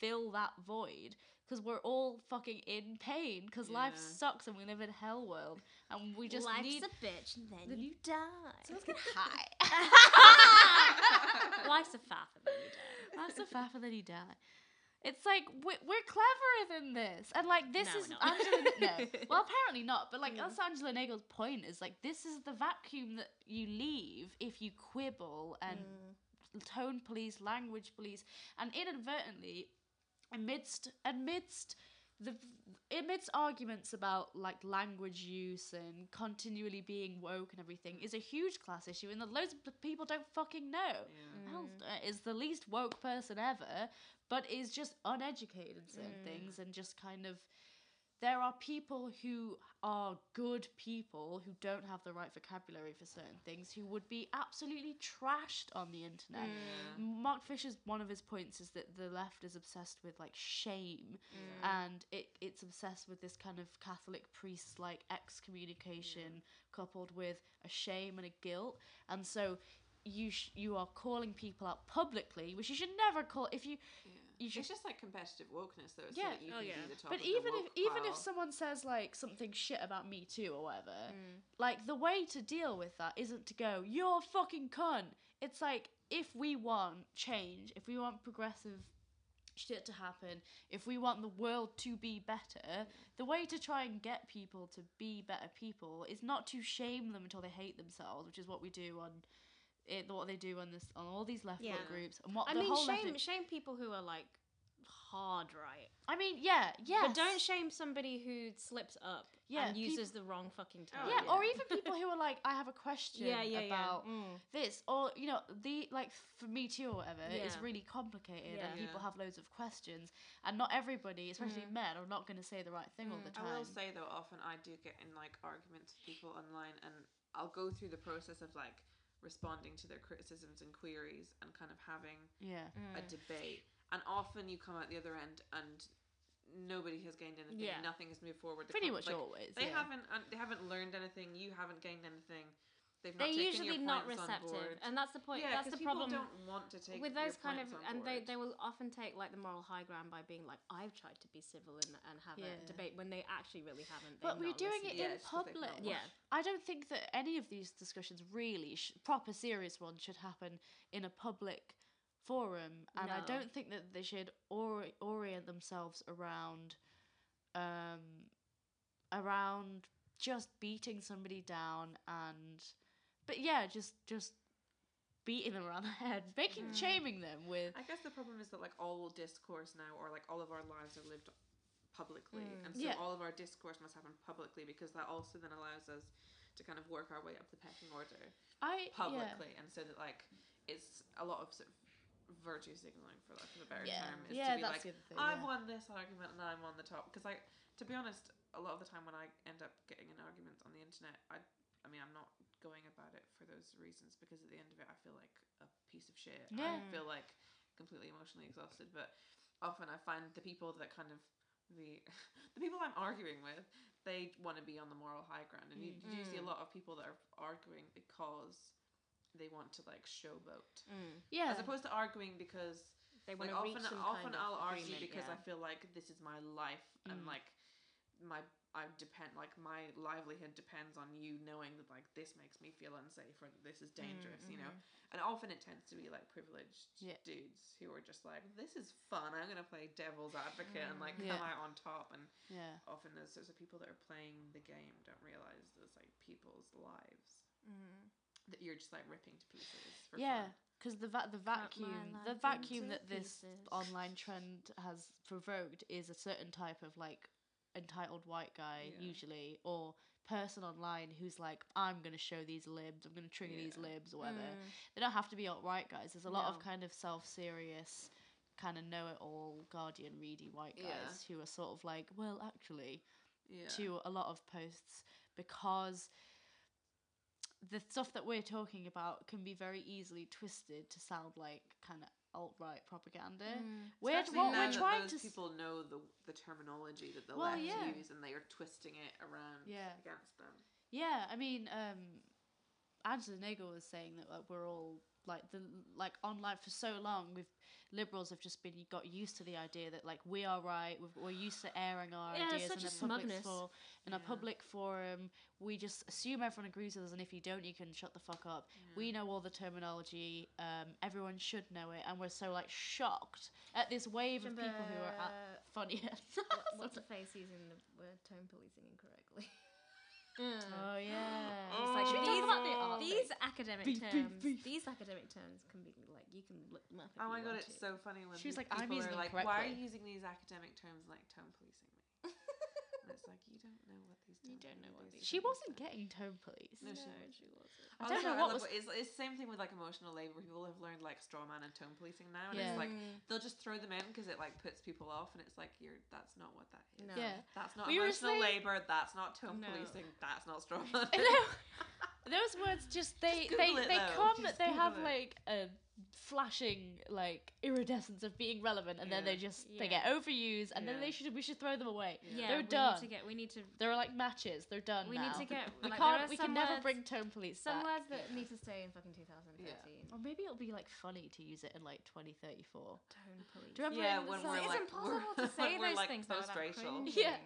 Speaker 1: fill that void because we're all fucking in pain because life
Speaker 2: Yeah.
Speaker 1: sucks and we live in hell world and we just
Speaker 4: Life's
Speaker 1: need
Speaker 4: a bitch, and then you die. <laughs>
Speaker 1: high.
Speaker 4: Life's a faff, and then you die.
Speaker 1: <laughs> That's a faff and then you die. It's like we're, we're cleverer than this, and like this
Speaker 4: No,
Speaker 1: is
Speaker 4: we're not.
Speaker 1: Angela.
Speaker 4: <laughs>
Speaker 1: No, well apparently not, but like that's Angela Nagel's point. Is like this is the vacuum that you leave if you quibble
Speaker 4: Mm.
Speaker 1: and tone police, language police, and inadvertently, amidst amidst the amidst arguments about like language use and continually being woke and everything is a huge class issue, and that loads of p- people don't fucking know. Hell is the least woke person ever, but is just uneducated in certain things and just kind of. There are people who are good people who don't have the right vocabulary for certain things who would be absolutely trashed on the internet. Mark Fisher's one of his points is that the left is obsessed with like shame and it, it's obsessed with this kind of Catholic priest like excommunication coupled with a shame and a guilt. And so you sh- you are calling people out publicly, which you should never call if you You
Speaker 2: Yeah.
Speaker 1: should-
Speaker 2: It's just like competitive wokeness, though. So
Speaker 1: Yeah.
Speaker 2: that you
Speaker 4: Oh,
Speaker 2: can
Speaker 4: yeah.
Speaker 2: be the top
Speaker 1: but
Speaker 2: of the
Speaker 1: even if
Speaker 2: woke
Speaker 1: even
Speaker 2: pile.
Speaker 1: if someone says like something shit about me too or whatever,
Speaker 4: Mm.
Speaker 1: like the way to deal with that isn't to go you're a fucking cunt. It's like if we want change, if we want progressive shit to happen, if we want the world to be better, the way to try and get people to be better people is not to shame them until they hate themselves, which is what we do on it, what they do on this on all these left
Speaker 4: Yeah.
Speaker 1: groups and what
Speaker 4: I
Speaker 1: the
Speaker 4: mean,
Speaker 1: whole left-
Speaker 4: shame shame people who are like hard right,
Speaker 1: I mean, yeah, yeah.
Speaker 4: but don't shame somebody who slips up
Speaker 1: Yeah,
Speaker 4: and
Speaker 1: peop-
Speaker 4: uses the wrong fucking
Speaker 2: Oh,
Speaker 4: time.
Speaker 1: yeah,
Speaker 2: yeah.
Speaker 1: or even people who are like, I have a
Speaker 4: <laughs>
Speaker 1: question
Speaker 4: yeah, yeah,
Speaker 1: about
Speaker 4: yeah. Mm.
Speaker 1: this, or you know, the like for me too or whatever is
Speaker 4: Yeah.
Speaker 1: really complicated, and
Speaker 2: Yeah. Mm.
Speaker 1: people have loads of questions, and not everybody, especially men, are not going to say the right thing all the time.
Speaker 2: I will say though, often I do get in like arguments with people online, and I'll go through the process of like responding to their criticisms and queries, and kind of having
Speaker 1: yeah,
Speaker 2: a debate. And often you come out the other end, and nobody has gained anything.
Speaker 4: Yeah.
Speaker 2: Nothing has moved forward. The
Speaker 1: pretty
Speaker 2: con-
Speaker 1: much
Speaker 2: like,
Speaker 1: always.
Speaker 2: They
Speaker 1: yeah.
Speaker 2: haven't. un they haven't learned anything. You haven't gained anything. They've not
Speaker 4: They're
Speaker 2: taken
Speaker 4: usually
Speaker 2: your
Speaker 4: not
Speaker 2: points on
Speaker 4: receptive,
Speaker 2: board.
Speaker 4: and that's the point.
Speaker 2: yeah,
Speaker 4: that's
Speaker 2: 'cause
Speaker 4: the
Speaker 2: people
Speaker 4: problem.
Speaker 2: don't want to take
Speaker 4: with
Speaker 2: your
Speaker 4: those kind of
Speaker 2: points
Speaker 4: and
Speaker 2: on
Speaker 4: they,
Speaker 2: board.
Speaker 4: they will often take like the moral high ground by being like i've tried to be civil and, and have
Speaker 1: Yeah.
Speaker 4: a debate when they actually really haven't
Speaker 1: But
Speaker 4: They've
Speaker 1: we're
Speaker 4: not
Speaker 1: doing
Speaker 4: listened.
Speaker 1: it
Speaker 2: Yeah,
Speaker 1: in
Speaker 2: it's just they've
Speaker 1: public.
Speaker 2: not
Speaker 4: yeah
Speaker 1: I don't think that any of these discussions really sh- proper serious ones should happen in a public forum, and I
Speaker 4: No.
Speaker 1: don't think that they should ori- orient themselves around, um, around just beating somebody down and But yeah, just just beating them around the <laughs> head, making
Speaker 2: Mm.
Speaker 1: shaming them with
Speaker 2: I guess the problem is that like all discourse now, or like all of our lives are lived publicly,
Speaker 4: Mm.
Speaker 2: and so
Speaker 1: Yeah.
Speaker 2: all of our discourse must happen publicly because that also then allows us to kind of work our way up the pecking order
Speaker 1: I Yeah.
Speaker 2: publicly, and so that like it's a lot of sort of virtue signaling, for lack of a better
Speaker 1: Yeah,
Speaker 2: term, is
Speaker 1: yeah
Speaker 2: to be
Speaker 1: that's
Speaker 2: like
Speaker 1: the other thing.
Speaker 2: I
Speaker 1: yeah.
Speaker 2: won this argument and I'm on the top because I, to be honest, a lot of the time when I end up getting in arguments on the internet, I, I mean, I'm not going about it for those reasons because at the end of it, I feel like a piece of shit.
Speaker 1: Yeah.
Speaker 2: I feel like completely emotionally exhausted. But often I find the people that kind of the <laughs> the people I'm arguing with, they want to be on the moral high ground, and you, you do see a
Speaker 4: Mm.
Speaker 2: lot of people that are arguing because they want to like showboat,
Speaker 1: yeah.
Speaker 2: as opposed to arguing because
Speaker 4: Mm. They want
Speaker 2: like
Speaker 4: to
Speaker 2: often,
Speaker 4: reach some
Speaker 2: often
Speaker 4: kind of
Speaker 2: I'll argue
Speaker 4: agreement,
Speaker 2: because
Speaker 4: yeah.
Speaker 2: I feel like this is my life and
Speaker 1: Mm.
Speaker 2: like my I depend like my livelihood depends on you knowing that like this makes me feel unsafe or that this is
Speaker 4: Mm,
Speaker 2: dangerous, you know.
Speaker 4: mm-hmm.
Speaker 2: And often it tends to be like privileged
Speaker 1: Yeah.
Speaker 2: dudes who are just like, this is fun. I'm gonna play devil's advocate and like
Speaker 1: Yeah.
Speaker 2: come out on top. And
Speaker 1: yeah.
Speaker 2: often those sorts of people that are playing the game don't realize there's like people's lives
Speaker 4: Mm.
Speaker 2: that you're just like ripping to pieces. For
Speaker 1: Yeah,
Speaker 2: fun.
Speaker 1: because the va- the vacuum the vacuum that this online trend has provoked is a certain type of like entitled white guy
Speaker 2: Yeah.
Speaker 1: usually or person online who's like i'm going to show these libs i'm going to trigger these
Speaker 2: Yeah. Mm.
Speaker 1: libs or whatever
Speaker 4: Mm.
Speaker 1: they don't have to be alt right guys there's a lot of
Speaker 4: No.
Speaker 1: kind of self-serious kind of know-it-all guardian reedy white
Speaker 2: Yeah.
Speaker 1: guys who are sort of like well actually
Speaker 2: Yeah.
Speaker 1: to a lot of posts because the stuff that we're talking about can be very easily twisted to sound like kind of alt right propaganda.
Speaker 4: Mm.
Speaker 1: We're,
Speaker 2: Mm. Especially
Speaker 1: what
Speaker 2: now
Speaker 1: we're
Speaker 2: that
Speaker 1: trying
Speaker 2: those
Speaker 1: to. s-
Speaker 2: people know the the terminology that the
Speaker 1: Well,
Speaker 2: left
Speaker 1: yeah.
Speaker 2: use, and they are twisting it around
Speaker 1: Yeah.
Speaker 2: against them.
Speaker 1: yeah, I mean, um, Angela Nagel was saying that like, we're all like the like online for so long we've liberals have just been got used to the idea that like we are right we've, we're used to airing our
Speaker 4: Yeah,
Speaker 1: ideas
Speaker 4: such
Speaker 1: in
Speaker 4: a
Speaker 1: a public
Speaker 4: smugness.
Speaker 1: for, in a
Speaker 2: Yeah.
Speaker 1: public forum we just assume everyone agrees with us and if you don't you can shut the fuck up we know all the terminology um, everyone should know it and we're so like shocked at this wave of people who are at <laughs> funnier
Speaker 4: <laughs> what's the face using the word tone policing incorrectly? <laughs>
Speaker 1: oh yeah
Speaker 2: Oh.
Speaker 4: It's like,
Speaker 2: Should we
Speaker 1: talk
Speaker 4: these,
Speaker 1: about the art
Speaker 4: these academic
Speaker 1: Beef, beef,
Speaker 4: terms,
Speaker 1: beef.
Speaker 4: these academic terms can be like you can look them up. If
Speaker 2: Oh my
Speaker 4: you
Speaker 2: god,
Speaker 4: want
Speaker 2: it's
Speaker 4: to. <laughs>
Speaker 2: so funny when
Speaker 1: She was like,
Speaker 2: people
Speaker 1: "I'm using
Speaker 2: are
Speaker 1: them
Speaker 2: like, "Why are you
Speaker 1: correctly."
Speaker 2: using these academic terms like tone policing me?" And it's like you don't know what these.
Speaker 4: You
Speaker 2: terms
Speaker 4: don't
Speaker 2: mean,
Speaker 4: know what these
Speaker 1: she
Speaker 2: terms
Speaker 1: wasn't
Speaker 2: mean.
Speaker 1: getting tone police
Speaker 2: No,
Speaker 4: No,
Speaker 2: she won't.
Speaker 4: she wasn't.
Speaker 1: I don't
Speaker 2: Also,
Speaker 1: know what
Speaker 2: love
Speaker 1: was-
Speaker 2: It's, it's the same thing with like emotional labor. People have learned like straw man and tone policing now, and
Speaker 1: Yeah.
Speaker 2: it's like they'll just throw them in because it like puts people off, and it's like you're that's not what that is.
Speaker 4: No.
Speaker 1: yeah
Speaker 2: That's not
Speaker 1: We were
Speaker 2: emotional
Speaker 1: saying-
Speaker 2: labor. That's not tone
Speaker 4: No.
Speaker 2: policing. That's not straw
Speaker 1: <laughs>
Speaker 2: man.
Speaker 1: And tho- those words just they
Speaker 2: Just
Speaker 1: they
Speaker 2: Google it,
Speaker 1: they
Speaker 2: though.
Speaker 1: come
Speaker 2: Just
Speaker 1: they have
Speaker 2: Google
Speaker 1: like a flashing like iridescence of being relevant and then
Speaker 2: Yeah.
Speaker 1: they just they
Speaker 4: Yeah.
Speaker 1: get overused and then
Speaker 2: Yeah.
Speaker 1: they should we should throw them away.
Speaker 2: <laughs>
Speaker 4: Yeah,
Speaker 1: They're
Speaker 4: we
Speaker 1: done.
Speaker 4: Need to get, we need to.
Speaker 1: They're like matches. They're done.
Speaker 4: We
Speaker 1: now.
Speaker 4: need to get.
Speaker 1: We
Speaker 4: like, there are
Speaker 1: can't. We
Speaker 4: some
Speaker 1: can never
Speaker 4: words-
Speaker 1: bring tone police
Speaker 4: some
Speaker 1: back. Oh,
Speaker 4: words that need to stay in fucking 2013.
Speaker 1: Or maybe it'll be like funny to use it in like 2034.
Speaker 4: Tone police.
Speaker 1: Do you remember?
Speaker 2: Yeah,
Speaker 1: in,
Speaker 2: when
Speaker 4: It's like-
Speaker 2: we're
Speaker 4: it's
Speaker 2: like
Speaker 4: impossible
Speaker 2: <laughs> we're,
Speaker 4: to say
Speaker 2: we're
Speaker 4: those
Speaker 2: like
Speaker 4: things without
Speaker 2: post-racial.
Speaker 4: cringing.
Speaker 1: Yeah.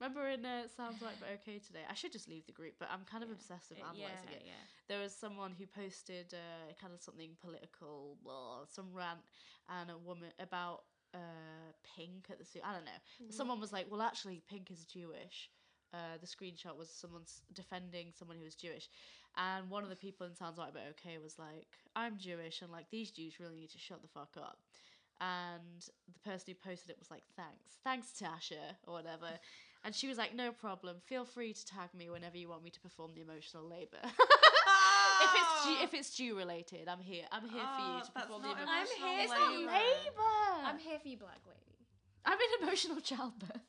Speaker 1: remember in uh, sounds like but okay today. I should just leave the group, but I'm kind of
Speaker 4: Yeah.
Speaker 1: obsessed with
Speaker 4: Uh,
Speaker 1: analyzing
Speaker 4: yeah,
Speaker 1: it.
Speaker 4: yeah.
Speaker 1: there was someone who posted uh, kind of something political, blah, some rant, and a woman about uh, pink at the suit. I don't know. But Someone was like, "Well, actually, pink is Jewish." Uh, the screenshot was someone s- defending someone who was Jewish, and one of the people in Sounds Like But Okay was like, "I'm Jewish," and like these Jews really need to shut the fuck up. And the person who posted it was like, "Thanks, thanks, Tasha," or whatever. And she was like, "No problem. Feel free to tag me whenever you want me to perform the emotional labor." if it's Jew, if it's Jew related, I'm here. I'm here for you
Speaker 2: Oh,
Speaker 1: to
Speaker 2: that's
Speaker 1: perform the
Speaker 2: not
Speaker 1: Ah, emotional.
Speaker 4: I'm
Speaker 2: emotional
Speaker 4: here-
Speaker 1: It's
Speaker 4: It's
Speaker 1: not
Speaker 4: labour.
Speaker 1: labor.
Speaker 4: I'm
Speaker 1: <laughs> I'm,
Speaker 4: here for you, black <laughs> lady.
Speaker 1: in emotional childbirth.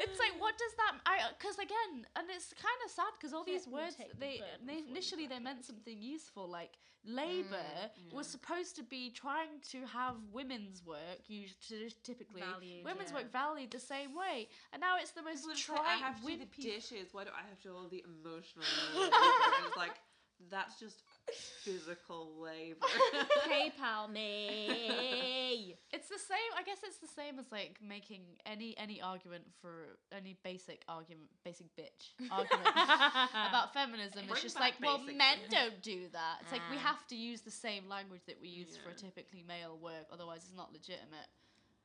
Speaker 1: it's like, what does that? I because again, and it's kind of sad because all these
Speaker 4: Yeah, we'll
Speaker 1: words
Speaker 4: take the
Speaker 1: they,
Speaker 4: burden for
Speaker 1: they
Speaker 4: you,
Speaker 1: initially they
Speaker 4: black
Speaker 1: meant
Speaker 4: lady.
Speaker 1: something useful like labor
Speaker 2: yeah.
Speaker 1: was supposed to be trying to have women's work usually typically
Speaker 4: Valued,
Speaker 1: women's
Speaker 4: yeah.
Speaker 1: work valued the same way, and now it's the most
Speaker 2: People are just like,
Speaker 1: trite
Speaker 2: I have to do
Speaker 1: whippy
Speaker 2: the dishes. Why do I have to do all the emotional labor? And it's like that's just physical
Speaker 1: <laughs>
Speaker 2: labor.
Speaker 4: <laughs> PayPal me.
Speaker 1: It's the same. I guess it's the same as like making any any argument for any basic argument, basic bitch
Speaker 2: <laughs>
Speaker 1: <laughs> argument about feminism.
Speaker 2: Bring
Speaker 1: It's just like,
Speaker 2: back
Speaker 1: well,
Speaker 2: basic
Speaker 1: men
Speaker 2: bitch.
Speaker 1: don't do that. It's like we
Speaker 4: Ah.
Speaker 1: have to use the same language that we use for
Speaker 2: Yeah.
Speaker 1: typically male work, otherwise it's not legitimate.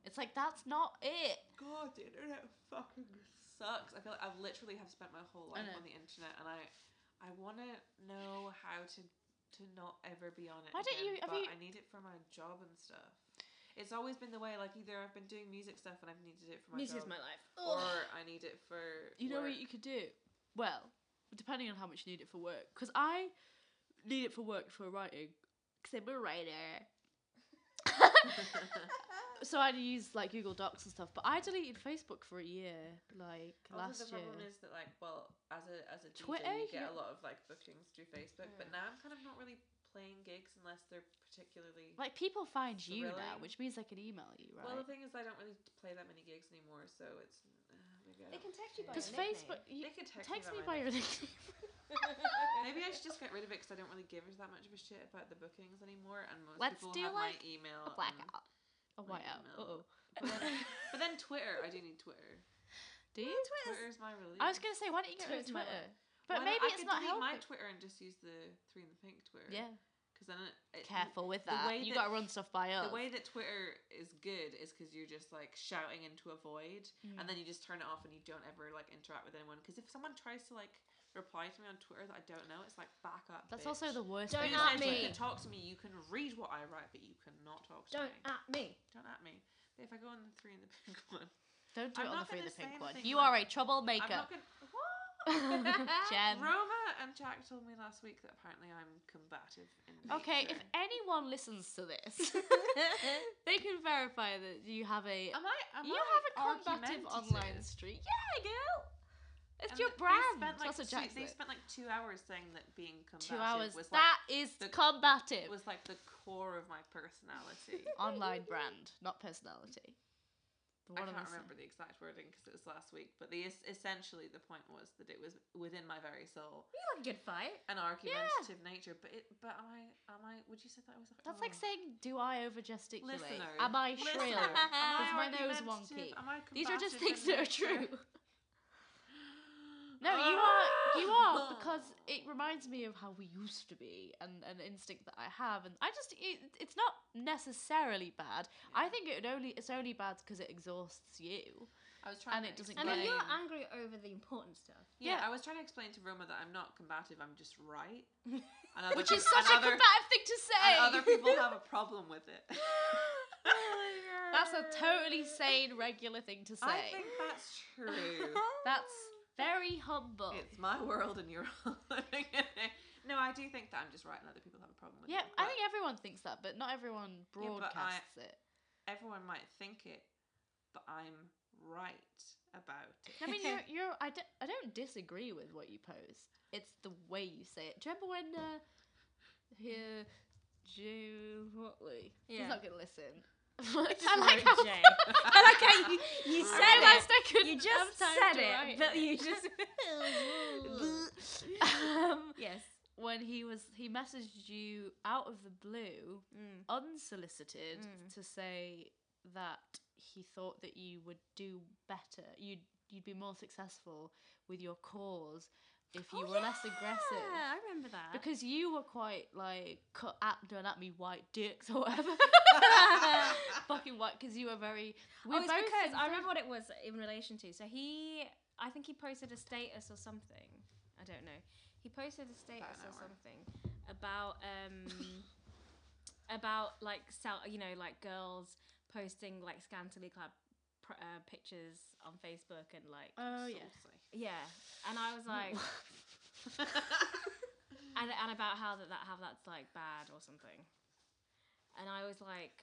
Speaker 1: It's like that's not it.
Speaker 2: God, the internet fucking sucks. I feel like I've literally have spent my whole
Speaker 1: I
Speaker 2: life
Speaker 1: know.
Speaker 2: on the internet, and I, I want to know how to to not ever be on it.
Speaker 1: Why don't
Speaker 2: again,
Speaker 1: you- have
Speaker 2: but
Speaker 1: you-
Speaker 2: I need it for my job and stuff. It's always been the way. Like either I've been doing music stuff and I've needed it for my
Speaker 4: Music is Oh
Speaker 2: job,
Speaker 4: my life.
Speaker 2: or I need it for
Speaker 1: You know
Speaker 2: work.
Speaker 1: what you could do? Well, depending on how much you need it for work, because I need it for work for writing, because I'm a writer. <laughs>
Speaker 2: <laughs>
Speaker 1: so I'd use like Google Docs and stuff, but I deleted Facebook for a year, like
Speaker 2: Also,
Speaker 1: last
Speaker 2: the
Speaker 1: year.
Speaker 2: problem is that like, well, as a as a DJ,
Speaker 1: Twitter,
Speaker 2: you get
Speaker 1: yeah.
Speaker 2: a lot of like bookings through Facebook, but now I'm kind of not really playing gigs unless they're particularly.
Speaker 1: Like people find you now,
Speaker 2: Thrilling.
Speaker 1: which means they can email you,
Speaker 2: Well,
Speaker 1: right?
Speaker 2: the thing is, I don't really play that many gigs anymore, so it's uh, maybe I
Speaker 5: They can
Speaker 2: don't-
Speaker 5: text you by
Speaker 1: Because
Speaker 5: your nickname.
Speaker 4: <laughs>
Speaker 1: Facebook, you
Speaker 2: They can text,
Speaker 1: text me
Speaker 2: me
Speaker 1: by
Speaker 2: my
Speaker 1: your <laughs>
Speaker 2: name.
Speaker 1: nickname.
Speaker 2: <laughs> Maybe I should just get rid of it because I don't really give a- that much of a shit about the bookings anymore, and most
Speaker 1: Let's
Speaker 2: people
Speaker 1: do,
Speaker 2: have
Speaker 1: like,
Speaker 2: my email.
Speaker 1: a
Speaker 2: and-
Speaker 1: blackout, a
Speaker 2: my
Speaker 1: whiteout.
Speaker 2: email.
Speaker 1: Uh oh.
Speaker 2: But then, but then Twitter, I do need Twitter.
Speaker 1: Do you?
Speaker 2: Twitter's my relief.
Speaker 1: I was gonna say, why don't you get rid of
Speaker 4: Twitter's my
Speaker 1: Twitter?
Speaker 4: life.
Speaker 1: But
Speaker 2: Why not-
Speaker 1: maybe
Speaker 2: I
Speaker 1: it's
Speaker 2: could
Speaker 1: not
Speaker 2: delete
Speaker 1: helping.
Speaker 2: my Twitter and just use the three in the pink Twitter.
Speaker 1: yeah,
Speaker 2: because then it, it,
Speaker 1: careful with
Speaker 2: the
Speaker 1: that.
Speaker 2: way
Speaker 1: You
Speaker 2: that-
Speaker 1: gotta run stuff by us.
Speaker 2: The way that Twitter is good is because you're just like shouting into a void, and then you just turn it off and you don't ever like interact with anyone. Because if someone tries to like reply to me on Twitter that I don't know, it's like back up.
Speaker 1: That's
Speaker 2: bitch.
Speaker 1: also the worst.
Speaker 4: Don't
Speaker 1: thing
Speaker 2: Who
Speaker 4: at
Speaker 2: says
Speaker 1: about
Speaker 2: You
Speaker 4: me.
Speaker 2: can talk to me. You can read what I write, but you cannot talk to
Speaker 4: Don't
Speaker 2: me.
Speaker 4: at me.
Speaker 2: don't at me. If I go on the three in the pink <laughs> one,
Speaker 1: Don't do it
Speaker 2: I'm
Speaker 1: on the
Speaker 2: not
Speaker 1: free and the
Speaker 2: gonna
Speaker 1: pink
Speaker 2: say
Speaker 1: one.
Speaker 2: anything
Speaker 1: You
Speaker 2: like-
Speaker 1: are a troublemaker.
Speaker 2: I'm not gonna. What? <laughs>
Speaker 1: <laughs> Jen.
Speaker 2: Roma and Jack told me last week that apparently I'm combative. In
Speaker 1: Okay, if
Speaker 2: nature.
Speaker 1: anyone listens to
Speaker 2: <laughs>
Speaker 1: this, <laughs> they can verify that you have a
Speaker 2: am I? Am
Speaker 1: you
Speaker 2: I
Speaker 1: have a combative
Speaker 2: argumentative?
Speaker 1: online streak. Yeah, girl, it's
Speaker 2: And
Speaker 1: your
Speaker 2: th- they
Speaker 1: brand.
Speaker 2: spent, like,
Speaker 1: That's what
Speaker 2: two-
Speaker 1: Jack
Speaker 2: They
Speaker 1: said.
Speaker 2: spent like two hours saying that being
Speaker 1: Two
Speaker 2: combative
Speaker 1: hours.
Speaker 2: was like
Speaker 1: that is
Speaker 2: the-
Speaker 1: combative.
Speaker 2: was like the core of my personality.
Speaker 1: <laughs> online brand, not personality. The
Speaker 2: I
Speaker 1: one of
Speaker 2: can't
Speaker 1: the same.
Speaker 2: remember the exact wording because it was last week, but the es- essentially the point was that it was within my very soul
Speaker 4: You like a good fight.
Speaker 2: an argumentative nature. But it, but am I? Am I? Would you say that I was?
Speaker 1: That's
Speaker 2: oh.
Speaker 1: like saying, "Do I over gesticulate?
Speaker 2: Listener,
Speaker 1: Am I
Speaker 2: listener,
Speaker 1: shrill?
Speaker 2: <laughs>
Speaker 1: Is
Speaker 2: am
Speaker 1: my
Speaker 2: I
Speaker 1: nose
Speaker 2: argumentative?
Speaker 1: wonky?"
Speaker 2: Am I
Speaker 1: These are just
Speaker 2: combative in
Speaker 1: things that are
Speaker 2: nature?
Speaker 1: true. <laughs> No, you
Speaker 2: <laughs>
Speaker 1: are you are because it reminds me of how we used to be and an instinct that I have and I just it, it's not necessarily bad. I think it would only it's only bad because it exhausts you.
Speaker 2: I was trying
Speaker 1: and
Speaker 2: to
Speaker 1: it doesn't
Speaker 4: And
Speaker 1: Right.
Speaker 4: then
Speaker 2: explain-
Speaker 4: you're angry over the important stuff.
Speaker 1: Yeah.
Speaker 2: Yeah, I was trying to explain to Roma that I'm not combative. I'm just
Speaker 1: <laughs>
Speaker 2: right. And other
Speaker 1: Which
Speaker 2: peop-
Speaker 1: is such
Speaker 2: and
Speaker 1: a
Speaker 2: other-
Speaker 1: combative thing to say.
Speaker 2: And other people have a problem with <laughs> it.
Speaker 1: <laughs> That's a totally sane regular thing to say.
Speaker 2: I think that's true.
Speaker 1: That's very humble.
Speaker 2: it's my world <laughs> and you're all living in it. No, I do think that I'm just right and other people have a problem with
Speaker 1: yeah,
Speaker 2: it.
Speaker 1: I
Speaker 2: but
Speaker 1: think everyone thinks that, but not everyone
Speaker 2: but I-
Speaker 1: broadcasts it.
Speaker 2: everyone might think it, but I'm right about it.
Speaker 1: I mean, <laughs>
Speaker 2: <laughs>
Speaker 1: you're, you're I, don't, I don't disagree with what you pose. It's the way you say it. Do you remember when uh, here June Watley?
Speaker 4: Yeah.
Speaker 1: He's not gonna <laughs> listen. I
Speaker 4: just
Speaker 1: like
Speaker 4: wrote
Speaker 1: how
Speaker 4: J.
Speaker 1: I like how you,
Speaker 4: <laughs> You
Speaker 1: I
Speaker 4: said
Speaker 1: realised
Speaker 4: it.
Speaker 1: I couldn't.
Speaker 4: You
Speaker 1: have
Speaker 4: just
Speaker 1: time
Speaker 4: said
Speaker 1: to
Speaker 4: it,
Speaker 1: write
Speaker 4: but you <laughs> just
Speaker 1: <laughs> um,
Speaker 4: yes.
Speaker 1: when he was he messaged you out of the blue,
Speaker 4: Mm.
Speaker 1: unsolicited,
Speaker 4: Mm.
Speaker 1: to say that he thought that you would do better. You'd you'd be more successful with your cause if you were less aggressive.
Speaker 4: Oh, Yeah, I remember that.
Speaker 1: Because you were quite like cut at don't at me white dicks
Speaker 4: <laughs>
Speaker 1: or whatever. <laughs>
Speaker 4: uh,
Speaker 1: Fucking white because you were very we
Speaker 4: oh, it's
Speaker 1: both
Speaker 4: because I
Speaker 1: think-
Speaker 4: remember what it was in relation to. So he, I think he posted a status or something. I don't know. He posted a status or
Speaker 2: hour.
Speaker 4: something about um, <laughs> about like sel- you know like girls posting like scantily clad pr- uh, pictures on Facebook and like
Speaker 1: Oh yeah.
Speaker 4: yeah. And I was <laughs> like, and, and about how that, that how that's like bad or something. And I was like,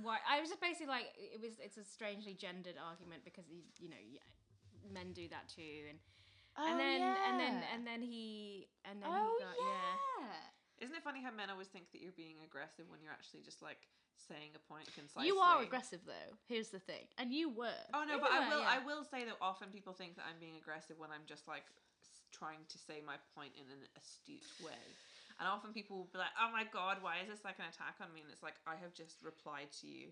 Speaker 4: why? I was just basically like, it was it's a strangely gendered argument because you, you know y- men do that too, and and then and then and then he and then
Speaker 1: oh
Speaker 4: he got yeah.
Speaker 2: Isn't it funny how men always think that you're being aggressive when you're actually just like saying a point concisely?
Speaker 1: You are aggressive though. Here's the thing, and you were.
Speaker 2: Oh no,
Speaker 4: You
Speaker 2: but
Speaker 4: were,
Speaker 2: I will.
Speaker 4: yeah.
Speaker 2: I will say that often people think that I'm being aggressive when I'm just like s- trying to say my point in an astute way. And often people will be like, "Oh my god, why is this like an attack on me?" And it's like I have just replied to you,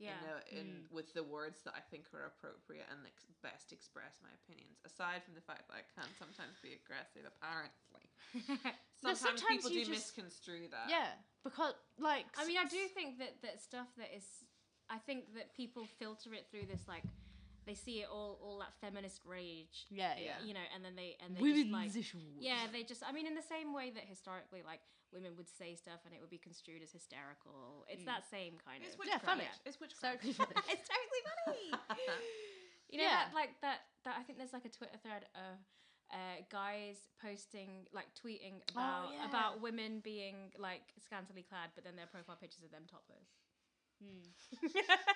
Speaker 4: Yeah,
Speaker 2: you know, in
Speaker 1: Mm.
Speaker 2: with the words that I think are appropriate and ex- best express my opinions. Aside from the fact that I can sometimes be aggressive, apparently.
Speaker 4: Mm.
Speaker 2: <laughs>
Speaker 1: No,
Speaker 2: Sometimes,
Speaker 1: sometimes
Speaker 2: people
Speaker 1: you
Speaker 2: do
Speaker 1: just-
Speaker 2: misconstrue that.
Speaker 1: Yeah, because like
Speaker 4: <laughs> I mean, I do think that that stuff that is, I think that people filter it through this like they see it all all that feminist rage,
Speaker 1: Yeah, yeah.
Speaker 2: Yeah.
Speaker 4: you know, and then they and they
Speaker 1: Women's
Speaker 4: just like
Speaker 1: issues.
Speaker 4: yeah, they just I mean in the same way that historically like women would say stuff and it would be construed as hysterical. Mm. It's that same kind
Speaker 2: It's
Speaker 4: of
Speaker 1: Yeah,
Speaker 2: witchcraft.
Speaker 1: phallic.
Speaker 2: It's witchcraft.
Speaker 1: Historically <laughs> funny.
Speaker 4: it's
Speaker 2: <laughs>
Speaker 4: totally funny. You know
Speaker 1: Yeah.
Speaker 4: that like that that I think there's like a Twitter thread of uh, guys posting like tweeting about
Speaker 1: yeah.
Speaker 4: about women being like scantily clad, but then their profile pictures of them topless. Hmm.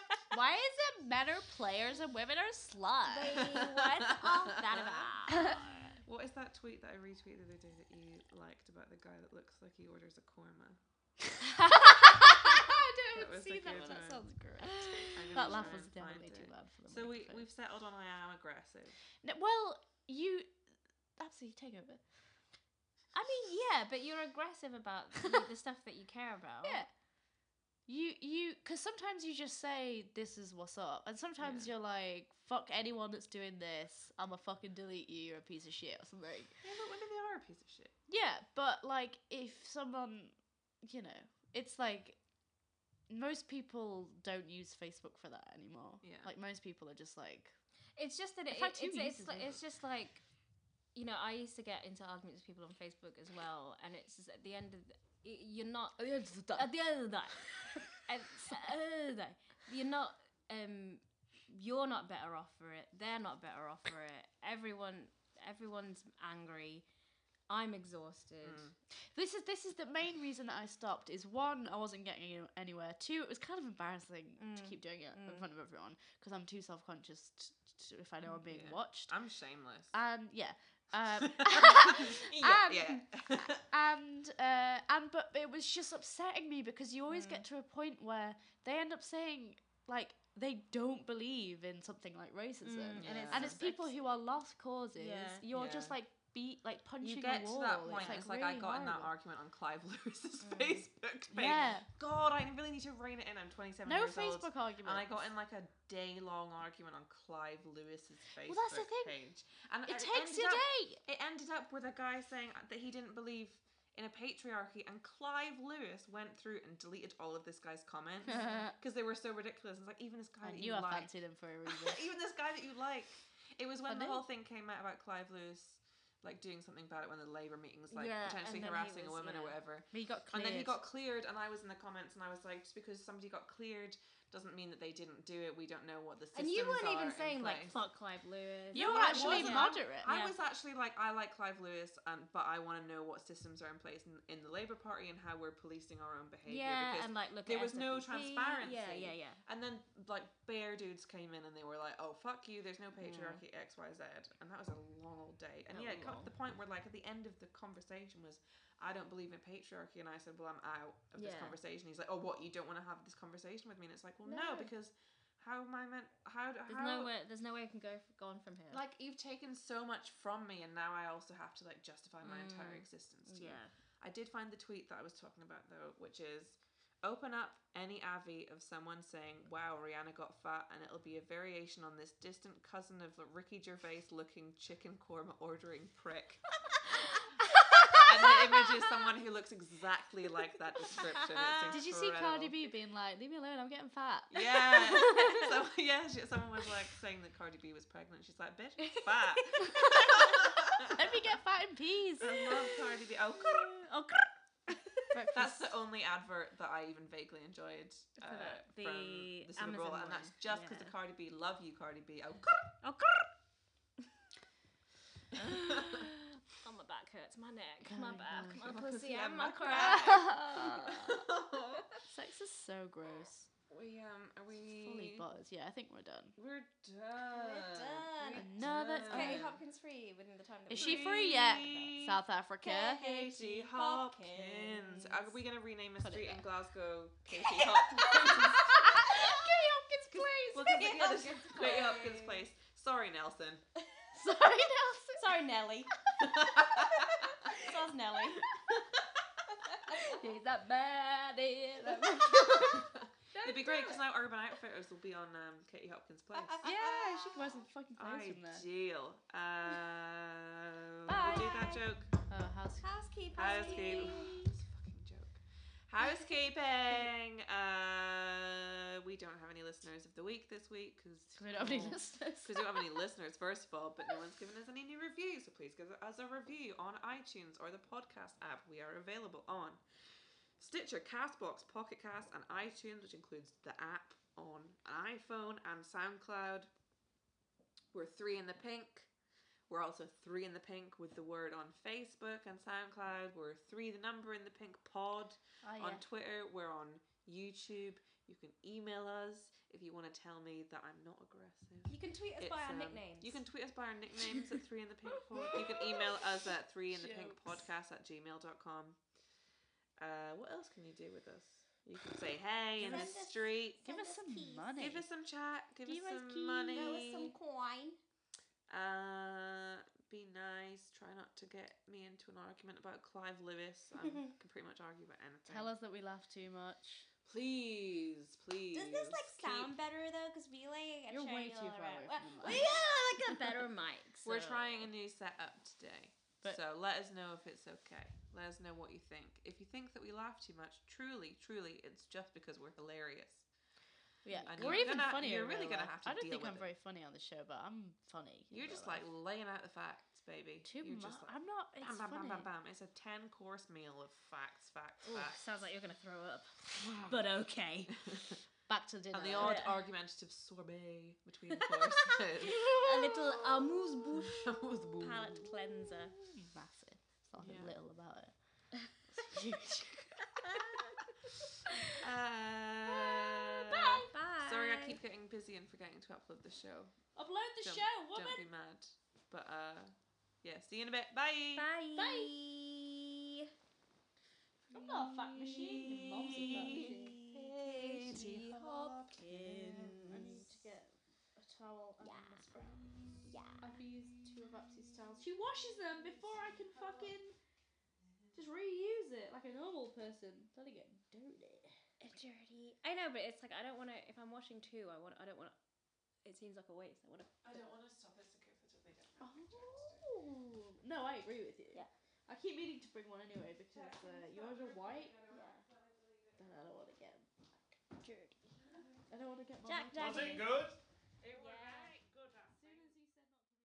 Speaker 2: <laughs>
Speaker 1: Why is it better players and women are sluts?
Speaker 4: What's all that
Speaker 1: <laughs>
Speaker 4: about?
Speaker 2: What is that tweet that I retweeted the other day that you liked about the guy that looks like he orders a korma?
Speaker 1: I
Speaker 2: That was the good one.
Speaker 1: correct.
Speaker 2: I'm gonna
Speaker 1: That laugh
Speaker 2: try
Speaker 1: was
Speaker 2: and
Speaker 1: definitely
Speaker 2: find
Speaker 1: too
Speaker 2: it.
Speaker 1: loud for the
Speaker 2: So we,
Speaker 1: microphone.
Speaker 2: we've settled on I am aggressive.
Speaker 1: <laughs> No, well, you absolutely take over.
Speaker 4: I mean, yeah, but you're aggressive about the, the stuff that you care about.
Speaker 1: Yeah. You you because sometimes you just say this is what's up, and sometimes you're like fuck anyone that's doing this. I'ma fucking delete you. You're a piece of shit or something.
Speaker 2: Yeah, but women, they are a piece of shit.
Speaker 1: Yeah, but like if someone, you know, it's like most people don't use Facebook for that anymore.
Speaker 2: Yeah.
Speaker 1: Like most people are just like
Speaker 4: It's just that it,
Speaker 1: fact, who
Speaker 4: it's, it's,
Speaker 1: uses
Speaker 4: like,
Speaker 1: it?
Speaker 4: it's just like, you know, I used to get into arguments with people on Facebook as well, and it's just at the end of the, y- you're not
Speaker 1: at the end of the
Speaker 4: at the end of the day, at the end of the day, you're not um, you're not better off for it. They're not better off for it. Everyone, everyone's angry. I'm exhausted.
Speaker 2: Mm.
Speaker 1: This is this is the main reason that I stopped. Is one, I wasn't getting any- anywhere. Two, it was kind of embarrassing to
Speaker 4: Mm.
Speaker 1: keep doing it in
Speaker 4: Mm.
Speaker 1: front of everyone because I'm too self conscious t- t- if I know I'm being
Speaker 2: Yeah.
Speaker 1: watched.
Speaker 2: I'm shameless. <laughs>
Speaker 1: And yeah, um, <laughs>
Speaker 2: yeah,
Speaker 1: um,
Speaker 2: yeah.
Speaker 1: and uh, and but it was just upsetting me because you always
Speaker 2: Mm.
Speaker 1: get to a point where they end up saying like they don't believe in something like racism,
Speaker 4: Mm,
Speaker 2: and it's
Speaker 1: <laughs> and it's
Speaker 2: just-
Speaker 1: people who are lost causes.
Speaker 4: Yeah.
Speaker 1: You're
Speaker 2: Yeah.
Speaker 1: just like beat like punching
Speaker 2: you get
Speaker 1: a
Speaker 2: to
Speaker 1: wall.
Speaker 2: that point.
Speaker 1: like,
Speaker 2: It's like, I
Speaker 1: really
Speaker 2: got in
Speaker 1: horrible.
Speaker 2: that
Speaker 1: Mm.
Speaker 2: argument on Clive Lewis's Facebook page.
Speaker 1: Yeah.
Speaker 2: God, I really need to rein it in. I'm 27
Speaker 1: No
Speaker 2: years old.
Speaker 1: Facebook argument.
Speaker 2: And I got in like a day long argument on Clive Lewis's Facebook
Speaker 1: Well, that's the thing.
Speaker 2: page. And
Speaker 1: It takes a
Speaker 2: ended up- <laughs>
Speaker 1: day. <laughs>
Speaker 2: It ended up with a guy saying that he didn't believe in a patriarchy, and Clive Lewis went through and deleted all of this guy's comments
Speaker 4: <laughs>
Speaker 2: because they were so ridiculous. It's like even this guy
Speaker 1: I
Speaker 2: that
Speaker 1: knew
Speaker 2: you
Speaker 1: I
Speaker 2: like,
Speaker 1: fancied him for a
Speaker 2: <laughs>
Speaker 1: reason.
Speaker 2: even this guy that you like. It was when
Speaker 1: I
Speaker 2: the
Speaker 1: know.
Speaker 2: whole thing came out about Clive Lewis like doing something about it when the Labour meeting was like
Speaker 4: Yeah,
Speaker 2: potentially
Speaker 4: and then he
Speaker 2: harassing a
Speaker 4: was-
Speaker 2: woman or
Speaker 4: yeah.
Speaker 2: whatever.
Speaker 1: he got cleared.
Speaker 2: And then he got cleared, and I was in the comments, and I was like, just because somebody got cleared doesn't mean that they didn't do it. We don't know what the systems
Speaker 4: And you weren't
Speaker 2: are
Speaker 4: even
Speaker 2: in
Speaker 4: saying like
Speaker 2: place.
Speaker 4: fuck Clive Lewis.
Speaker 1: You
Speaker 2: No,
Speaker 1: were
Speaker 2: I
Speaker 1: actually
Speaker 2: wasn't.
Speaker 1: moderate.
Speaker 2: I
Speaker 4: Yeah.
Speaker 2: was actually like, I like Clive Lewis, and but I want to know what systems are in place in, in the Labour Party and how we're policing our own behaviour.
Speaker 4: yeah, um,
Speaker 2: because,
Speaker 4: and
Speaker 2: and,
Speaker 4: like look.
Speaker 2: there
Speaker 4: at
Speaker 2: was no
Speaker 4: SWP. Yeah,
Speaker 2: transparency.
Speaker 4: yeah, yeah.
Speaker 2: then like bear dudes came in and they were like, oh fuck you, there's no patriarchy X Y Z, and that was a long old day. And
Speaker 4: That
Speaker 2: yeah,
Speaker 4: was
Speaker 2: it got to the point where like at the end of the conversation was, I don't believe in patriarchy, and I said, well, I'm out of this
Speaker 4: Yeah.
Speaker 2: conversation. He's like, oh what, you don't want to have this conversation with me? And it's like, well,
Speaker 4: No.
Speaker 2: no, because how am I meant? How do-
Speaker 4: There's
Speaker 2: how?
Speaker 4: no way. There's no way I can go f- go on from here.
Speaker 2: like you've taken so much from me and now i also have to like justify my entire
Speaker 1: Mm.
Speaker 2: existence to
Speaker 4: yeah.
Speaker 2: you i did find the tweet that i was talking about though which is open up any avi of someone saying wow rihanna got fat and it'll be a variation on this distant cousin of the ricky gervais looking chicken korma ordering prick
Speaker 1: <laughs>
Speaker 2: and the image is someone who looks exactly like that description It's
Speaker 1: Did you see Cardi B
Speaker 2: incredible.
Speaker 1: being like, "Leave me alone, I'm getting fat."
Speaker 2: yeah.
Speaker 1: <laughs>
Speaker 2: So, yeah, she, someone was like saying that Cardi B was pregnant. She's like, bitch,
Speaker 1: <laughs>
Speaker 2: it's
Speaker 4: <laughs>
Speaker 2: fat.
Speaker 1: Let me get fat in peace.
Speaker 2: I <laughs> love Cardi B. Oh,
Speaker 4: Oh,
Speaker 2: <laughs> that's the only advert that I even vaguely enjoyed uh,
Speaker 4: that-
Speaker 2: from
Speaker 4: the
Speaker 2: the Super Bowl,
Speaker 4: Amazon
Speaker 2: and that's
Speaker 4: one,
Speaker 2: just because
Speaker 4: yeah.
Speaker 2: of Cardi B. Love you, Cardi B. Oh,
Speaker 4: oh,
Speaker 2: <laughs>
Speaker 4: oh, my back hurts. My neck. my
Speaker 1: Oh,
Speaker 4: back.
Speaker 1: gosh.
Speaker 4: My,
Speaker 2: My
Speaker 4: pussy
Speaker 2: pussy
Speaker 4: and
Speaker 2: and
Speaker 4: my
Speaker 2: my
Speaker 4: <laughs> crack.
Speaker 1: <laughs> Sex is so gross.
Speaker 2: we um, are we
Speaker 1: Fully buzzed. Yeah, I think we're done.
Speaker 2: We're done.
Speaker 4: done.
Speaker 2: We're
Speaker 1: Another
Speaker 2: done.
Speaker 1: Katie Um,
Speaker 4: Hopkins free within the time that
Speaker 1: Is
Speaker 4: we-
Speaker 1: she
Speaker 4: <laughs>
Speaker 1: free yet?
Speaker 2: Free.
Speaker 1: South Africa. <laughs>
Speaker 2: Katie
Speaker 4: Katie
Speaker 2: Hopkins.
Speaker 4: Hopkins.
Speaker 2: Are we gonna rename a
Speaker 1: Put it
Speaker 2: street
Speaker 1: there.
Speaker 2: in Glasgow? Katie Hopkins.
Speaker 1: Katie Hopkins, please.
Speaker 2: Well, 'cause
Speaker 4: Katie
Speaker 2: yeah, this is
Speaker 4: Hopkins
Speaker 2: Katie Hopkins
Speaker 4: Place.
Speaker 2: place. Sorry, Nelson.
Speaker 1: Sorry, Nelson.
Speaker 4: Sorry, <laughs> Nelly. So's Nelly.
Speaker 1: She's that bad.
Speaker 2: <laughs> It'd be great because now Urban Outfitters will be on um, Katie Hopkins' place.
Speaker 1: Yeah, she can wear some fucking clothes from there.
Speaker 2: Ideal. Um,
Speaker 1: Bye.
Speaker 2: we'll do that joke.
Speaker 1: Oh, housekeeping.
Speaker 4: Housekeeper.
Speaker 2: <laughs> Housekeeping. It's a fucking joke. Housekeeping. Uh, we don't have any listeners of the week this week because
Speaker 1: we don't have any listeners.
Speaker 2: Because we don't have any listeners, first of all, but no one's given us any new reviews. So please give us a review on iTunes or the podcast app we are available on. Stitcher, Castbox, Pocket Cast, and iTunes, which includes the app on an iPhone and SoundCloud. We're three in the pink. We're also three in the pink with the word on Facebook and SoundCloud. We're three the number in the pink pod
Speaker 1: Oh, yeah.
Speaker 2: on Twitter. We're on YouTube. You can email us if you want to tell me that I'm not aggressive.
Speaker 4: You can tweet us by
Speaker 2: It's,
Speaker 4: our
Speaker 2: um,
Speaker 4: nicknames.
Speaker 2: You can tweet us by our nicknames
Speaker 4: <laughs>
Speaker 2: at three in the pink pod. You can email us at three in the pink podcast at gmail.com. Uh, what else can you do with us? You can say hey in the
Speaker 4: Send us-
Speaker 2: street.
Speaker 1: Give
Speaker 4: Send
Speaker 1: us
Speaker 4: us
Speaker 1: some
Speaker 4: keys.
Speaker 1: money.
Speaker 2: Give us some chat. Give
Speaker 1: Give us
Speaker 2: us some
Speaker 1: keys.
Speaker 2: money.
Speaker 4: Throw us some coin.
Speaker 2: Uh, be nice. Try not to get me into an argument about Clive
Speaker 4: <laughs>
Speaker 2: Lewis. I can pretty much argue about anything.
Speaker 1: Tell us that we laugh too much.
Speaker 2: Please, please.
Speaker 5: Does this like
Speaker 2: keep-
Speaker 5: sound better though? Because we like are
Speaker 1: You're way
Speaker 5: trying to
Speaker 1: too
Speaker 5: all
Speaker 1: far away
Speaker 5: around.
Speaker 1: from the mic.
Speaker 5: Well, we gotta, like,
Speaker 4: Like a better mic.
Speaker 2: We're
Speaker 4: so-
Speaker 2: trying a new setup today.
Speaker 1: But-
Speaker 2: so let us know if it's okay. Let us know what you think. If you think that we laugh too much, truly, truly, it's just because we're hilarious.
Speaker 1: <laughs> Yeah,
Speaker 2: And
Speaker 1: we're
Speaker 2: you're
Speaker 1: even
Speaker 2: gonna-
Speaker 1: funnier. in
Speaker 2: you're really
Speaker 1: real
Speaker 2: gonna
Speaker 1: life. I
Speaker 2: have to
Speaker 1: don't
Speaker 2: deal
Speaker 1: think
Speaker 2: with
Speaker 1: I'm
Speaker 2: it.
Speaker 1: very funny on the show, but I'm funny. in
Speaker 2: You're
Speaker 1: real
Speaker 2: just like
Speaker 1: life.
Speaker 2: laying out the facts, baby.
Speaker 1: too
Speaker 2: You're
Speaker 1: much.
Speaker 2: just like,
Speaker 1: I'm not. It's
Speaker 2: bam, bam,
Speaker 1: funny.
Speaker 2: bam, bam, bam. It's a ten course meal of facts, facts,
Speaker 4: Ooh,
Speaker 2: facts.
Speaker 4: sounds like you're gonna throw up. <laughs> But okay.
Speaker 1: Back to dinner.
Speaker 2: <laughs> and the odd
Speaker 4: Yeah.
Speaker 2: argumentative sorbet between courses. <laughs>
Speaker 4: a little
Speaker 1: um,
Speaker 4: amuse bouche
Speaker 2: Amuse bouche.
Speaker 4: palate cleanser.
Speaker 1: massive. It's not
Speaker 2: Yeah.
Speaker 1: a little about it.
Speaker 2: <laughs>
Speaker 1: It's huge.
Speaker 2: Uh,
Speaker 4: Bye. Bye.
Speaker 2: Sorry, I keep getting busy and forgetting to upload the show.
Speaker 4: upload
Speaker 2: Don't- Don't be mad. But uh, yeah. See you in a bit.
Speaker 4: Bye.
Speaker 1: I'm not a fact machine. Your mom's a fact machine.
Speaker 2: Katie
Speaker 1: I
Speaker 2: Hopkins.
Speaker 1: need to get a towel and
Speaker 5: Yeah.
Speaker 1: a scrub.
Speaker 5: yeah.
Speaker 1: I've used two of Upsy's towels. She washes them before I can fucking just reuse it like a normal person. Doesn't get dirty.
Speaker 4: Dirty. I know, but it's like I don't want to. If I'm washing two, I want. I don't want. It seems like a waste. I want to.
Speaker 2: I don't want to stop this because they don't know.
Speaker 1: Oh no, I agree with you.
Speaker 5: Yeah.
Speaker 1: I keep meaning to bring one anyway because uh, yours are white. And I don't want to get
Speaker 5: Dirty.
Speaker 1: I don't want to get my
Speaker 5: Jack,
Speaker 1: makeup.
Speaker 5: Jack.
Speaker 3: Was it good?